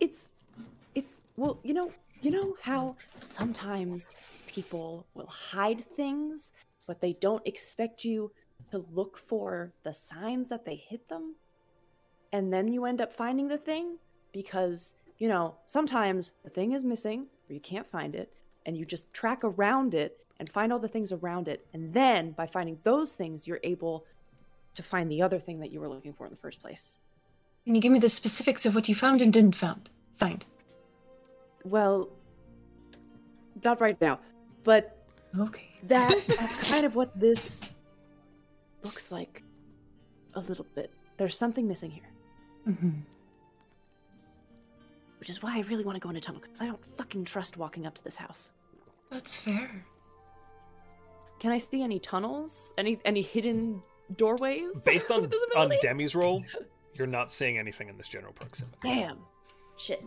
It's it's well, you know, you know how sometimes people will hide things, but they don't expect you to look for the signs that they hit them. And then you end up finding the thing because, you know, sometimes the thing is missing or you can't find it and you just track around it and find all the things around it. And then by finding those things, you're able to find the other thing that you were looking for in the first place. Can you give me the specifics of what you found and didn't found? Find. Well, not right now, but Okay. that that's kind of what this looks like a little bit. There's something missing here, Mm-hmm. which is why I really want to go in a tunnel because I don't fucking trust walking up to this house. That's fair. Can I see any tunnels? Any any hidden doorways? Based on with this on ability? Demi's role, you're not seeing anything in this general proximity. Damn. Shit.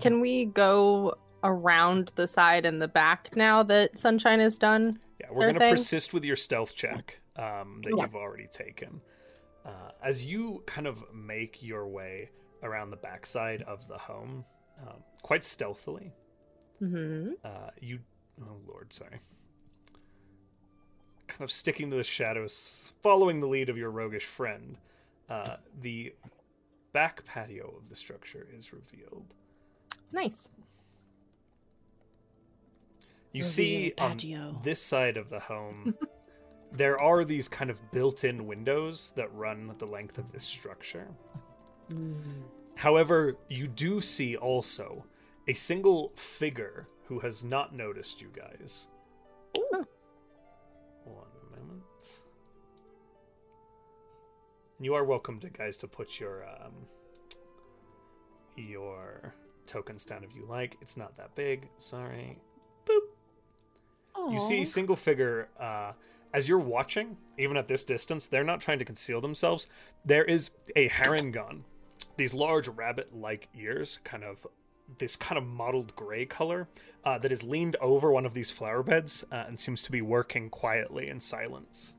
Can we go around the side and the back now that Sunshine is done? Yeah, we're going to Perfect. persist with your stealth check um, that Yeah. you've already taken. Uh, as you kind of make your way around the backside of the home, um, quite stealthily, Mm-hmm. uh, you. Oh, Lord, sorry. Kind of sticking to the shadows, following the lead of your roguish friend, uh, the back patio of the structure is revealed. Nice. You Reveal see on patio. this side of the home, there are these kind of built in windows that run the length of this structure. However, you do see also a single figure who has not noticed you guys. Ooh. One moment. And You are welcome to guys to put your um, your tokens down if you like. It's not that big. Sorry. You see a single figure uh, as you're watching, even at this distance, they're not trying to conceal themselves. There is a Harangon, these large rabbit like ears, kind of this kind of mottled gray color uh, that is leaned over one of these flower beds uh, and seems to be working quietly in silence.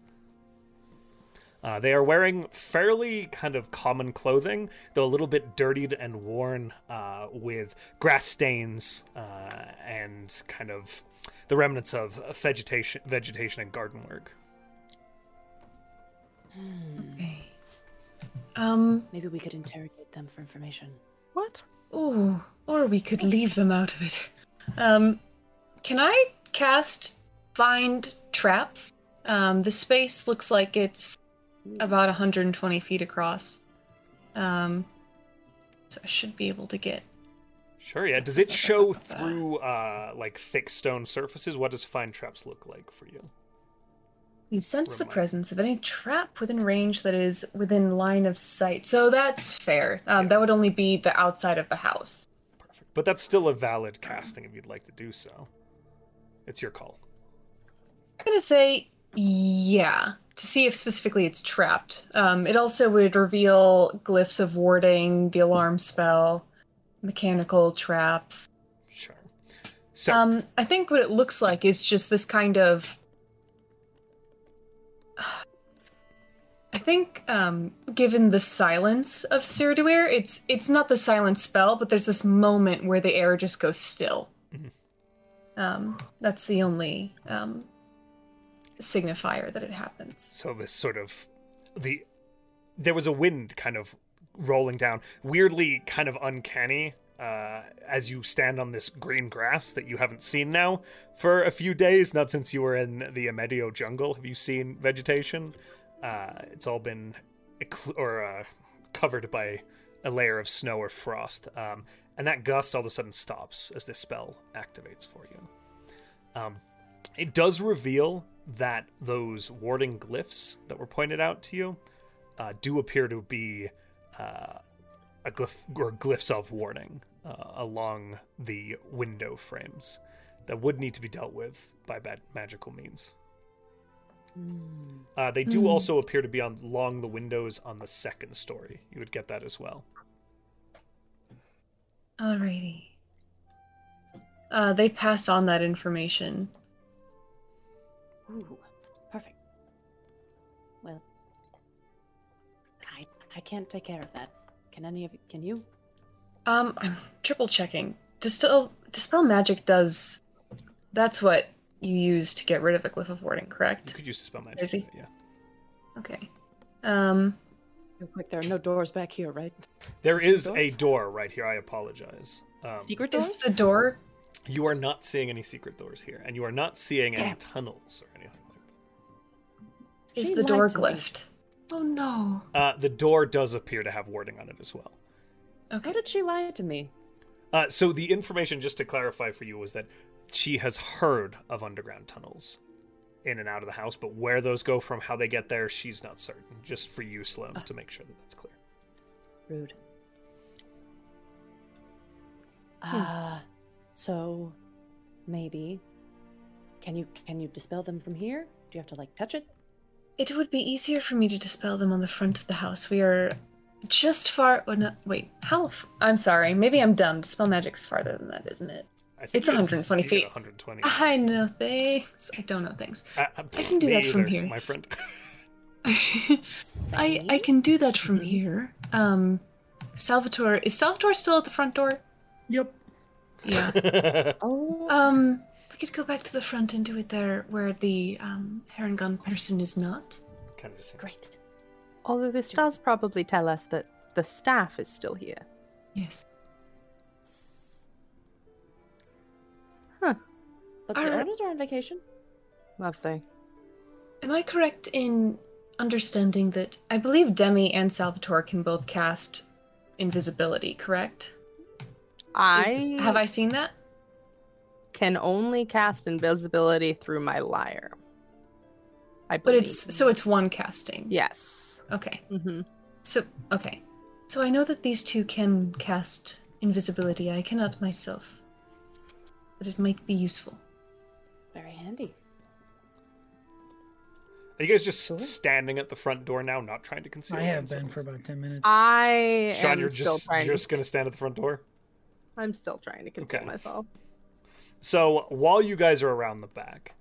Uh, they are wearing fairly kind of common clothing, though a little bit dirtied and worn uh, with grass stains uh, and kind of the remnants of vegetation, vegetation and garden work. Okay. Um. Maybe we could interrogate them for information. What? Ooh. Or we could leave them out of it. Um. Can I cast find traps? Um. The space looks like it's about 120 feet across. Um. So I should be able to get. Sure, yeah. Does it show through uh, like thick stone surfaces? What does find traps look like for you? You sense the Remind- presence of any trap within range that is within line of sight. So that's fair. Um, That would only be the outside of the house. Perfect. But that's still a valid casting if you'd like to do so. It's your call. I'm gonna say yeah to see if specifically it's trapped. Um, it also would reveal glyphs of warding, the alarm spell, mechanical traps. Sure. So Um, I think what it looks like is just this kind of. I think, um, given the silence of Sirduir, it's it's not the silent spell, but there's this moment where the air just goes still. Mhm. Um, that's the only um, signifier that it happens. So this sort of the there was a wind kind of rolling down, weirdly kind of uncanny. Uh, as you stand on this green grass that you haven't seen now for a few days, not since you were in the Amedio jungle, have you seen vegetation? Uh, it's all been ecl- or uh, covered by a layer of snow or frost, um, and that gust all of a sudden stops as this spell activates for you. Um, it does reveal that those warding glyphs that were pointed out to you uh, do appear to be uh, a glyph or glyphs of warning uh, along the window frames that would need to be dealt with by bad magical means. Uh, they do also appear to be on along the windows on the second story. You would get that as well. Alrighty. Uh, they pass on that information. Ooh, perfect. Well, I I can't take care of that. Can any of you? Can you? Um, I'm triple checking. Distill dispel magic does. That's what you use to get rid of a glyph of warding, You correct? could use dispel magic. Is he? but Yeah. Okay. Um, Real quick, there are no doors back here, right? There is Some a doors? door door right here. I apologize. Um, Secret doors? is the door? You are not seeing any secret doors here, and you are not seeing any Damn. tunnels or anything like Is She the door lied to me. glyphed? Oh no. that. Uh, the door does appear to have warding on it as well. How Okay. did she lie to me? Uh, so the information, just to clarify for you, was that she has heard of underground tunnels in and out of the house, but where those go from, how they get there, she's not certain. Just for you, Sloan, to make sure that that's clear. Rude. Ah, so maybe can you can you dispel them from here? Do you have to like touch it? It would be easier for me to dispel them on the front of the house. We are just far. Oh, no, wait, how? f- I'm sorry. Maybe I'm dumb. Dispel magic's farther than that, isn't it? I think It's 120 you get feet. 120. I know things. I don't know things. Uh, I can do me that from either, here. my friend. I I See? can do that from here. Um, Salvatore is Salvatore still at the front door? Yep. Yeah. Oh, um, we could go back to the front and do it there, where the um heron gun person is not. kind of just great. Although this does probably tell us that the staff is still here. Yes. Huh. But the Alright. owners are on vacation. Lovely. Am I correct in understanding that I believe Demi and Salvatore can both cast invisibility? Correct. I Have I seen that? can only cast invisibility through my lyre. I But believe. it's so it's one casting. yes. Okay. Mm-hmm. So okay. So I know that these two can cast invisibility. I cannot myself. But it might be useful. Very handy. Are you guys just Sure. standing at the front door now, not trying to conceal? I have been themselves? for about 10 minutes. I Sean, am you're still just trying. just gonna stand at the front door. I'm still trying to control Okay. myself. So while you guys are around the back,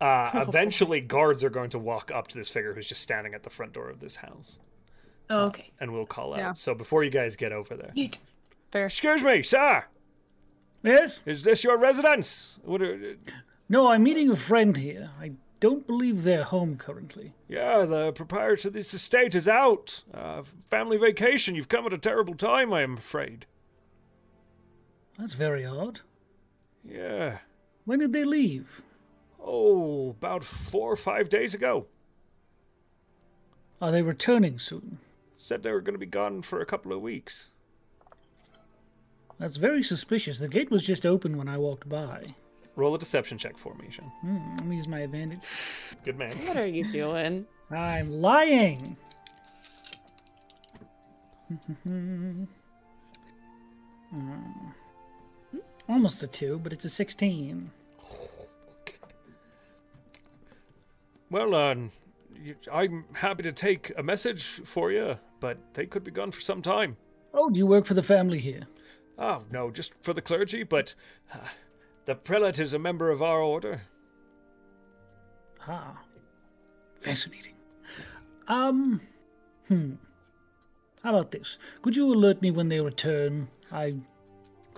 uh, eventually guards are going to walk up to this figure who's just standing at the front door of this house, Oh, okay. and we'll call out. Yeah. So before you guys get over there, Yeet. Fair. excuse me, sir, Yes? is this your residence? What uh, are, No, I'm meeting a friend here. I don't believe they're home currently. yeah, the proprietor of this estate is out. Uh, family vacation. You've come at a terrible time, I am afraid. That's very odd. Yeah. When did they leave? Oh, about four or five days ago. Are they returning soon? Said they were going to be gone for a couple of weeks. That's very suspicious. The gate was just open when I walked by. Roll a deception check for me, Sean. Hmm, I'm gonna use my advantage. Good man. What are you doing? I'm lying! Hmm. Almost a 2, but it's a 16. Well, um, you- I'm happy to take a message for you, but they could be gone for some time. Oh, do you work for the family here? Oh, no, just for the clergy, but uh, the prelate is a member of our order. Ah, fascinating. Um, hmm. How about this? Could you alert me when they return? I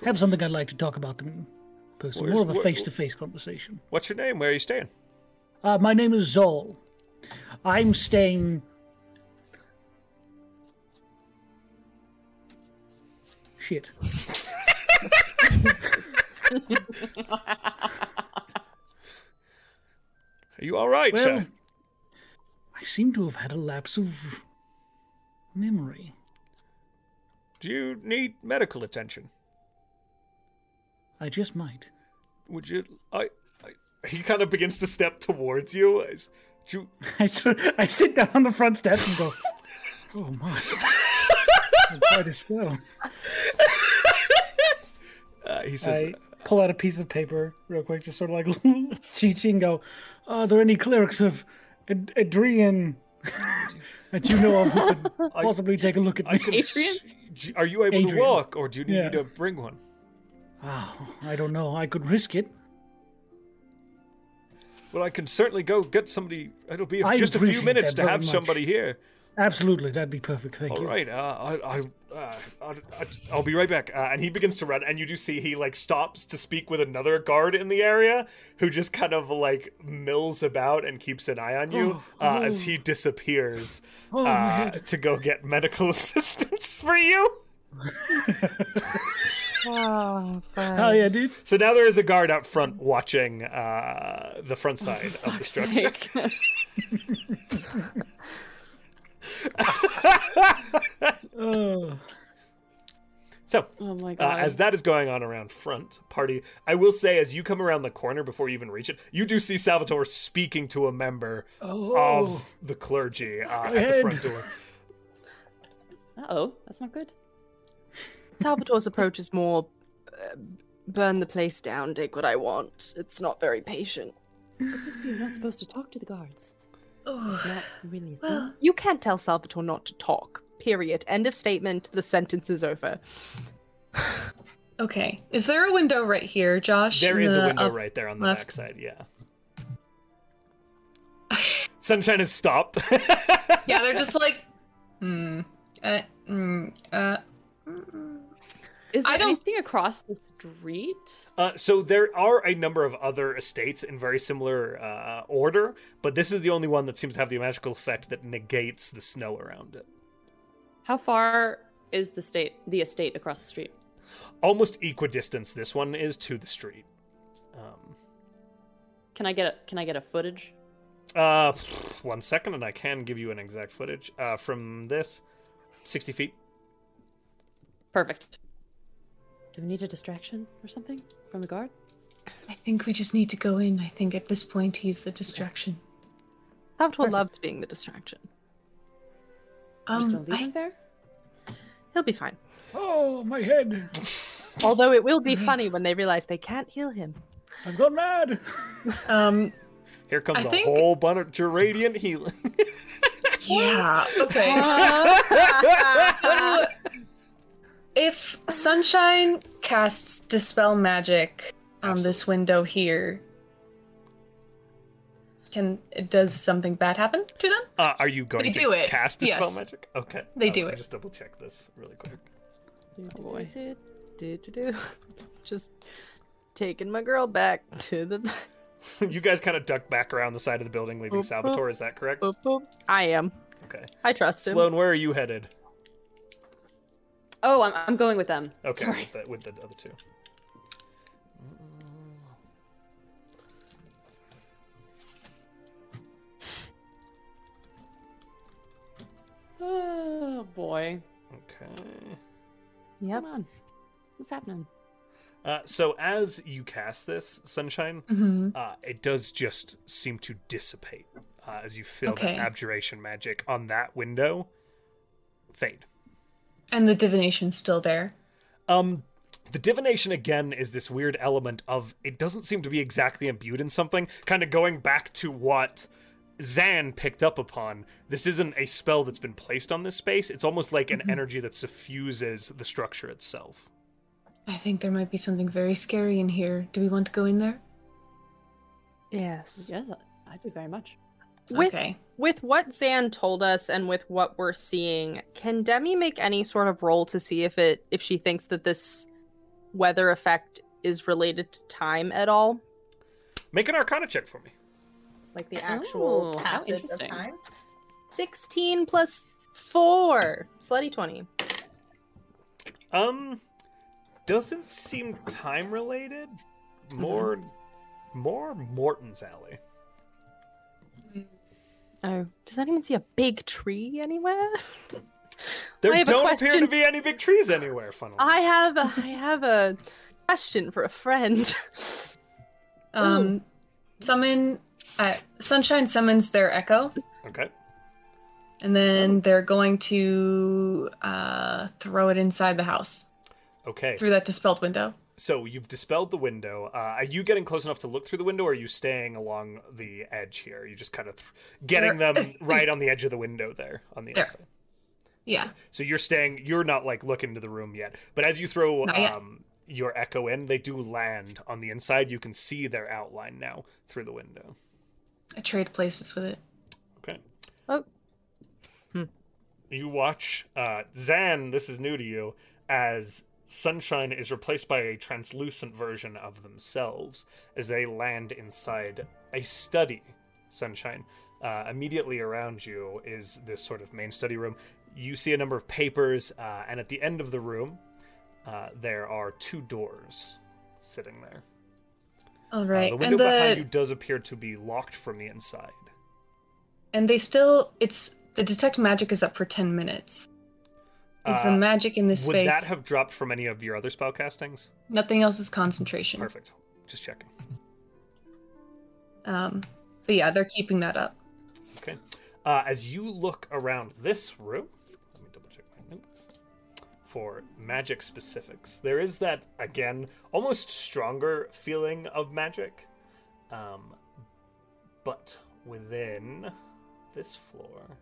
have something I'd like to talk about them in person. Where's- More of a where- face-to-face conversation. What's your name? Where are you staying? Uh, my name is Zol. I'm staying. Shit. Are you all right, Well, sir? I seem to have had a lapse of memory. Do you need medical attention? I just might. Would you? I, I, He kind of begins to step towards you. He's- Ju- I, sort I sit down on the front steps and go, oh my. I'm quite a spell. uh, he says, I pull out a piece of paper real quick, just sort of like cheat sheet and go, are there any clerics of Ad- Adrian that you know of who could possibly take a look at I me? can Adrian? s- Are you able to Adrian. walk, or do you need Yeah. me to bring one? Oh, I don't know. I could risk it. Well, I can certainly go get somebody. It'll be I just a few appreciate minutes that to very have much. somebody here. Absolutely, that'd be perfect. Thank All you. right, uh, I, I, uh, I, I, I'll be right back. Uh, and he begins to run, and you do see he like stops to speak with another guard in the area, who just kind of like mills about and keeps an eye on you Oh, uh, as he disappears Oh, my uh, head. to go get medical assistance for you. Oh. Hell Oh, yeah, dude. So now there is a guard out front watching uh, the Oh, front side of the structure. Like, Oh. So oh my Uh, god. as that is going on around front party, I will say as you come around the corner before you even reach it, you do see Salvatore speaking to a member Oh. of the clergy uh, at the front Ahead. door. oh, that's not good. Salvatore's approach is more uh, burn the place down, take what I want. It's not very patient. You're not supposed to talk to the guards. Oh, It's not really a thing. well, You can't tell Salvatore not to talk. Period. End of statement. The sentence is over. okay. Is there a window right here, Josh? There In is a the window up- right there on the left. backside, yeah. Sunshine has stopped. Yeah, they're just like, hmm, uh, mm, uh, mm. Is there I don't- anything across the street? Uh, so there are a number of other estates in very similar uh, order, but this is the only one that seems to have the magical effect that negates the snow around it. How far is the state the estate across the street? Almost equidistant this one is to the street. Um, Can I get a can I get a footage? Uh, pff, one second, and I can give you an exact footage uh, from this. Sixty feet. Perfect. Do we need a distraction or something from the guard? I think we just need to go in. I think at this point he's the distraction. Salvatore loves being the distraction. We're just gonna Um, leave him I, there? He'll be fine. oh, my head. Although it will be funny when they realize they can't heal him. I've gone mad. um, Here comes I a think- whole bunch of radiant healing. yeah. Okay. So, if sunshine casts dispel magic on this window here, can does something bad happen to them? uh, are you going They to do it, cast dispel yes. magic? Okay, They uh, do let me it. Just double check this really quick. Oh boy. Just taking my girl back to the. you guys kind of duck back around the side of the building, leaving Boop, boop. Salvatore. Is that correct? Boop, boop. I am. Okay. I trust him. Sloan, where are you headed? Oh, I'm, I'm going with them. Okay, Sorry. With, the, with the other two. Oh boy. Okay. Yep. Come on. What's happening? Uh, so as you cast this sunshine, Mm-hmm. uh, it does just seem to dissipate uh, as you feel Okay. that abjuration magic on that window fade. And the divination's still there. Um, the divination again is this weird element of it doesn't seem to be exactly imbued in something. Kind of going back to what Zan picked up upon. This isn't a spell that's been placed on this space. It's almost like an energy that suffuses the structure itself. I think there might be something very scary in here. Do we want to go in there? Yes. Yes, I do very much. With okay. with what Zan told us and with what we're seeing, can Demi make any sort of roll to see if it if she thinks that this weather effect is related to time at all? Make an arcana check for me. Like the actual actual Oh, how passage of passage of interesting. time? time? Sixteen plus four. Slutty twenty. Um, doesn't seem time related. More, more Morton's alley. Oh. Does anyone see a big tree anywhere? I There have a don't appear to question. be any big trees anywhere. Funnily, I have a, I have a question for a friend. Um, summon. Uh, Sunshine summons their echo, Okay. and then they're going to uh, throw it inside the house Okay. through that dispelled window. So you've dispelled the window. Uh, are you getting close enough to look through the window, or are you staying along the edge here? Are you just kind of th- getting There- them right on the edge of the window there on the There. outside. Yeah. So you're staying. You're not like looking into the room yet. But as you throw Not yet. um, your echo in, they do land on the inside. You can see their outline now through the window. I trade places with it. Okay. Oh. Hmm. You watch uh, Zan. This is new to you. As Sunshine is replaced by a translucent version of themselves, as they land inside a study. Sunshine. Uh, immediately around you is this sort of main study room. You see a number of papers, uh, and at the end of the room, uh, there are two doors sitting there. All Uh, right. the window and the behind you does appear to be locked from the inside. and they still it's the detect magic is up for 10 minutes. Is the Uh, magic in this Would space? that have dropped from any of your other spell castings? Nothing else is concentration. Perfect. Just checking. Um, but yeah, they're keeping that up. Okay. Uh, as you look around this room, let me double check my notes for magic specifics. There is that again, almost stronger feeling of magic, um, but within this floor,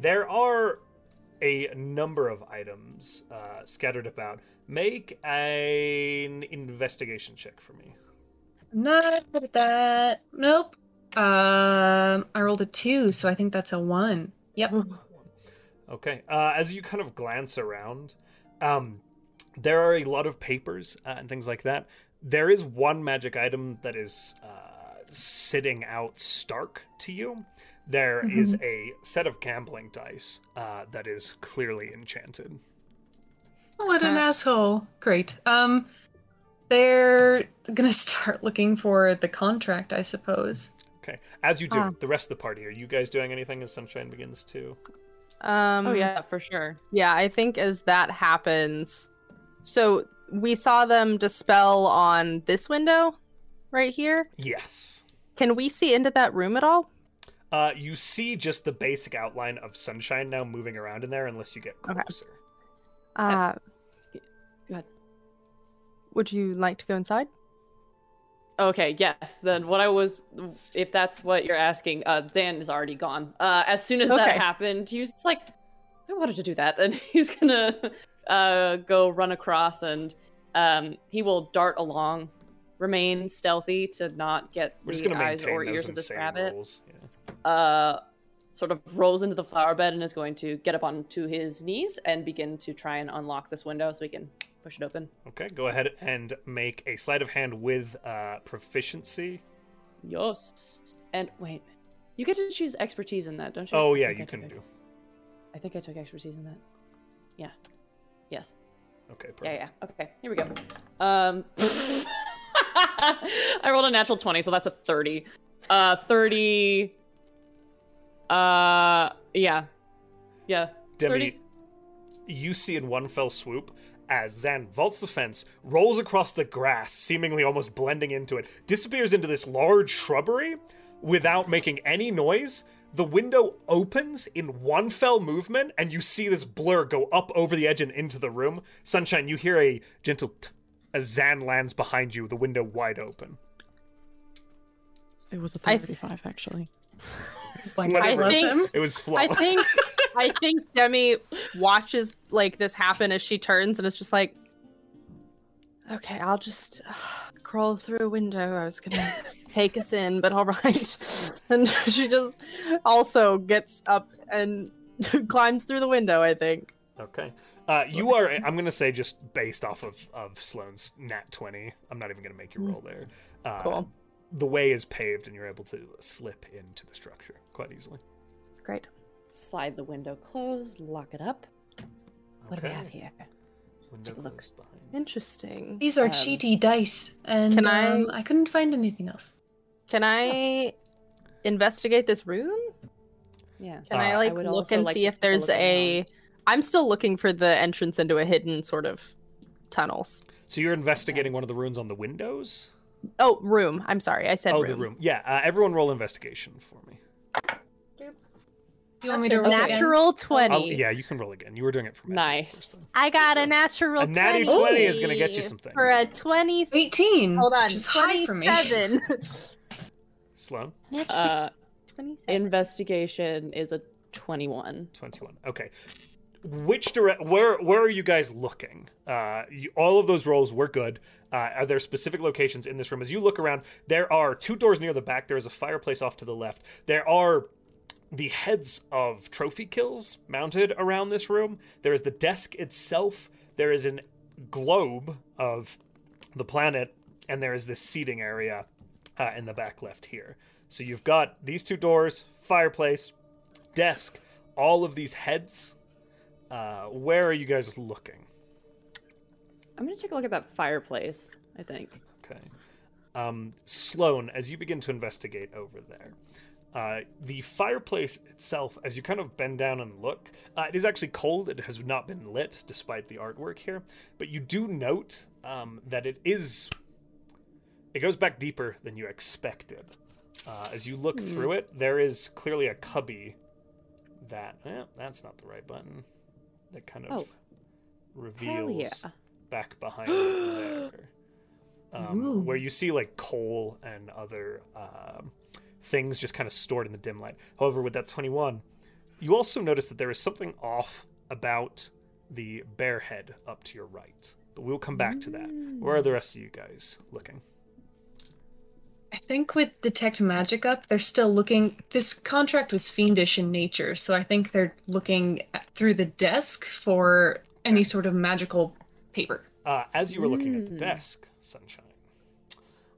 there are a number of items uh, scattered about. Make an investigation check for me. I'm not good at that. Nope. Um, I rolled a two, so I think that's a one. Yep. Okay. Uh, as you kind of glance around, um, there are a lot of papers uh, and things like that. There is one magic item that is uh, sitting out stark to you. There Mm-hmm. is a set of gambling dice uh, that is clearly enchanted. Oh, What an Huh. asshole. Great. Um, they're gonna start looking for the contract, I suppose. Okay. As you do, Ah. the rest of the party, are you guys doing anything as Sunshine begins to? Um, Oh yeah, for sure. Yeah, I think as that happens, so we saw them dispel on this window right here. Yes. Can we see into that room at all? Uh, you see just the basic outline of Sunshine now moving around in there, unless you get Okay. closer. Uh, Go ahead. Would you like to go inside? Okay, yes. Then what I was, if that's what you're asking, uh, Zan is already gone. Uh, as soon as that Okay. happened, he was just like, I wanted to do that. And he's gonna uh, go run across and um, he will dart along, remain stealthy to not get We're just the going to eyes maintain or those ears of this insane rabbit. rules. Yeah. Uh, sort of rolls into the flower bed and is going to get up onto his knees and begin to try and unlock this window so we can push it open. Okay, go ahead and make a sleight of hand with uh, proficiency. Yes. And wait, you get to choose expertise in that, don't you? Oh yeah, I think I you took can ex- do. I think I took expertise in that. Yeah. Yes. Okay, perfect. Yeah, yeah. Okay, here we go. Um, I rolled a natural 20, so that's a 30. Uh, 30. Uh, yeah. Yeah. Demi, 30. you see in one fell swoop as Zan vaults the fence, rolls across the grass, seemingly almost blending into it, disappears into this large shrubbery without making any noise. The window opens in one fell movement, and you see this blur go up over the edge and into the room. Sunshine, you hear a gentle t as Zan lands behind you, the window wide open. It was a I th- 35, actually. Whatever. I think- It was I flawless. think I think Demi watches like this happen as she turns and it's just like Okay, I'll just uh, crawl through a window. I was gonna take us in, but all right. And she just also gets up and climbs through the window, I think. Okay. Uh, you are. I'm gonna say just based off of of Sloane's nat twenty. I'm not even gonna make you Mm. roll there. Uh, Cool. The way is paved, and you're able to slip into the structure quite easily. Great. Slide the window closed, lock it up. What do we have here? Window Take a look. closed behind. Interesting. These are Um, cheaty dice, and Can I- um, I couldn't find anything else. Can I investigate this room? Yeah. Can Uh, I I like would look also and like see to if take a there's look a? around. am still looking for the entrance into a hidden sort of tunnels. So you're investigating one of the runes on the windows? Oh, room. I'm sorry. I said Oh, room. the room. Yeah, uh, everyone roll investigation for me. You want me to roll again? Oh, Natural I'll- 20. oh, yeah, you can roll again. You were doing it for me. Nice. I got a natural A natty 20. 20 is gonna get you some things. For a 20. 18. Hold on. Which is high for me. 27. Sloan, Natural Uh, 27. investigation is a 21. 21. Okay. Which direct? Where Where are you guys looking? Uh, you, all of those rolls were good. Uh, are there specific locations in this room? As you look around, there are two doors near the back. There is a fireplace off to the left. There are the heads of trophy kills mounted around this room. There is the desk itself. There is an globe of the planet, and there is this seating area uh, in the back left here. So you've got these two doors, fireplace, desk, all of these heads. Uh, where are you guys looking? I'm gonna take a look at that fireplace. I think. Okay. Um, Sloan, as you begin to investigate over there, uh, the fireplace itself, as you kind of bend down and look, uh, it is actually cold. It has not been lit, despite the artwork here. But you do note um, that it is. It goes back deeper than you expected. Uh, as you Hmm. look through it, there is clearly a cubby that. eh, that's not the right button. That kind of Oh. reveals yeah. back behind there. Um, Ooh. where you see like coal and other um, things just kind of stored in the dim light. However, with that 21, you also notice that there is something off about the bear head up to your right. But we'll come back to that. Where Hmm. are the rest of you guys looking? I think with Detect Magic up, they're still looking. This contract was fiendish in nature, so I think they're looking at, through the desk for any sort of magical paper. Uh, as you were looking at the desk, Sunshine,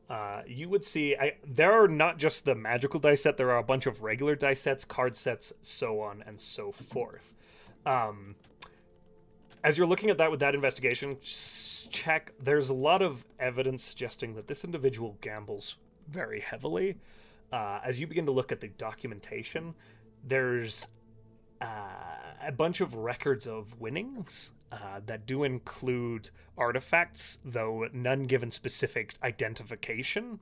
uh, you would see I, there are not just the magical dice set, there are a bunch of regular dice sets, card sets, so on and so forth. Um, as you're looking at that with that investigation s- check, there's a lot of evidence suggesting that this individual gambles very heavily. Uh, as you begin to look at the documentation, there's uh, a bunch of records of winnings uh, that do include artifacts, though none given specific identification.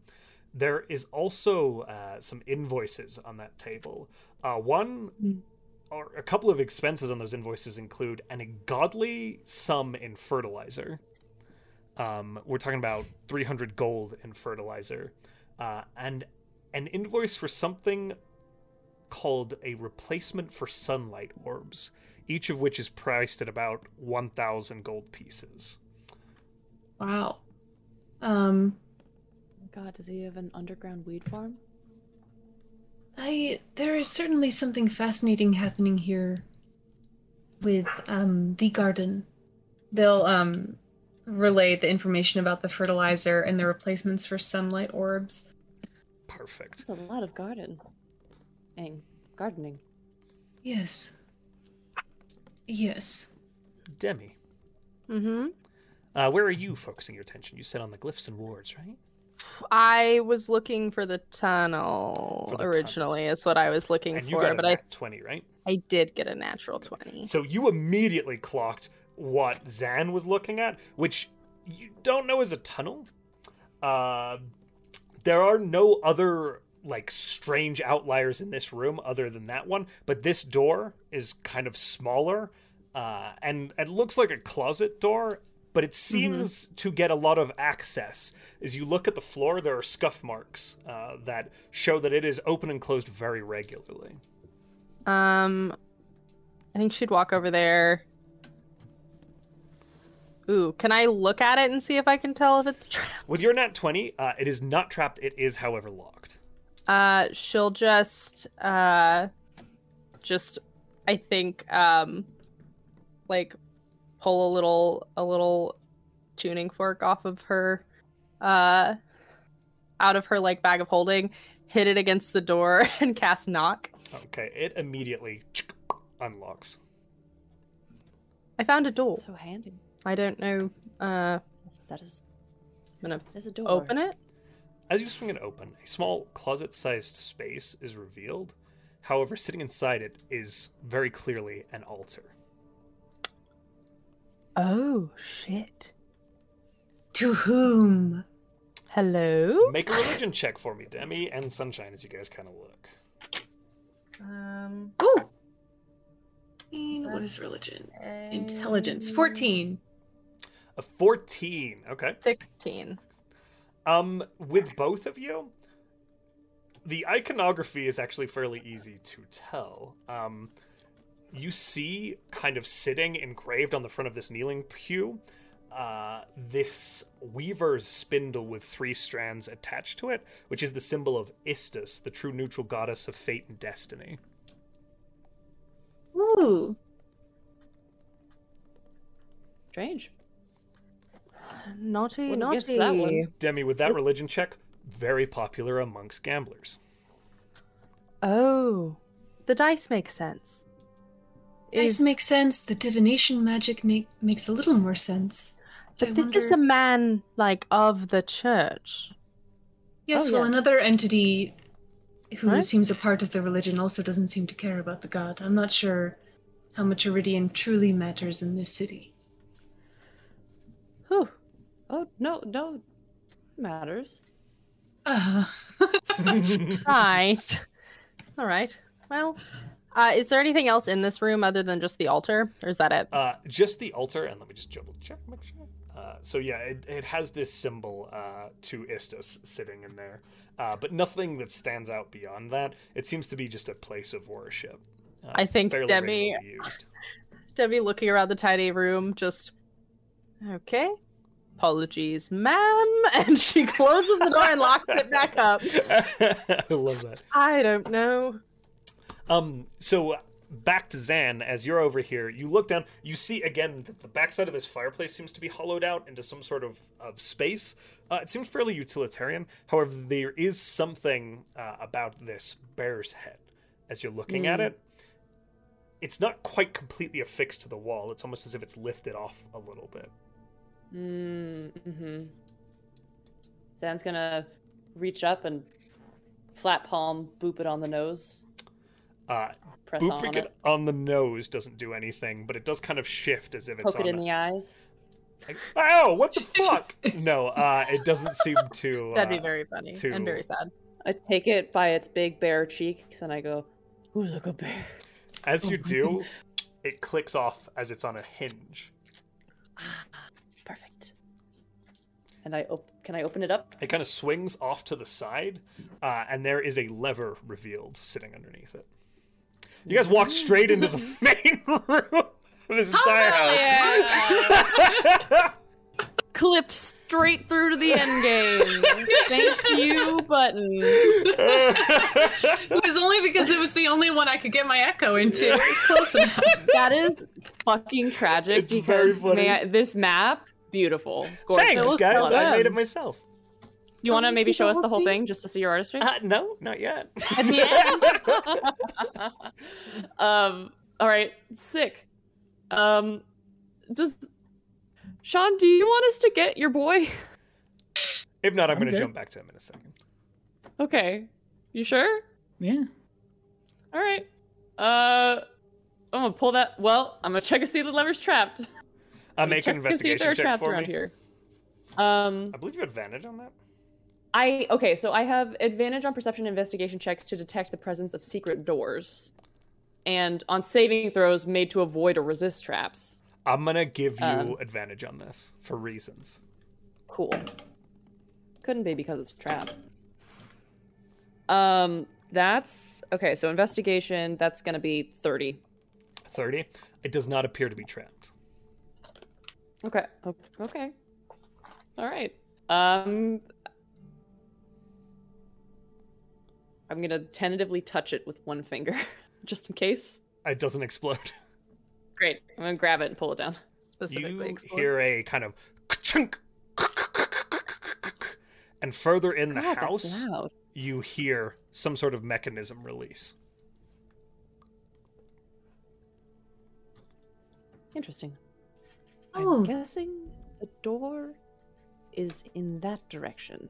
There is also uh, some invoices on that table. Uh, one or a couple of expenses on those invoices include an ungodly sum in fertilizer. Um, we're talking about 300 gold in fertilizer, uh, and an invoice for something called a replacement for sunlight orbs, each of which is priced at about 1,000 gold pieces. Wow. Um, God, does he have an underground weed farm? I there is certainly something fascinating happening here with um the garden. They'll um relay the information about the fertilizer and the replacements for sunlight orbs. Perfect. That's a lot of garden. Ang, gardening. Yes. Yes. Demi, Mm-hmm. uh, where are you focusing your attention? You said on the glyphs and wards, right? I was looking for the tunnel For the tunnel. originally, is what I was looking And you for, got a but I, nat 20, right? I did get a natural 20. So you immediately clocked what Zan was looking at, which you don't know is a tunnel. Uh, there are no other like strange outliers in this room other than that one, but this door is kind of smaller, uh, and it looks like a closet door. But it seems to get a lot of access. As you look at the floor, there are scuff marks uh, that show that it is open and closed very regularly. Um, I think she'd walk over there. Ooh, can I look at it and see if I can tell if it's trapped? With your nat 20, uh, it is not trapped. It is, however, locked. Uh, she'll just, uh, just, I think, um, like, pull a little, a little tuning fork off of her, uh, out of her like bag of holding, hit it against the door, and cast knock. Okay, it immediately unlocks. I found a door. So handy. I don't know. Uh, Yes, That is. gonna There's a door. open it. As you swing it open, a small closet sized space is revealed. However, sitting inside it is very clearly an altar. Oh shit. To whom? Hello? Make a religion check for me, Demi and Sunshine, as you guys kind of look. Um, Ooh. What is religion? Intelligence. 14. A 14. Okay. 16. Um, with both of you, the iconography is actually fairly easy to tell. Um, you see, kind of sitting engraved on the front of this kneeling pew, uh, this weaver's spindle with three strands attached to it, which is the symbol of Istis, the true neutral goddess of fate and destiny. Ooh. Strange. Naughty, Wouldn't guess naughty. that one. Demi, with that religion check, very popular amongst gamblers. Oh, the dice make sense. This Is, makes sense. The divination magic na- makes a little more sense. but I this is a wonder- man like of the church. Yes, oh, well, yes. another entity who Right. seems a part of the religion also doesn't seem to care about the god. I'm not sure how much Iridian truly matters in this city. Whew. Oh no, no matters. Uh, Right. All right. Well, uh, is there anything else in this room other than just the altar, or is that it? Uh, just the altar, and let me just double check, make sure. Uh, so yeah, it, it has this symbol uh, to Istus sitting in there, uh, but nothing that stands out beyond that. It seems to be just a place of worship. Uh, I think fairly Demi- regularly used. Debbie looking around the tiny room, just okay. Apologies, ma'am, and she closes the door and locks it back up. I love that. I don't know. Um, so uh, back to Zan, as you're over here, you look down, you see again that the backside of this fireplace seems to be hollowed out into some sort of, of space. Uh, it seems fairly utilitarian. However, there is something uh, about this bear's head as you're looking Hmm. at it. It's not quite completely affixed to the wall. It's almost as if it's lifted off a little bit. Mm-hmm. Zan's gonna reach up and flat palm boop it on the nose. Uh, Press booping on it it. on the nose doesn't do anything, but it does kind of shift as if it's Poke it on in the eyes. Like, Ow! What the fuck? No, uh, it doesn't seem to. Uh, That'd be very funny to- and very sad. I take it by its big bare cheeks and I go, "Who's a good bear?" as you do, it clicks off as it's on a hinge. Perfect. And I op- can I open it up? It kind of swings off to the side, uh, and there is a lever revealed sitting underneath it. You guys walk straight into the main room of this entire house. Clipped straight through to the end game. Thank you, button. it was only because it was the only one I could get my echo into. It was close enough. That is fucking tragic It's very because funny. man, this map, beautiful, gorgeous. Thanks, Well guys. I done. made it myself. You want to maybe show us the whole thing? thing just to see your artistry? Uh, no, not yet. um. All right. Sick. Um. Does Sean? Do you want us to get your boy? if not, I'm going to Okay. jump back to him in a second. Okay. You sure? Yeah. All right. Uh. I'm gonna pull that. Well, I'm gonna check to see if the lever's trapped. Uh, make an Check to see if investigation there are check traps for around me. here. Um. I believe you have advantage on that. I okay, so I have advantage on perception investigation checks to detect the presence of secret doors, and on saving throws made to avoid or resist traps. I'm going to give you Um. advantage on this for reasons. Cool. Couldn't be because it's a trap. Um, that's okay. So investigation, that's gonna be thirty. 30. It does not appear to be trapped. Okay. o- Okay. All right. Um, I'm gonna tentatively touch it with one finger, just in case. It doesn't explode. Great. I'm gonna grab it and pull it down. You Specifically, explodes. hear a kind of chunk, and further in the God, house, Ah, That's loud. you hear some sort of mechanism release. Interesting. Oh. I'm guessing the door is in that direction.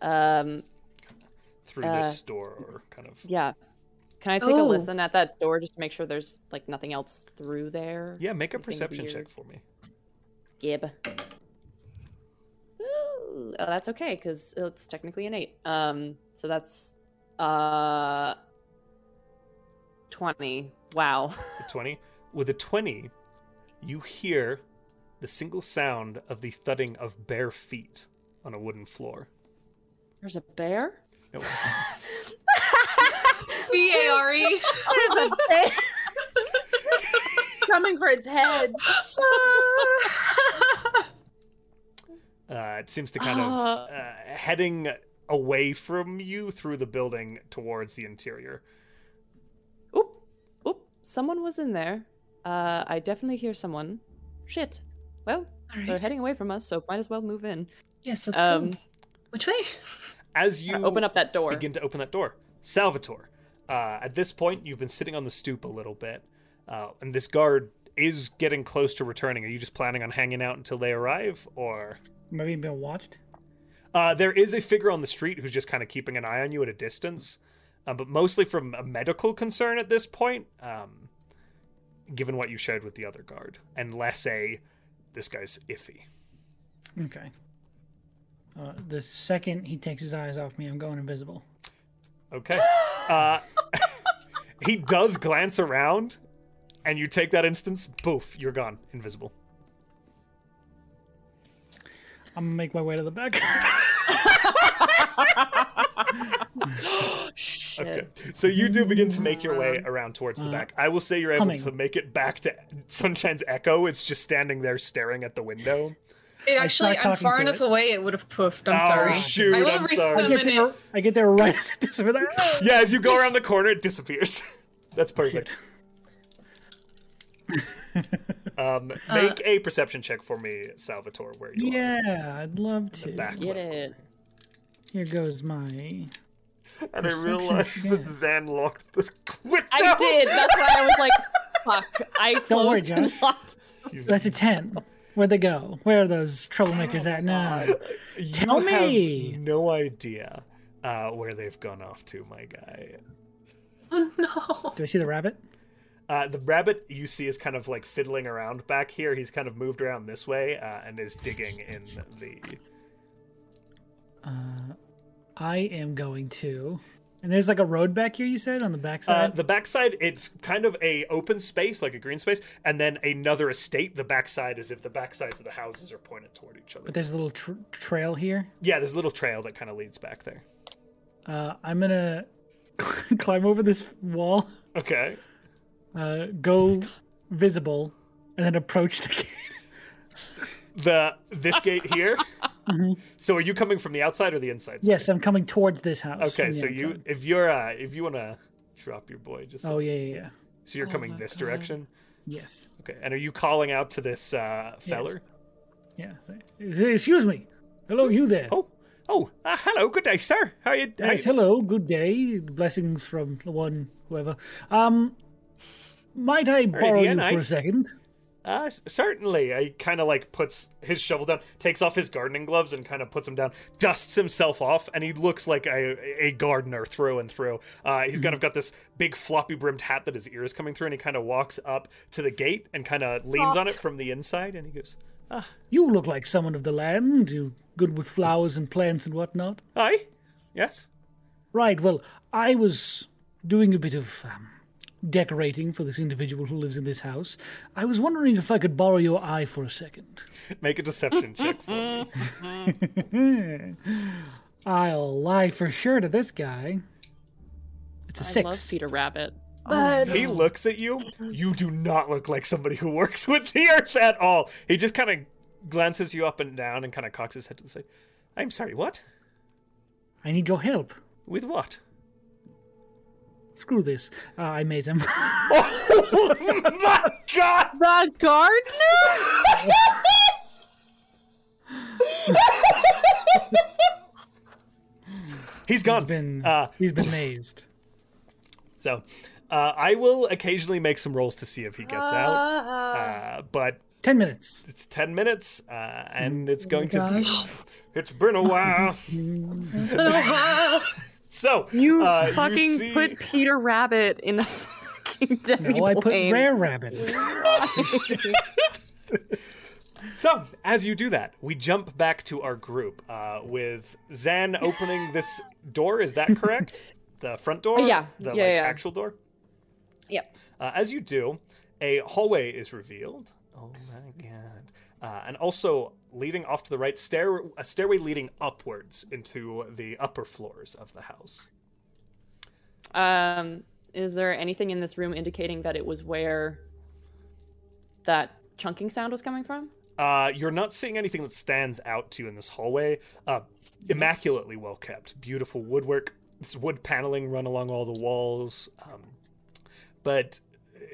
Um, Through Uh, this door, or kind of. yeah. Can I take a Oh. listen at that door just to make sure there's like nothing else through there? Yeah, make a Something perception check weird. for me. Gib. Ooh, uh, that's okay because it's technically an eight. Um, so that's uh, twenty. Wow. A 20. With a 20, you hear the single sound of the thudding of bare feet on a wooden floor. There's a bear. No, B A R E. There's a bear coming for its head. uh, it seems to kind of Uh. uh, heading away from you through the building towards the interior. Oop, oop. Someone was in there. Uh, I definitely hear someone. Shit. Well, All they're right. heading away from us, so might as well move in. Yes. Let's Um, go. Which way? As you open up that door. begin to open that door. Salvatore, uh, at this point, you've been sitting on the stoop a little bit, uh, and this guard is getting close to returning. Are you just planning on hanging out until they arrive, or Maybe been watched. uh, there is a figure on the street who's just kind of keeping an eye on you at a distance, uh, but mostly from a medical concern at this point, um, given what you shared with the other guard, and less a this guy's iffy. Okay. Uh, the second he takes his eyes off me, I'm going invisible. Okay. Uh, he does glance around, and you take that instance, boof, you're gone, invisible. I'm gonna make my way to the back. Shit. Okay. So you do begin to make your way around towards the back. I will say you're able Humming. to make it back to Sunshine's Echo. It's just standing there staring at the window. It actually, start I'm talking far to enough it. away. It would have poofed. I'm Oh, sorry. shoot, I will I'm sorry. I resummon get there, it. I get there right as it disappears. Ah! Yeah, as you go around the corner, it disappears. That's perfect. um, make a perception check for me, Salvatore, where you are. Uh, yeah, I'd love to. Back Get left corner. it. Here goes my. And I Perception realized that check. Zan locked the window. I did. That's why I was like, fuck. I worry, closed and Josh. locked. That's a ten. Where'd they go? Where are those troublemakers at now? You Tell have me. no idea uh, where they've gone off to, my guy. Oh no. Do I see the rabbit? Uh, the rabbit you see is kind of like fiddling around back here. He's kind of moved around this way uh, and is digging in the. Uh, I am going to. And there's like a road back here. You said on the Uh, backside. the backside, it's kind of a open space, like a green space, and then another estate. The backside is if the backsides of the houses are pointed toward each other. but there's a little tr- trail here. yeah, there's a little trail that kind of leads back there. Uh, I'm gonna climb over this wall, Okay. uh, Oh go visible, and then approach the gate. The this gate here. So are you coming from the outside or the inside? side? Mm-hmm. Yes, I'm coming towards this house. Okay, from the so you outside. if you're uh, if you want to drop your boy, just Oh yeah, yeah, yeah. so you're coming this direction. Yes. Okay, and are you calling out to this uh, feller? Yeah. Excuse me. Hello, you there. Oh, oh, uh, hello, good day, sir. How you? How Yes, you- hello, good day. Blessings from the one whoever. Um, might I borrow yeah, you nice. for a second? uh, s- certainly. He kind of like puts his shovel down, takes off his gardening gloves, and kind of puts them down. Dusts himself off, and he looks like a a gardener through and through. Uh, he's kind of got this big floppy brimmed hat that his ear is coming through, and he kind of walks up to the gate and kind of leans on it from the inside, and he goes, You look like someone of the land. You good with flowers and plants and whatnot. "Hi, yes." Right. Well, I was doing a bit of um, decorating for this individual who lives in this house. I was wondering if I could borrow your eye for a second. Make a deception check for me. I'll lie for sure to this guy. It's a I six. love Peter Rabbit. But He looks at you. You do not look like somebody who works with the earth at all. He just kind of glances you up and down and kind of cocks his head to the side. I'm sorry, what? I need your help. With what? Screw this. Uh, I maze him. Oh my god! The gardener? He's gone. he's been Uh, he's been mazed. so, uh, I will occasionally make some rolls to see if he gets out. Ah. Uh, but Ten minutes. it's 10 minutes, uh, Mm. and Oh it's going to be. gosh. It's been a while. so, You uh, you fucking see- put Peter Rabbit in a fucking No, demi I put rare rabbit. So, as you do that, we jump back to our group uh, with Zan opening this door. Is that correct? the front door? Yeah. The Yeah, like, yeah. actual door? Yep. Uh, as you do, a hallway is revealed. Oh my god. Uh, and also, leading off to the right, stair- a stairway leading upwards into the upper floors of the house. Um, is there anything in this room indicating that it was where that chunking sound was coming from? Uh, you're not seeing anything that stands out to you in this hallway. Uh, immaculately well kept, beautiful woodwork, this wood paneling run along all the walls. Um, but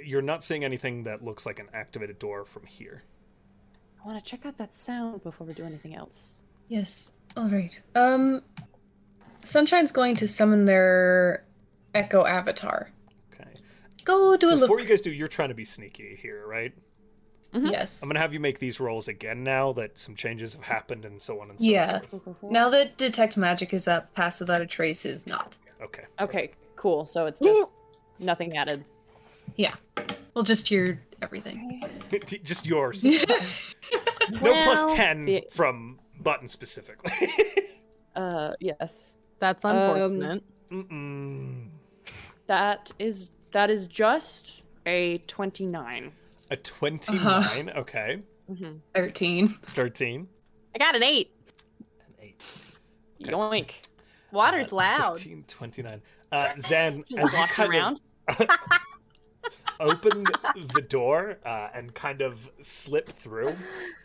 you're not seeing anything that looks like an activated door from here. I want to check out that sound before we do anything else. Yes. All right. Um, Sunshine's going to summon their Echo Avatar. Okay. Go do a Before look. you guys do, you're trying to be sneaky here, right? Mhm. Yes. I'm gonna have you make these rolls again now that some changes have happened and so on and so Yeah. forth. Now that Detect Magic is up, Pass Without a Trace is not. Okay. Okay, cool. So it's just nothing added. Yeah. We'll just hear everything. Just yours. no plus Well, ten the- from button specifically. Uh, yes. That's Um, unfortunate. Mm-mm. That is that is just a twenty-nine. A 29. Uh-huh. Okay. Mm-hmm. 13. 13. I got an eight. And 8. Yoink! Water's loud. 13, 29. Uh, Zen, as Just you walking kind of around. open the door uh, and kind of slip through,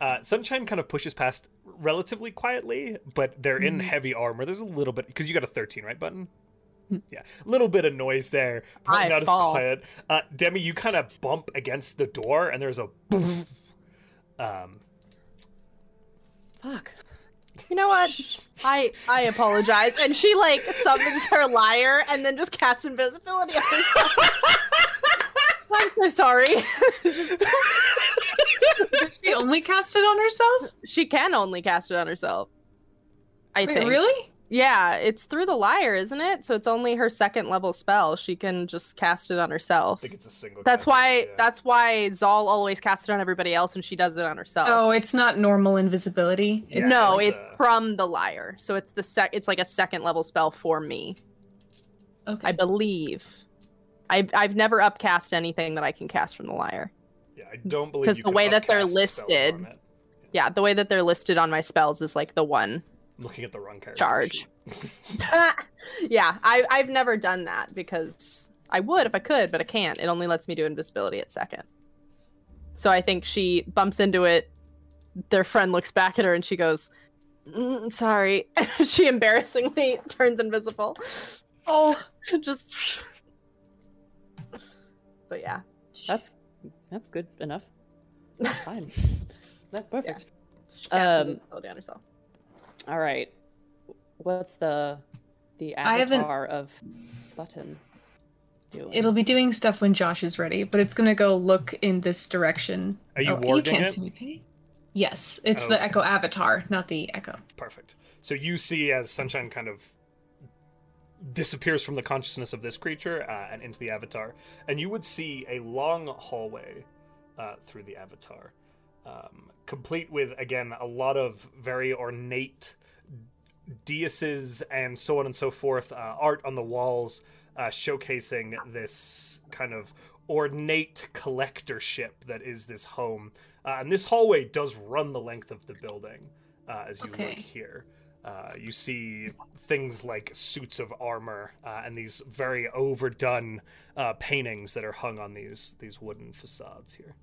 uh, Sunshine kind of pushes past relatively quietly, but they're Mm-hmm. in heavy armor. There's a little bit, because you got a 13, right, Button? Yeah, little bit of noise there. Probably Mm. I not fall. as quiet. Uh, Demi, you kind of bump against the door, and there's a. boom. Um, Fuck. You know what? I I apologize. And she like summons her liar and then just casts invisibility on herself. I'm so sorry. She only cast it on herself? she can only cast it on herself. I Wait, think. really? Yeah, it's through the liar, isn't it? So it's only her second level spell. She can just cast it on I herself. think it's a single. That's cast, why yeah. that's why Zal always casts it on everybody else and she does it on herself. Oh, it's not normal invisibility. Yeah. It's, no, it's, it's uh, from the liar. So it's the sec it's like a second level spell for me. okay. I believe. I I've never upcast anything that I can cast from the liar. Yeah, I don't believe 'Cause you the can way that they're upcast spells listed- on it. Yeah, the way that they're listed on my spells is like the one. I'm looking at the wrong character. Charge. sheet. yeah, I I've never done that because I would if I could, but I can't. It only lets me do invisibility at second. So I think she bumps into it. Their friend looks back at her and she goes, "Mm, "Sorry." she embarrassingly turns invisible. oh, Just. But yeah. That's that's good enough. Fine. That's perfect. She casts Um, invisibility on herself. All right. What's the the I haven't- avatar of button doing? it'll be doing stuff when Josh is ready, but it's going to go look in this direction. Are you oh, warding can't it? Oh, see me, Penny. Yes, it's Okay. the Echo Avatar, not the Echo. Perfect. So you see as Sunshine kind of disappears from the consciousness of this creature uh, and into the avatar, and you would see a long hallway uh, through the avatar, um, complete with again a lot of very ornate deuses and so on and so forth, uh, art on the walls uh, showcasing this kind of ornate collectorship that is this home. Uh, and this hallway does run the length of the building uh, as you Okay. look here. Uh, you see things like suits of armor uh, and these very overdone uh, paintings that are hung on these these wooden facades here.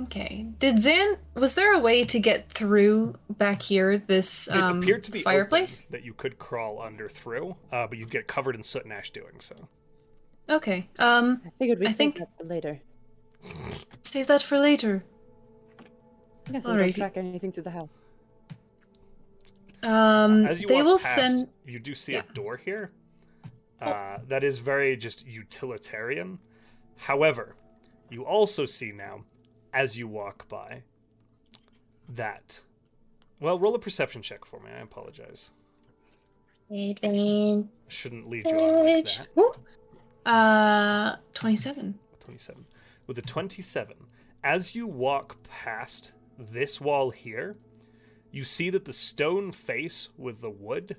Okay. Did Zan? Was there a way to get through back here? This It um, appeared to be open fireplace. that you could crawl under through, uh, but you'd get covered in soot and ash doing so. Okay. Um, I figured we I would think think- that for later. save that for later. Yeah, so we don't Alrighty. track anything through the house. Um, As you they walk will past, send. you do see Yeah. Oh. a door here uh, that is very just utilitarian. However, you also see now, as you walk by, that. Well, roll a perception check for me. I apologize. I shouldn't lead you on like that. Uh, twenty-seven. 27. With a 27, as you walk past this wall here, you see that the stone face with the wood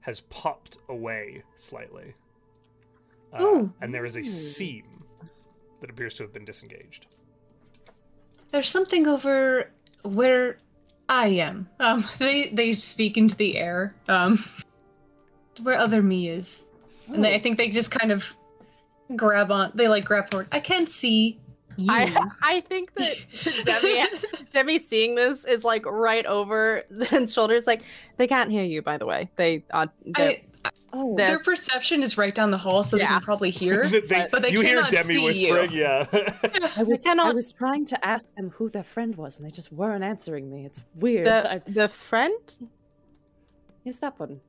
has popped away slightly. Uh, Ooh. and there is a seam that appears to have been disengaged. There's something over where I am. Um, they they speak into the air. Um, where other me is, and Oh. they, I think they just kind of grab on. They like grab forward. I can't see you. I I think that Demi Demi seeing this is like right over Zen's shoulders. Like they can't hear you, by the way. They are. they're- I- Oh, they're- their perception is right down the hall, so they Yeah. can probably hear. They- they- but they you hear cannot Demi see you. whispering, yeah. I was, I cannot- was trying to ask them who their friend was, and they just weren't answering me. It's weird. I, the the friend. is that one?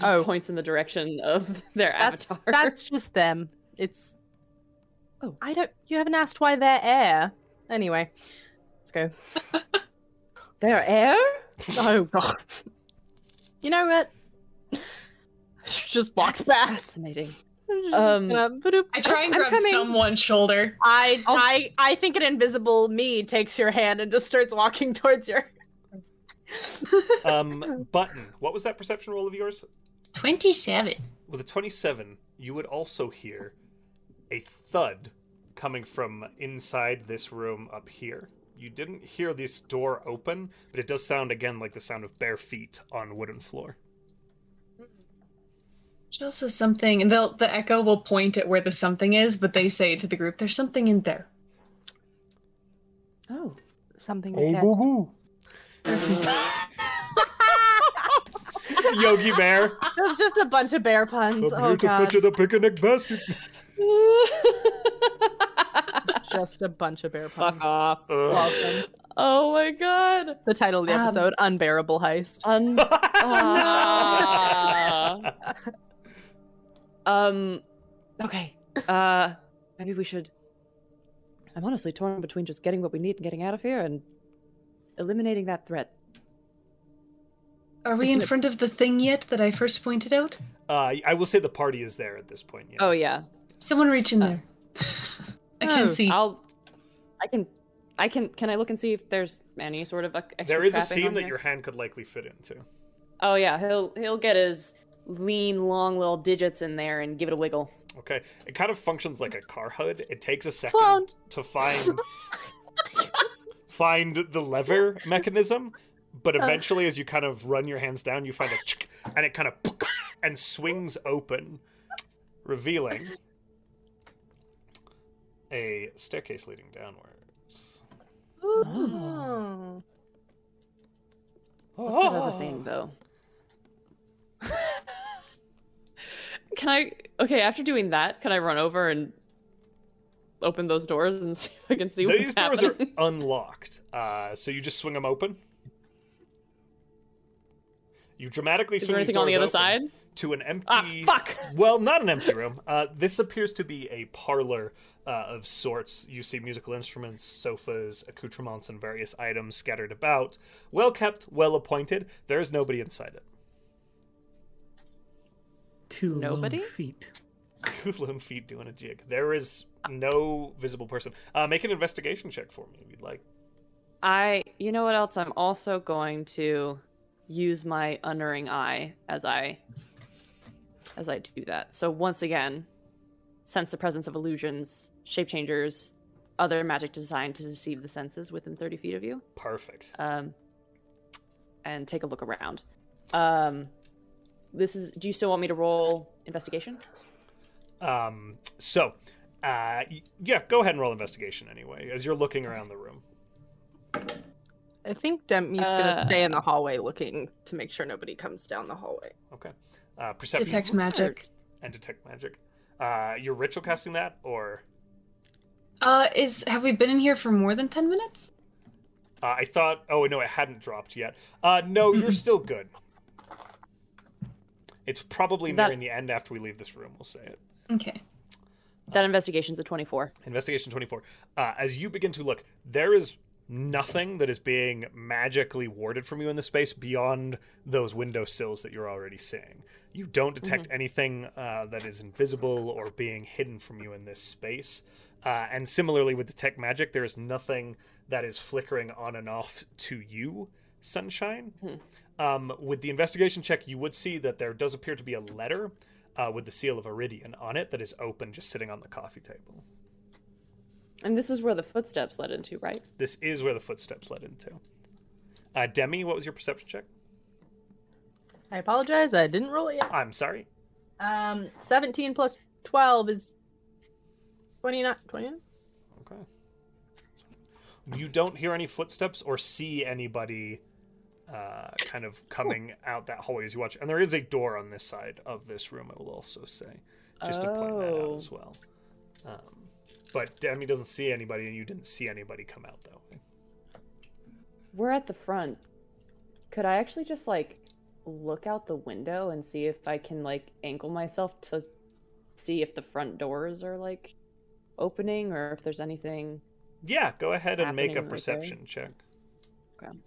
Oh. Points in the direction of their That's avatar. that's just them. It's. Oh. I don't. You haven't asked why they're air. Anyway, let's go. their air? Oh god. You know what? Just walks past. Fascinating. Um, Um, I try and I'm grab coming. someone's shoulder. I, I I think an invisible me takes your hand and just starts walking towards your. um, Button, what was that perception roll of yours? Twenty-seven. With a 27, you would also hear a thud coming from inside this room up here. You didn't hear this door open, but it does sound again like the sound of bare feet on wooden floor. There's also something, and they'll, the echo will point at where the something is, but they say it to the group. There's something in there. Oh. Something. Hey, boo boo. It's Yogi Bear. That's just a bunch of bear puns. Oh god, the picnic basket. just a bunch of bear puns. Fuck off. Love Uh, them. Oh my god. The title of the Um, episode: Unbearable Heist. Un- Ah. um. Okay. Uh, maybe we should. I'm honestly torn between just getting what we need and getting out of here and eliminating that threat. Are we Isn't in it- front of the thing yet that I first pointed out? uh, I will say the party is there at this point. Yeah. Oh yeah. Someone reach in Uh, there. I can't oh, see. I'll. I can. I can. Can I look and see if there's any sort of ex- extra there is a trapping seam on that here? your hand could likely fit into. Oh yeah. He'll he'll get his lean, long little digits in there and give it a wiggle. Okay, it kind of functions like a car hood. It takes a second Sloan. to find find the lever mechanism, but eventually, as you kind of run your hands down, you find a chick, and it kind of and swings open, revealing a staircase leading downwards. Oh. What's that other thing though? can I okay, after doing that, can I run over and open those doors and see if I can see These what's doors happening? are unlocked, uh, so you just swing them open. You dramatically Is swing there these anything on the other doors open. side? to an empty. Ah, fuck! Well, not an empty room. Uh, this appears to be a parlor uh, of sorts. You see musical instruments, sofas, accoutrements, and various items scattered about. Well kept, well appointed. There is nobody inside it. Two lone Nobody? feet. Two lone feet doing a jig. There is no visible person. Uh, make an investigation check for me if you'd like. I you know what else? I'm also going to use my unerring eye as I as I do that. So once again, sense the presence of illusions, shape changers, other magic designed to deceive the senses within 30 feet of you. Perfect. um, and take a look around. Um, this is. Do you still want me to roll investigation? Um, so, uh, y- yeah, go ahead and roll investigation anyway, as you're looking around the room. I think Demi's Uh. gonna stay in the hallway looking to make sure nobody comes down the hallway. Okay. Uh, perception Detect magic. and detect magic. Uh, you're ritual casting that, or Uh, is have we been in here for more than ten minutes? uh, I thought. Oh no, it hadn't dropped yet. Uh, no, you're still good. It's probably That- nearing the end after we leave this room. We'll say it. Okay. That investigation's a twenty-four. Investigation 24. Uh, as you begin to look, there is nothing that is being magically warded from you in the space beyond those window sills that you're already seeing. You don't detect anything uh, that is invisible or being hidden from you in this space. Uh, and similarly with detect magic, there is nothing that is flickering on and off to you, Sunshine. Um, with the investigation check, you would see that there does appear to be a letter uh, with the seal of Iridian on it that is open, just sitting on the coffee table. And this is where the footsteps led into, right? This is where the footsteps led into. Uh, Demi, what was your perception check? I apologize. I didn't roll it yet. I'm sorry. Um, 17 plus 12 is 29. 29? Okay. You don't hear any footsteps or see anybody uh, kind of coming out that hallway as you watch. And there is a door on this side of this room, I will also say, just to point that out Oh. as well. Um, but Demi doesn't see anybody, and you didn't see anybody come out that way. We're at the front. Could I actually just like look out the window and see if I can like angle myself to see if the front doors are like opening or if there's anything? Yeah, go ahead and make a Happening right there. perception check. And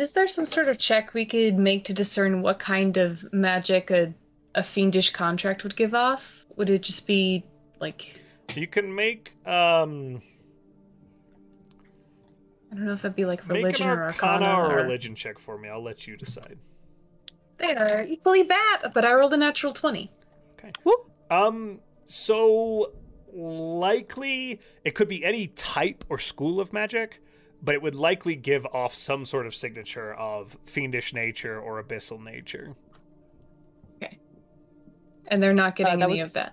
is there some sort of check we could make to discern what kind of magic a, a fiendish contract would give off? Would it just be like You can make um I don't know if that'd be like make an religion or arcana or or- religion check for me. I'll let you decide. They are equally bad, but I rolled a natural twenty. Um, so likely it could be any type or school of magic, but it would likely give off some sort of signature of fiendish nature or abyssal nature. And they're not getting Uh, that any was- of that.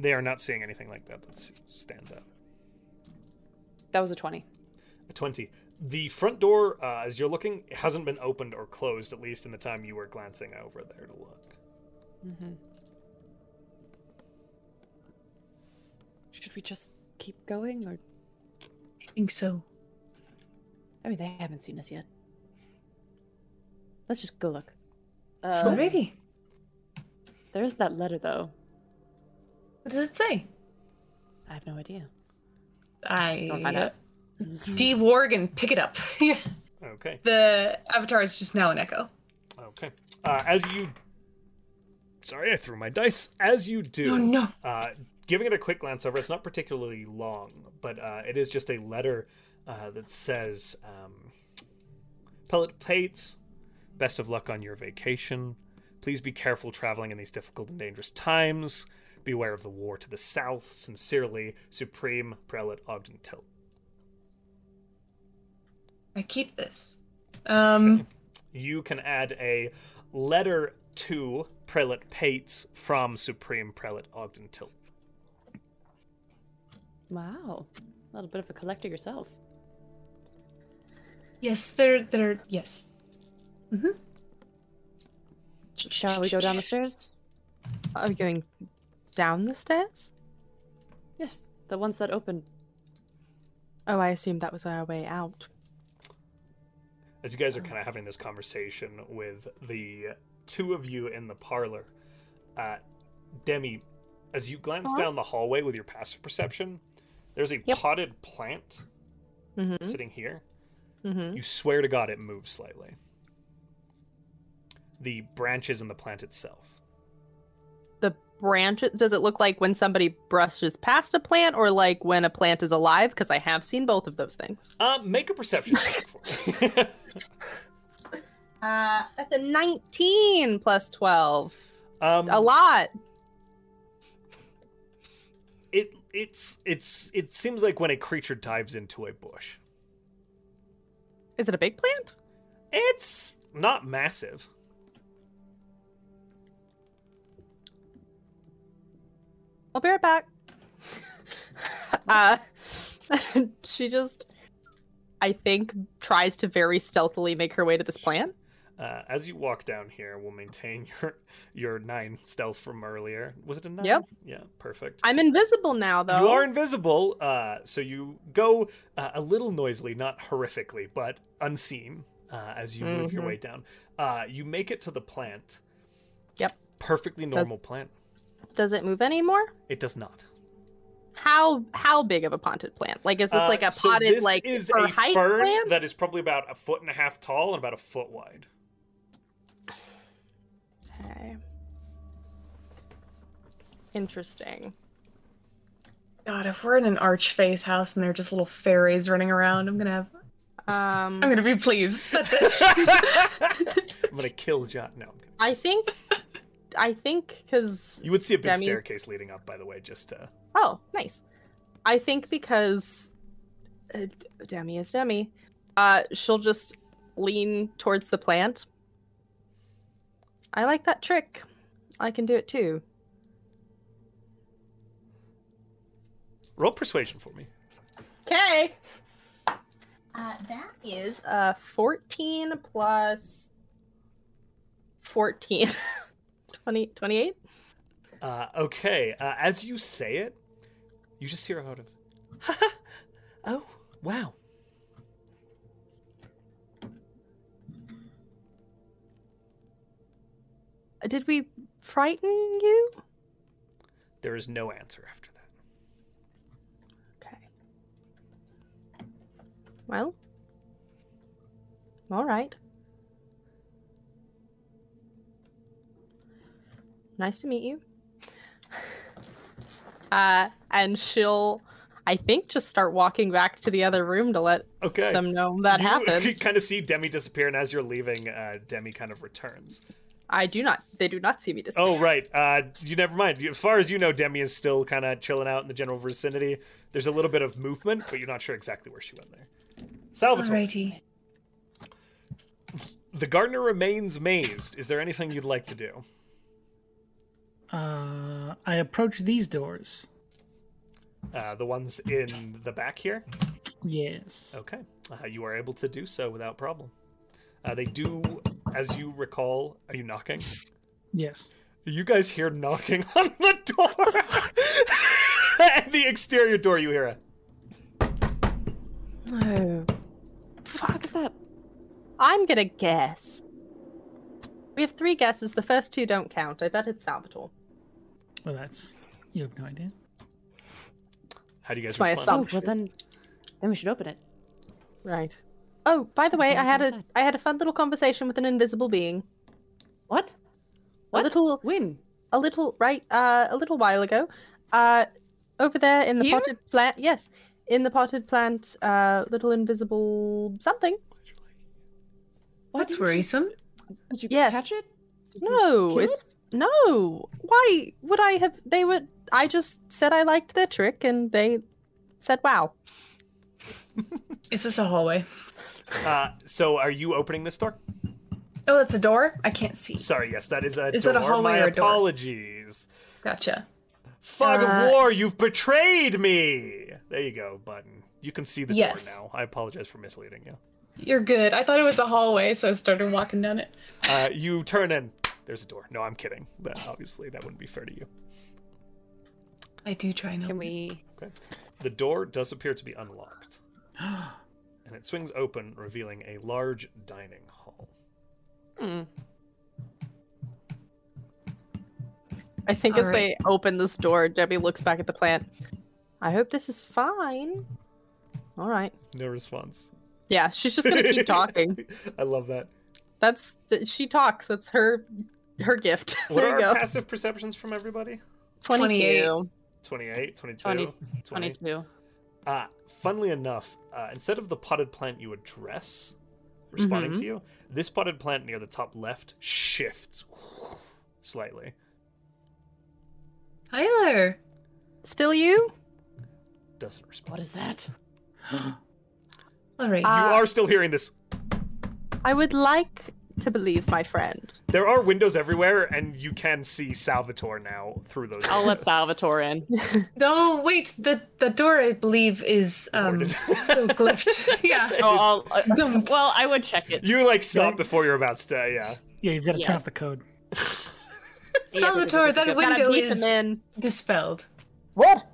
They are not seeing anything like that that s- stands out. That was a 20. A 20. The front door, uh, as you're looking, hasn't been opened or closed, at least in the time you were glancing over there to look. Should we just keep going or I think so. I mean Oh, they haven't seen us yet. Let's just go look. Uh, Alrighty. there is that letter though. What does it say? I have no idea. Wanna find I uh, out? D Warg and pick it up. Yeah. Okay. the avatar is just now an echo. Okay. Uh, as you. Sorry, I threw my dice. As you do. Oh no. Uh, giving it a quick glance over, it's not particularly long, but uh, it is just a letter uh, that says um, Pellet Plates, best of luck on your vacation. Please be careful traveling in these difficult and dangerous times. Beware of the war to the south. Sincerely, Supreme Prelate Ogden Tilt. I keep this. Um You can add a letter to Prelate Pates from Supreme Prelate Ogden Tilt. Wow. A little bit of a collector yourself. yes, they're they're yes. Shall we go down the stairs? I'm going down the stairs? Yes, the ones that open. Oh, I assumed that was our way out. as you guys are kind of having this conversation with the two of you in the parlor, uh, Demi, as you glance down the hallway with your passive perception, there's a potted plant Mm-hmm. sitting here. Mm-hmm. You swear to God it moves slightly. The branches and the plant itself. The branch, does it look like when somebody brushes past a plant or like when a plant is alive? Because I have seen both of those things. Uh, make a perception check for me. Uh, that's a 19 plus 12. um, A lot. It it's it's it seems like when a creature dives into a bush. Is it a big plant? It's not massive. I'll be right back. uh, she just, I think, tries to very stealthily make her way to this plant. Uh, as you walk down here, we'll maintain your your nine stealth from earlier. Was it a nine? Yep. Yeah, perfect. I'm invisible now, though. You are invisible, uh, so you go uh, a little noisily, not horrifically, but unseen uh, as you move your Mhm. way down. Uh, you make it to the plant. Yep. Perfectly normal plant. Does it move anymore? It does not. How how big of a potted plant? Like, is this like Uh, a so potted this like is for a height fern plant? that is probably about a foot and a half tall and about a foot wide. Okay. Interesting. God, if we're in an archface house and there are just little fairies running around, I'm gonna have Um, I'm gonna be pleased. That's it. I'm gonna kill John. No, I'm kidding. I think, I think, because you would see a big Demi- staircase leading up, by the way, just to. oh, nice. I think because uh, D- Demi is Demi, uh, she'll just lean towards the plant. I like that trick. I can do it too. Roll persuasion for me. Okay. Uh, that Is uh 14 plus 14. 20, 28? Uh, okay, uh, as you say it, you just hear out of. oh, wow. Did we frighten you? There is no answer after that. Okay. Well. All right. Nice to meet you. Uh, and she'll, I think, just start walking back to the other room to let Okay. them know that you happened. kind of see Demi disappear, and as you're leaving, uh, Demi kind of returns. I do not. They do not see me. Dis- Oh, right. Uh, you never mind. As far as you know, Demi is still kind of chilling out in the general vicinity. There's a little bit of movement, but you're not sure exactly where she went there. Salvatore, Alrighty. the gardener remains mazed. Is there anything you'd like to do? Uh, I approach these doors. Uh, the ones in the back here? Yes. Okay. Uh, you are able to do so without problem. Uh, they do, as you recall, are you knocking? Yes. You guys hear knocking on the door. and the exterior door, you hear it. No. Fuck is that? I'm gonna guess. We have three guesses. The first two don't count. I bet it's Salvatore. Well, that's. You have no idea. How do you guys It's my respond? assumption. Well then, then we should open it. Right. Oh, by the way, I had a inside. I had a fun little conversation with an invisible being. What? A What? little Win. a little right uh a little while ago. Uh over there in the Here? potted plant yes. In the potted plant, uh little invisible something. Why That's didn't you- worrisome. Did you Yes. catch it? Did you No, kill it? it's no. Why would I have they would I just said I liked their trick and they said wow. Is this a hallway? Uh, so, are you opening this door? Oh, that's a door. I can't see. Sorry, yes, that is a Is door. that a hallway My or a door? apologies. Gotcha. Fog Uh, of War, you've betrayed me. There you go, button. You can see the Yes. door now. I apologize for misleading you. You're good. I thought it was a hallway, so I started walking down it. Uh, you turn in. There's a door. No, I'm kidding. That obviously that wouldn't be fair to you. I do try and Can open it. we? Okay. The door does appear to be unlocked. and it swings open, revealing a large dining hall. Hmm. I think All as right. they open this door, Debbie looks back at the plant. I hope this is fine. All right. No response. Yeah, she's just gonna keep talking. I love that. That's th- she talks. That's her her gift. What there are you our go. passive perceptions from everybody? 28. 22. 28, 22, Twenty- 20. Twenty-two. Uh, funnily enough, uh, instead of the potted plant you address responding Mm-hmm. to you, this potted plant near the top left shifts slightly. Tyler. Still you? Doesn't respond. What is that? All right. Uh, you are still hearing this. I would like to believe my friend. There are windows everywhere, and you can see Salvatore now through those. I'll let windows. Salvatore in. no, wait. The the door I believe is um Boarded. still glyphed. yeah. Oh, I'll, uh, well, I would check it. You like stop before you're about to. Yeah. Yeah, you've got to turn Yes. off the code. Salvatore, that Gotta window beat is them in. dispelled. What?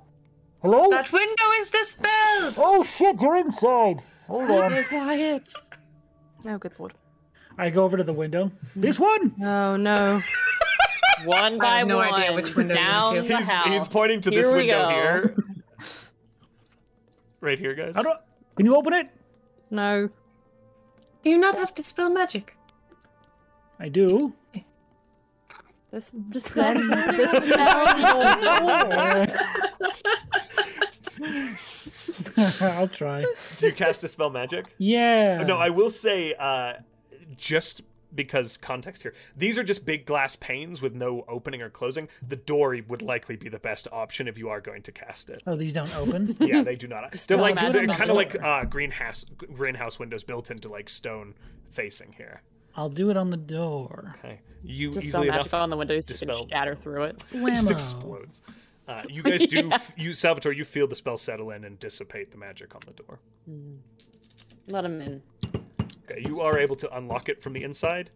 Hello? That window is dispelled. Oh shit, you're inside. Hold on. quiet. Oh, good lord. I go over to the window. Hmm. This one? Oh no. One by have no one. idea which window you're down into. the He's, house. he's pointing to this Here we window go. here. right here, guys. I don't. Can you open it? No. Do you not have dispel magic? I do. This Then this is now- Uh, I'll try. Do you cast a spell magic? Yeah. Oh, No, I will say, uh, just because context here, these are just big glass panes with no opening or closing. The door would likely be the best option if you are going to cast it. Oh, these don't open. Yeah, they do not. They're like magic they're on the kind of like door. uh, greenhouse greenhouse windows built into like stone facing here. I'll do it on the door. Okay, you Just spell easily enough magic on the windows, you can dispel shatter through it. it just Whammo. explodes. Uh, you guys do, f you Salvatore, you feel the spell settle in and dissipate the magic on the door. Hmm. Let him in. Okay, you are able to unlock it from the inside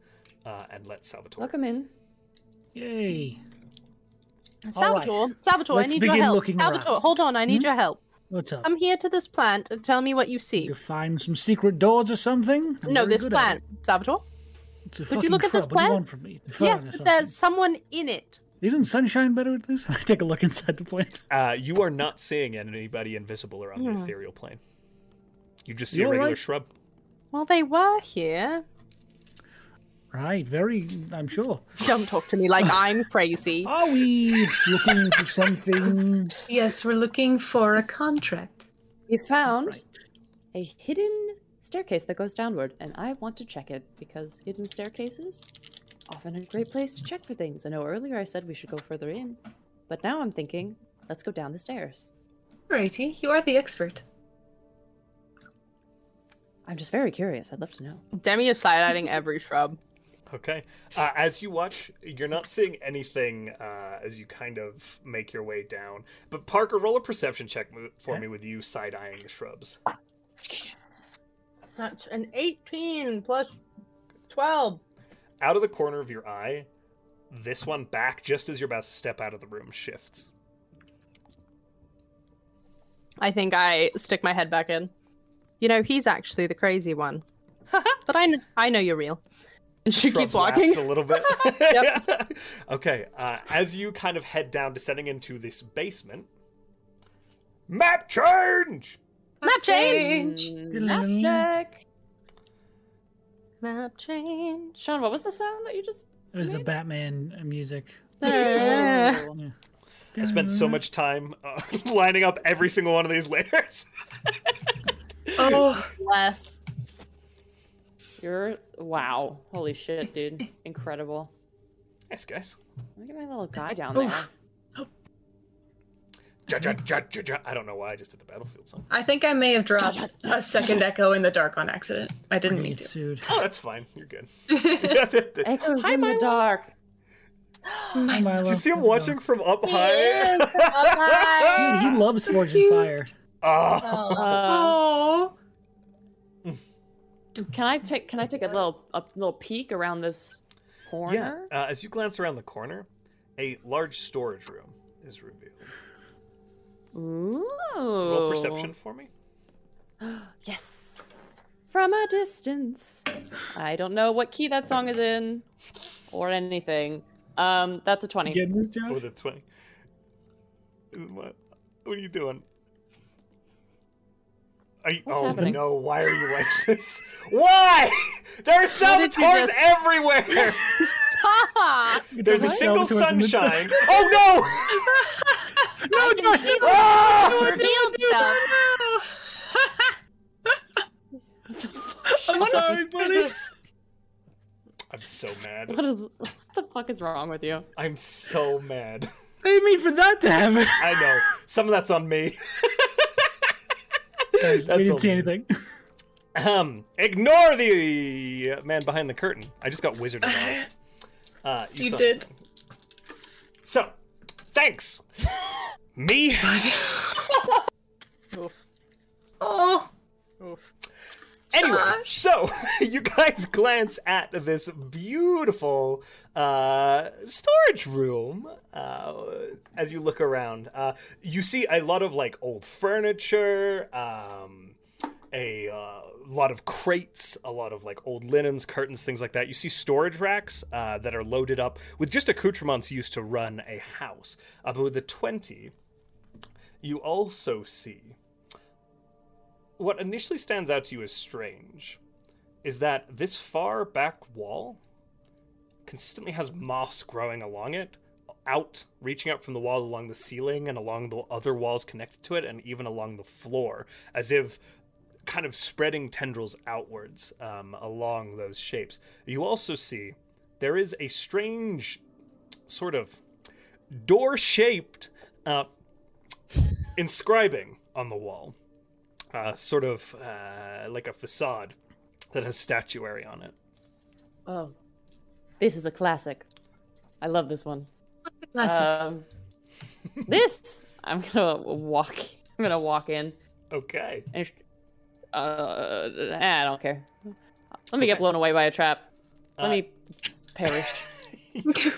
uh, and let Salvatore. Look him in. Yay. Salvatore, Salvatore, Let's I need your begin help. looking Salvatore, around. Hmm? hold on, I need your help. What's up? Come here to this plant and tell me what you see. You find some secret doors or something? I'm no, very this good at plant, it. Salvatore. It's a Would you fucking look at this shrub. What do you plant? want from me? The Yes, fern or but there's something. someone in it. Isn't sunshine better at this? I take a look inside the plant. Uh, you are not seeing anybody invisible or on Hmm. the ethereal plane. You just see You a all regular right? shrub. Well, they were here. Right, very, I'm sure. Don't talk to me like I'm crazy. Are we looking for something? Yes, we're looking for a contract. We found Right. a hidden staircase that goes downward, and I want to check it because hidden staircases often a great place to check for things. I know earlier I said we should go further in, but now I'm thinking let's go down the stairs. Righty, you are the expert. I'm just very curious. I'd love to know. Demi is sidelining every shrub. Okay. Uh, as you watch, you're not seeing anything uh, as you kind of make your way down. But Parker, roll a perception check mo- for me with you side eyeing the shrubs. That's an 18 plus 12. Out of the corner of your eye, this one back just as you're about to step out of the room shifts. I think I stick my head back in. You know, he's actually the crazy one. but I, kn- I know you're real. And she Shrub keeps walking. laughs a little bit. Yep. Okay. Uh, as you kind of head down, descending into this basement. Map change. Map change! Mm. It Map change. Sean, what was the sound that you just? was the Batman uh, music. There. Oh. I spent so much time uh, lining up every single one of these layers. Oh, Less. You're wow! Holy shit, dude! Incredible. Yes, guys. Look at my little guy down Oh. there. Ja, ja, ja, ja, ja. I don't know why I just did the battlefield song. I think I may have dropped a second echo in the dark on accident. I didn't mean Get to. sued. Oh, that's fine. You're good. Do Echoes in the dark. Hi, Milo. you see him How's it watching from up high? going? Dude, he loves Forge and Cute. Fire. Oh. Uh, Oh, Can I take can I take a little uh, a little peek around this Yeah. corner? Uh, as you glance around the corner, a large storage room is revealed. Ooh. Roll perception for me. Yes. From a distance. I don't know what key that song is in or anything. Um that's a 20. Getting this, Josh? With a 20. Isn't Oh, What? What are you doing? Are you, What's oh happening? no, why are you like this? Why? There did are you saboteurs just- everywhere! Stop! There's a What? single Salvatore's in the sunshine. Oh No, Oh, Josh! no! Ah! Revealed stuff. I'm sorry, there's I'm so mad. What is what the fuck is wrong with you? I'm so mad. What do you mean for that to happen? I know. Some of that's on me. Guys, That's we all didn't see me. anything. Um, ignore the man behind the curtain. I just got wizardized. Uh, a, you saw- did. So, thanks. Me. Oof. Oh, Oof. Anyway, Josh. so you guys glance at this beautiful uh, storage room uh, as you look around. Uh, you see a lot of like old furniture, um, a uh, lot of crates, a lot of like old linens, curtains, things like that. You see storage racks uh, that are loaded up with just accoutrements used to run a house. Uh, but with the 20, you also see what initially stands out to you as strange is that this far back wall consistently has moss growing along it out, reaching out from the wall along the ceiling and along the other walls connected to it, and even along the floor, as if kind of spreading tendrils outwards um, along those shapes. You also see there is a strange sort of door shaped uh, inscribing on the wall, uh, sort of uh, like a facade that has statuary on it. Oh, this is a classic. I love this one. Classic. Um, this I'm gonna walk. I'm gonna walk in Okay. and sh- uh, eh, I don't care. Let me get blown away by a trap. Let Uh, me perish.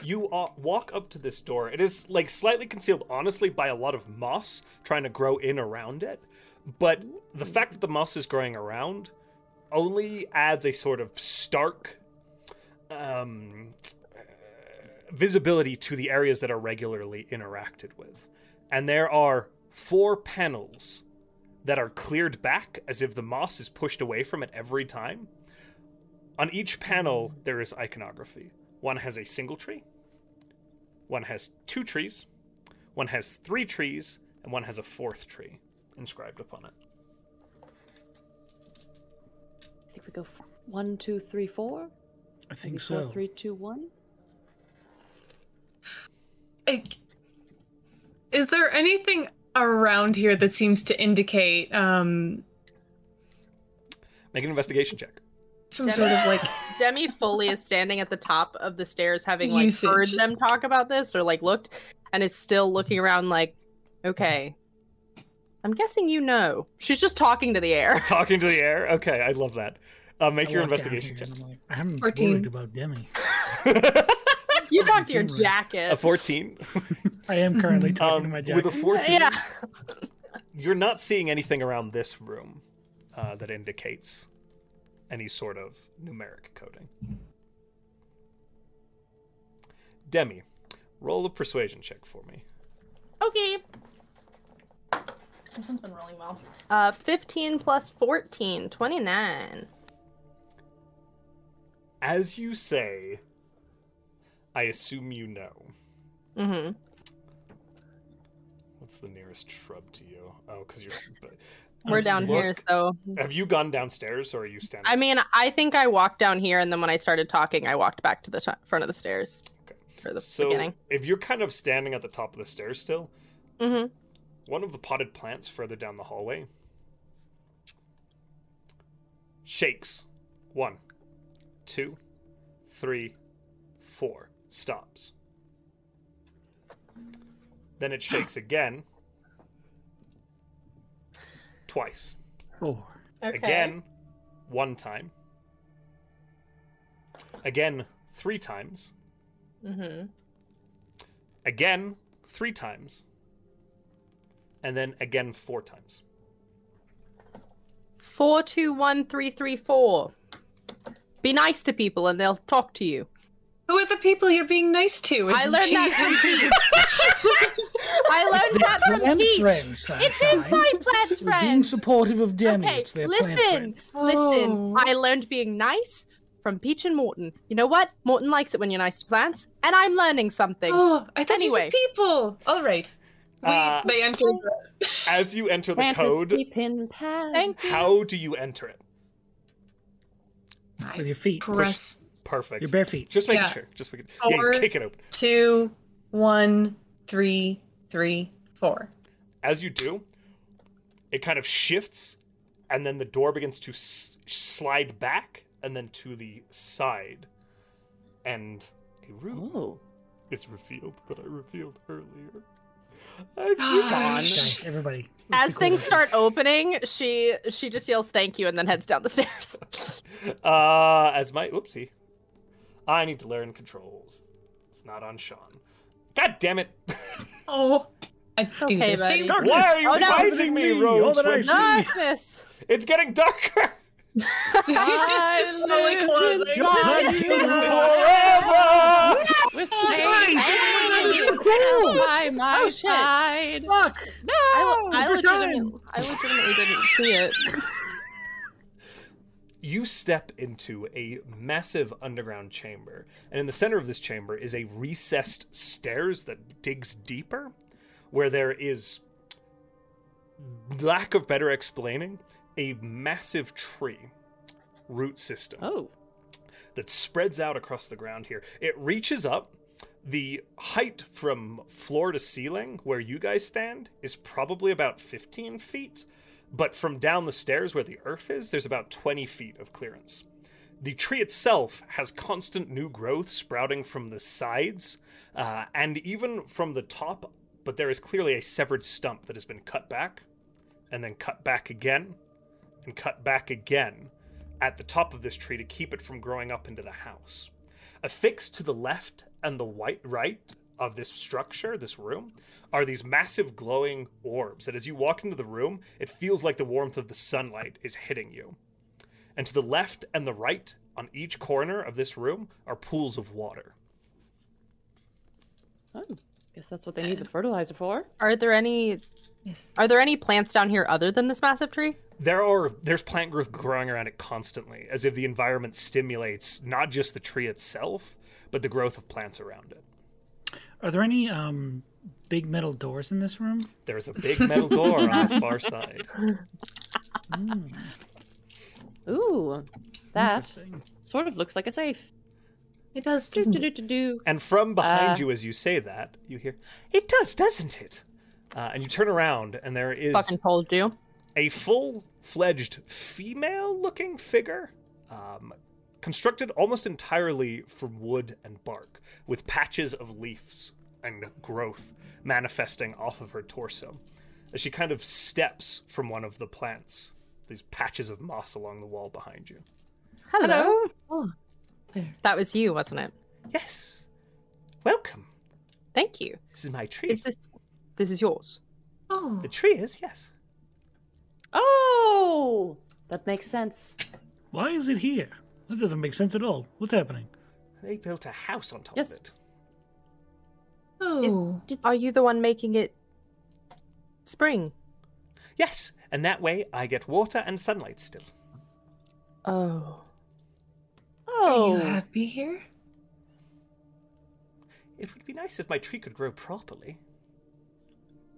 you all walk up to this door. It is like slightly concealed, honestly, by a lot of moss trying to grow in around it. But the fact that the moss is growing around only adds a sort of stark um, uh, visibility to the areas that are regularly interacted with. And there are four panels that are cleared back as if the moss is pushed away from it every time. On each panel, there is iconography. One has a single tree, one has two trees, one has three trees, and one has a fourth tree inscribed upon it. I think we go f- one, two, three, four. I think Maybe four, so. three, two, one. I, is there anything around here that seems to indicate um, Make an investigation check. some sort of like Demi Foley is standing at the top of the stairs, having like Usage. heard them talk about this or like looked, and is still looking around like, okay, I'm guessing you know. She's just talking to the air. Talking to the air? Okay, I love that. Uh, make I your walk down investigation here check. and I'm like, I'm 14. worried about Demi. You talk to your Humorous. jacket. A 14. I am currently talking to Um, my with a jacket. 14, Yeah. you're not seeing anything around this room uh, that indicates any sort of numeric coding. Demi, roll a persuasion check for me. Okay. This one's been rolling well. Uh, 15 plus 14, 29. As you say, I assume you know. Mm-hmm. What's the nearest shrub to you? Oh, because you're. s- but- We're down here, look- so Have you gone downstairs or are you standing? I mean, I think I walked down here, and then when I started talking, I walked back to the t- front of the stairs Okay. for the so beginning. if you're kind of standing at the top of the stairs still, Mm-hmm. one of the potted plants further down the hallway shakes. One, two, three, four. Stops. Then it shakes again. Twice. Four. Again, one time. Again, three times. Mm-hmm. Again, three times. And then again, four times. Four two one three three four. Be nice to people, and they'll talk to you. who are the people you're being nice to? Is I learned that from Keith. I They're learned that from plant Keith. friends, It is Sunshine. my plant They're Being friend. supportive of Demi. Okay, it's their plant listen, listen. Oh. I learned being nice from Peach and Morton. You know what? Morton likes it when you're nice to plants, and I'm learning something. Oh, I thought you Anyway. said people. All right. We, Uh, they entered. As you enter the Fantasy code, pin pad. Thank you. how do you enter it? With your feet. Press Perfect. Your bare feet. Just making Yeah. sure. Just making yeah, you Forward. kick it open. two, one, three, three, four. As you do, it kind of shifts, and then the door begins to s- slide back and then to the side. And a room Oh, is revealed that I revealed earlier. I can't- Guys, everybody. let's As be cool things with start opening, she she just yells "thank you" and then heads down the stairs. Uh, as my oopsie, I need to learn controls. It's not on Sean. God damn it! Oh, I do okay, the same. buddy. Why are you Oh, no. fighting me, Me, Rogue all that I Twin? see. Darkness. It's getting darker it's just slowly this. closing. You're not forever. we're staying cool. by my Oh, shit. side. Fuck. I, I, Ah. Over legitimately, I legitimately didn't see it. you step into a massive underground chamber, and in the center of this chamber is a recessed stairs that digs deeper, where there is, lack of better explaining, a massive tree root system Oh, that spreads out across the ground here. It reaches up. The height from floor to ceiling, where you guys stand, is probably about 15 feet, but from down the stairs where the earth is, there's about 20 feet of clearance. The tree itself has constant new growth sprouting from the sides uh, and even from the top, but there is clearly a severed stump that has been cut back and then cut back again and cut back again at the top of this tree to keep it from growing up into the house. Affixed to the left and the white right of this structure, this room, are these massive glowing orbs that as you walk into the room, it feels like the warmth of the sunlight is hitting you. And to the left and the right on each corner of this room are pools of water. oh, guess that's what they need the fertilizer for. Are there any Yes. are there any plants down here other than this massive tree? There are there's plant growth growing around it constantly, as if the environment stimulates not just the tree itself, but the growth of plants around it. Are there any um, big metal doors in this room? There is a big metal door on the far side. Ooh, that Interesting. sort of looks like a safe. It does. doesn't it? Do-do-do-do-do. And from behind Uh. you, as you say that, you hear, "It does, doesn't it?" Uh, and you turn around, and there is Fucking told you. a full-fledged female-looking figure, um, constructed almost entirely from wood and bark, with patches of leaves and growth manifesting off of her torso, as she kind of steps from one of the plants. These patches of moss along the wall behind you. Hello. Oh, there. That was you, wasn't it? Yes, welcome. Thank you. This is my tree. Is this this is yours? Oh, the tree is yes. Oh, that makes sense. Why is it here? That doesn't make sense at all. What's happening? They built a house on top Yes. of it. oh. Are you the one making it spring? Yes, and that way I get water and sunlight still. Oh. Are you Oh, happy here? It would be nice if my tree could grow properly.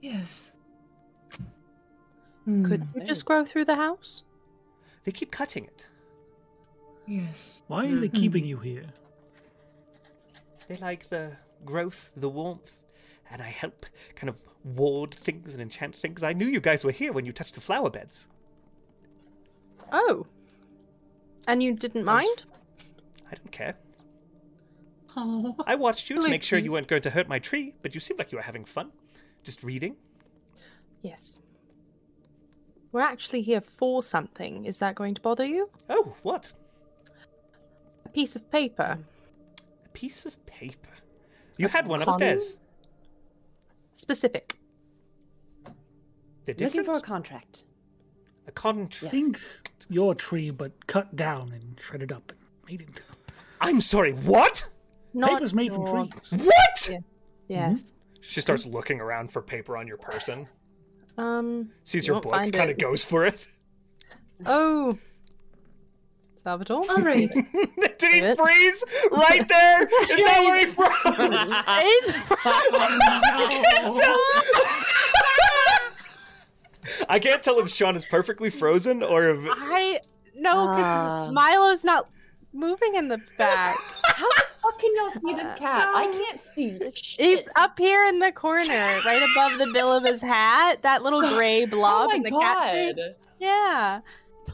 Yes. Hmm, Could you just grow through the house? They keep cutting it. Yes. Why are they keeping you here? They like the growth, the warmth, and I help kind of ward things and enchant things. I knew you guys were here when you touched the flower beds. Oh. And you didn't mind? I don't care. Oh. I watched you to Like make sure me. you weren't going to hurt my tree, but you seemed like you were having fun. Just reading. Yes. We're actually here for something. Is that going to bother you? Oh, what? A piece of paper. A piece of paper. You had one upstairs. Specific. They're looking different. for a contract. a contract. Think your tree, but cut down and shredded up and made into I'm sorry, what? Not papers made your- from trees. What? Yes. She starts looking around for paper on your person. Mm-hmm. Um. Sees You your won't book, find kind of it. goes for it. Oh. Salvador. All right. Did he It? freeze right there? Is that where he froze? Uh, um, I can't tell if Sean is perfectly frozen or if I no, 'cause Ah. Milo's not moving in the back. How the fuck can y'all See this cat. I can't see. It's up here in the corner, right above the bill of his hat. That little gray blob in the cat suit. Yeah,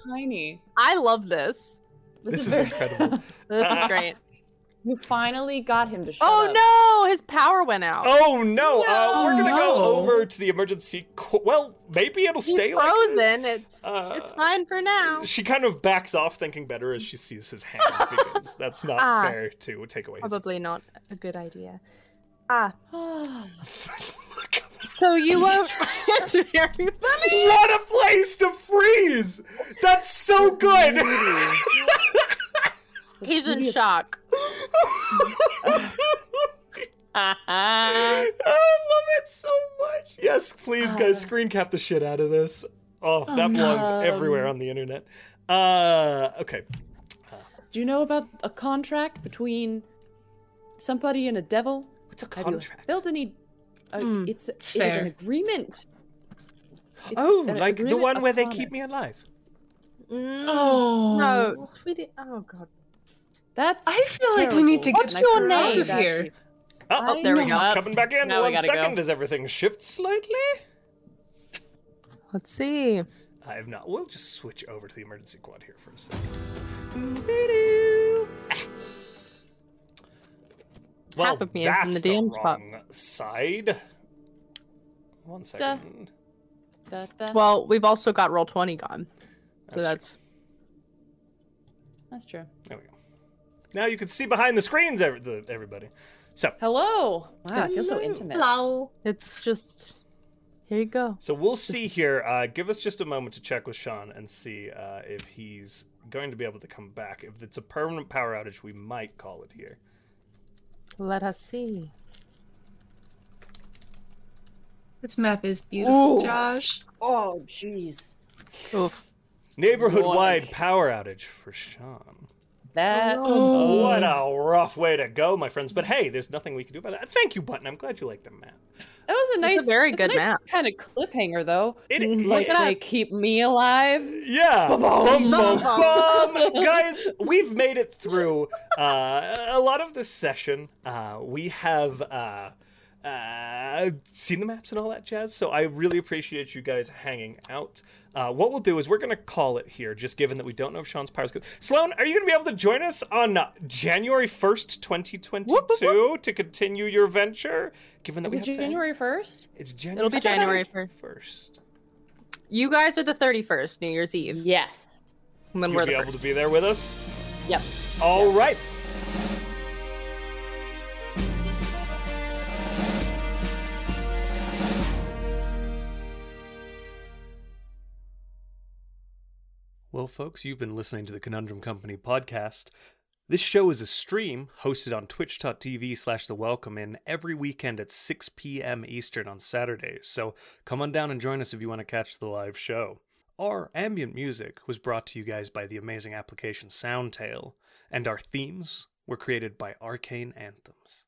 Tiny. I love this. this is incredible. This is great. You finally got him to shut up. Oh no, his power went out. Oh no! Uh, we're gonna No. go over to the emergency. Co- well, maybe it'll He's stay like this. frozen. It's Uh, it's fine for now. She kind of backs off, thinking better as she sees his hand because that's not Ah. fair to take away. His... Probably not a good idea. Ah, no! so you won't. it's very funny. What a place to freeze! That's so good! He's in shock. Uh-huh. I love it so much. Yes, please, guys, screen cap the shit out of this. Oh, that belongs everywhere on the internet. Uh, okay. Do you know about a contract between somebody and a devil? What's a Have you contract? filled any? Uh, it's it's it is Hmm, fair. an agreement. It's Oh, an like the agreement one of where they keep me promise. alive. Oh Mm, No, we did- oh god. That's I feel like we need to terrible. get And I you out threw it of back here. to you. Uh, Oh, there we it's go. coming back in. Now we One gotta second. go. Does everything shift slightly? Let's see. I have not. We'll just switch over to the emergency quad here for a second. Doo-doo. Ah. Well, of me is in that's the the, DM spot. wrong side. One second. Da, da. Well, we've also got roll twenty gone, so That's that's that's true. There we go. Now you can see behind the screens, every, the, everybody. So, Hello. Wow, it feels so Hello. intimate. Hello. it's just here you go. so we'll see here. Uh, give us just a moment to check with Sean and see uh, if he's going to be able to come back. If it's a permanent power outage, we might call it here. Let us see. This map is beautiful, Ooh. Josh. Oh, jeez. Oof. Neighborhood-wide power outage for Sean. That. Oh. What a rough way to go, my friends. But hey, there's nothing we can do about it. Thank you, Button. I'm glad you like the map. That was a nice, very that's a good nice map. Kind of cliffhanger though. It, Like it- they keep me alive. Yeah. Bum, bum, Bum, bum. Guys, we've made it through uh, a lot of this session. Uh, we have uh, uh, seen the maps and all that jazz, so I really appreciate you guys hanging out. Uh, what we'll do is we're going to call it here, just given that we don't know if Sean's powers good. Sloan, are you going to be able to join us on uh, January 1st, 2022 to continue your venture? Given that Is we it have to end- January first? It's January It'll be January first. 1st. You guys are the thirty first, New Year's Eve, Yes. and then You'll we're be the able first. to be there with us? Yep. All right. Well, folks, you've been listening to the Conundrum Company podcast. This show is a stream hosted on twitch.tv slash the welcome in every weekend at 6 p.m. Eastern on Saturdays, so come on down and join us if you want to catch the live show. Our ambient music was brought to you guys by the amazing application Soundtail, and our themes were created by Arcane Anthems.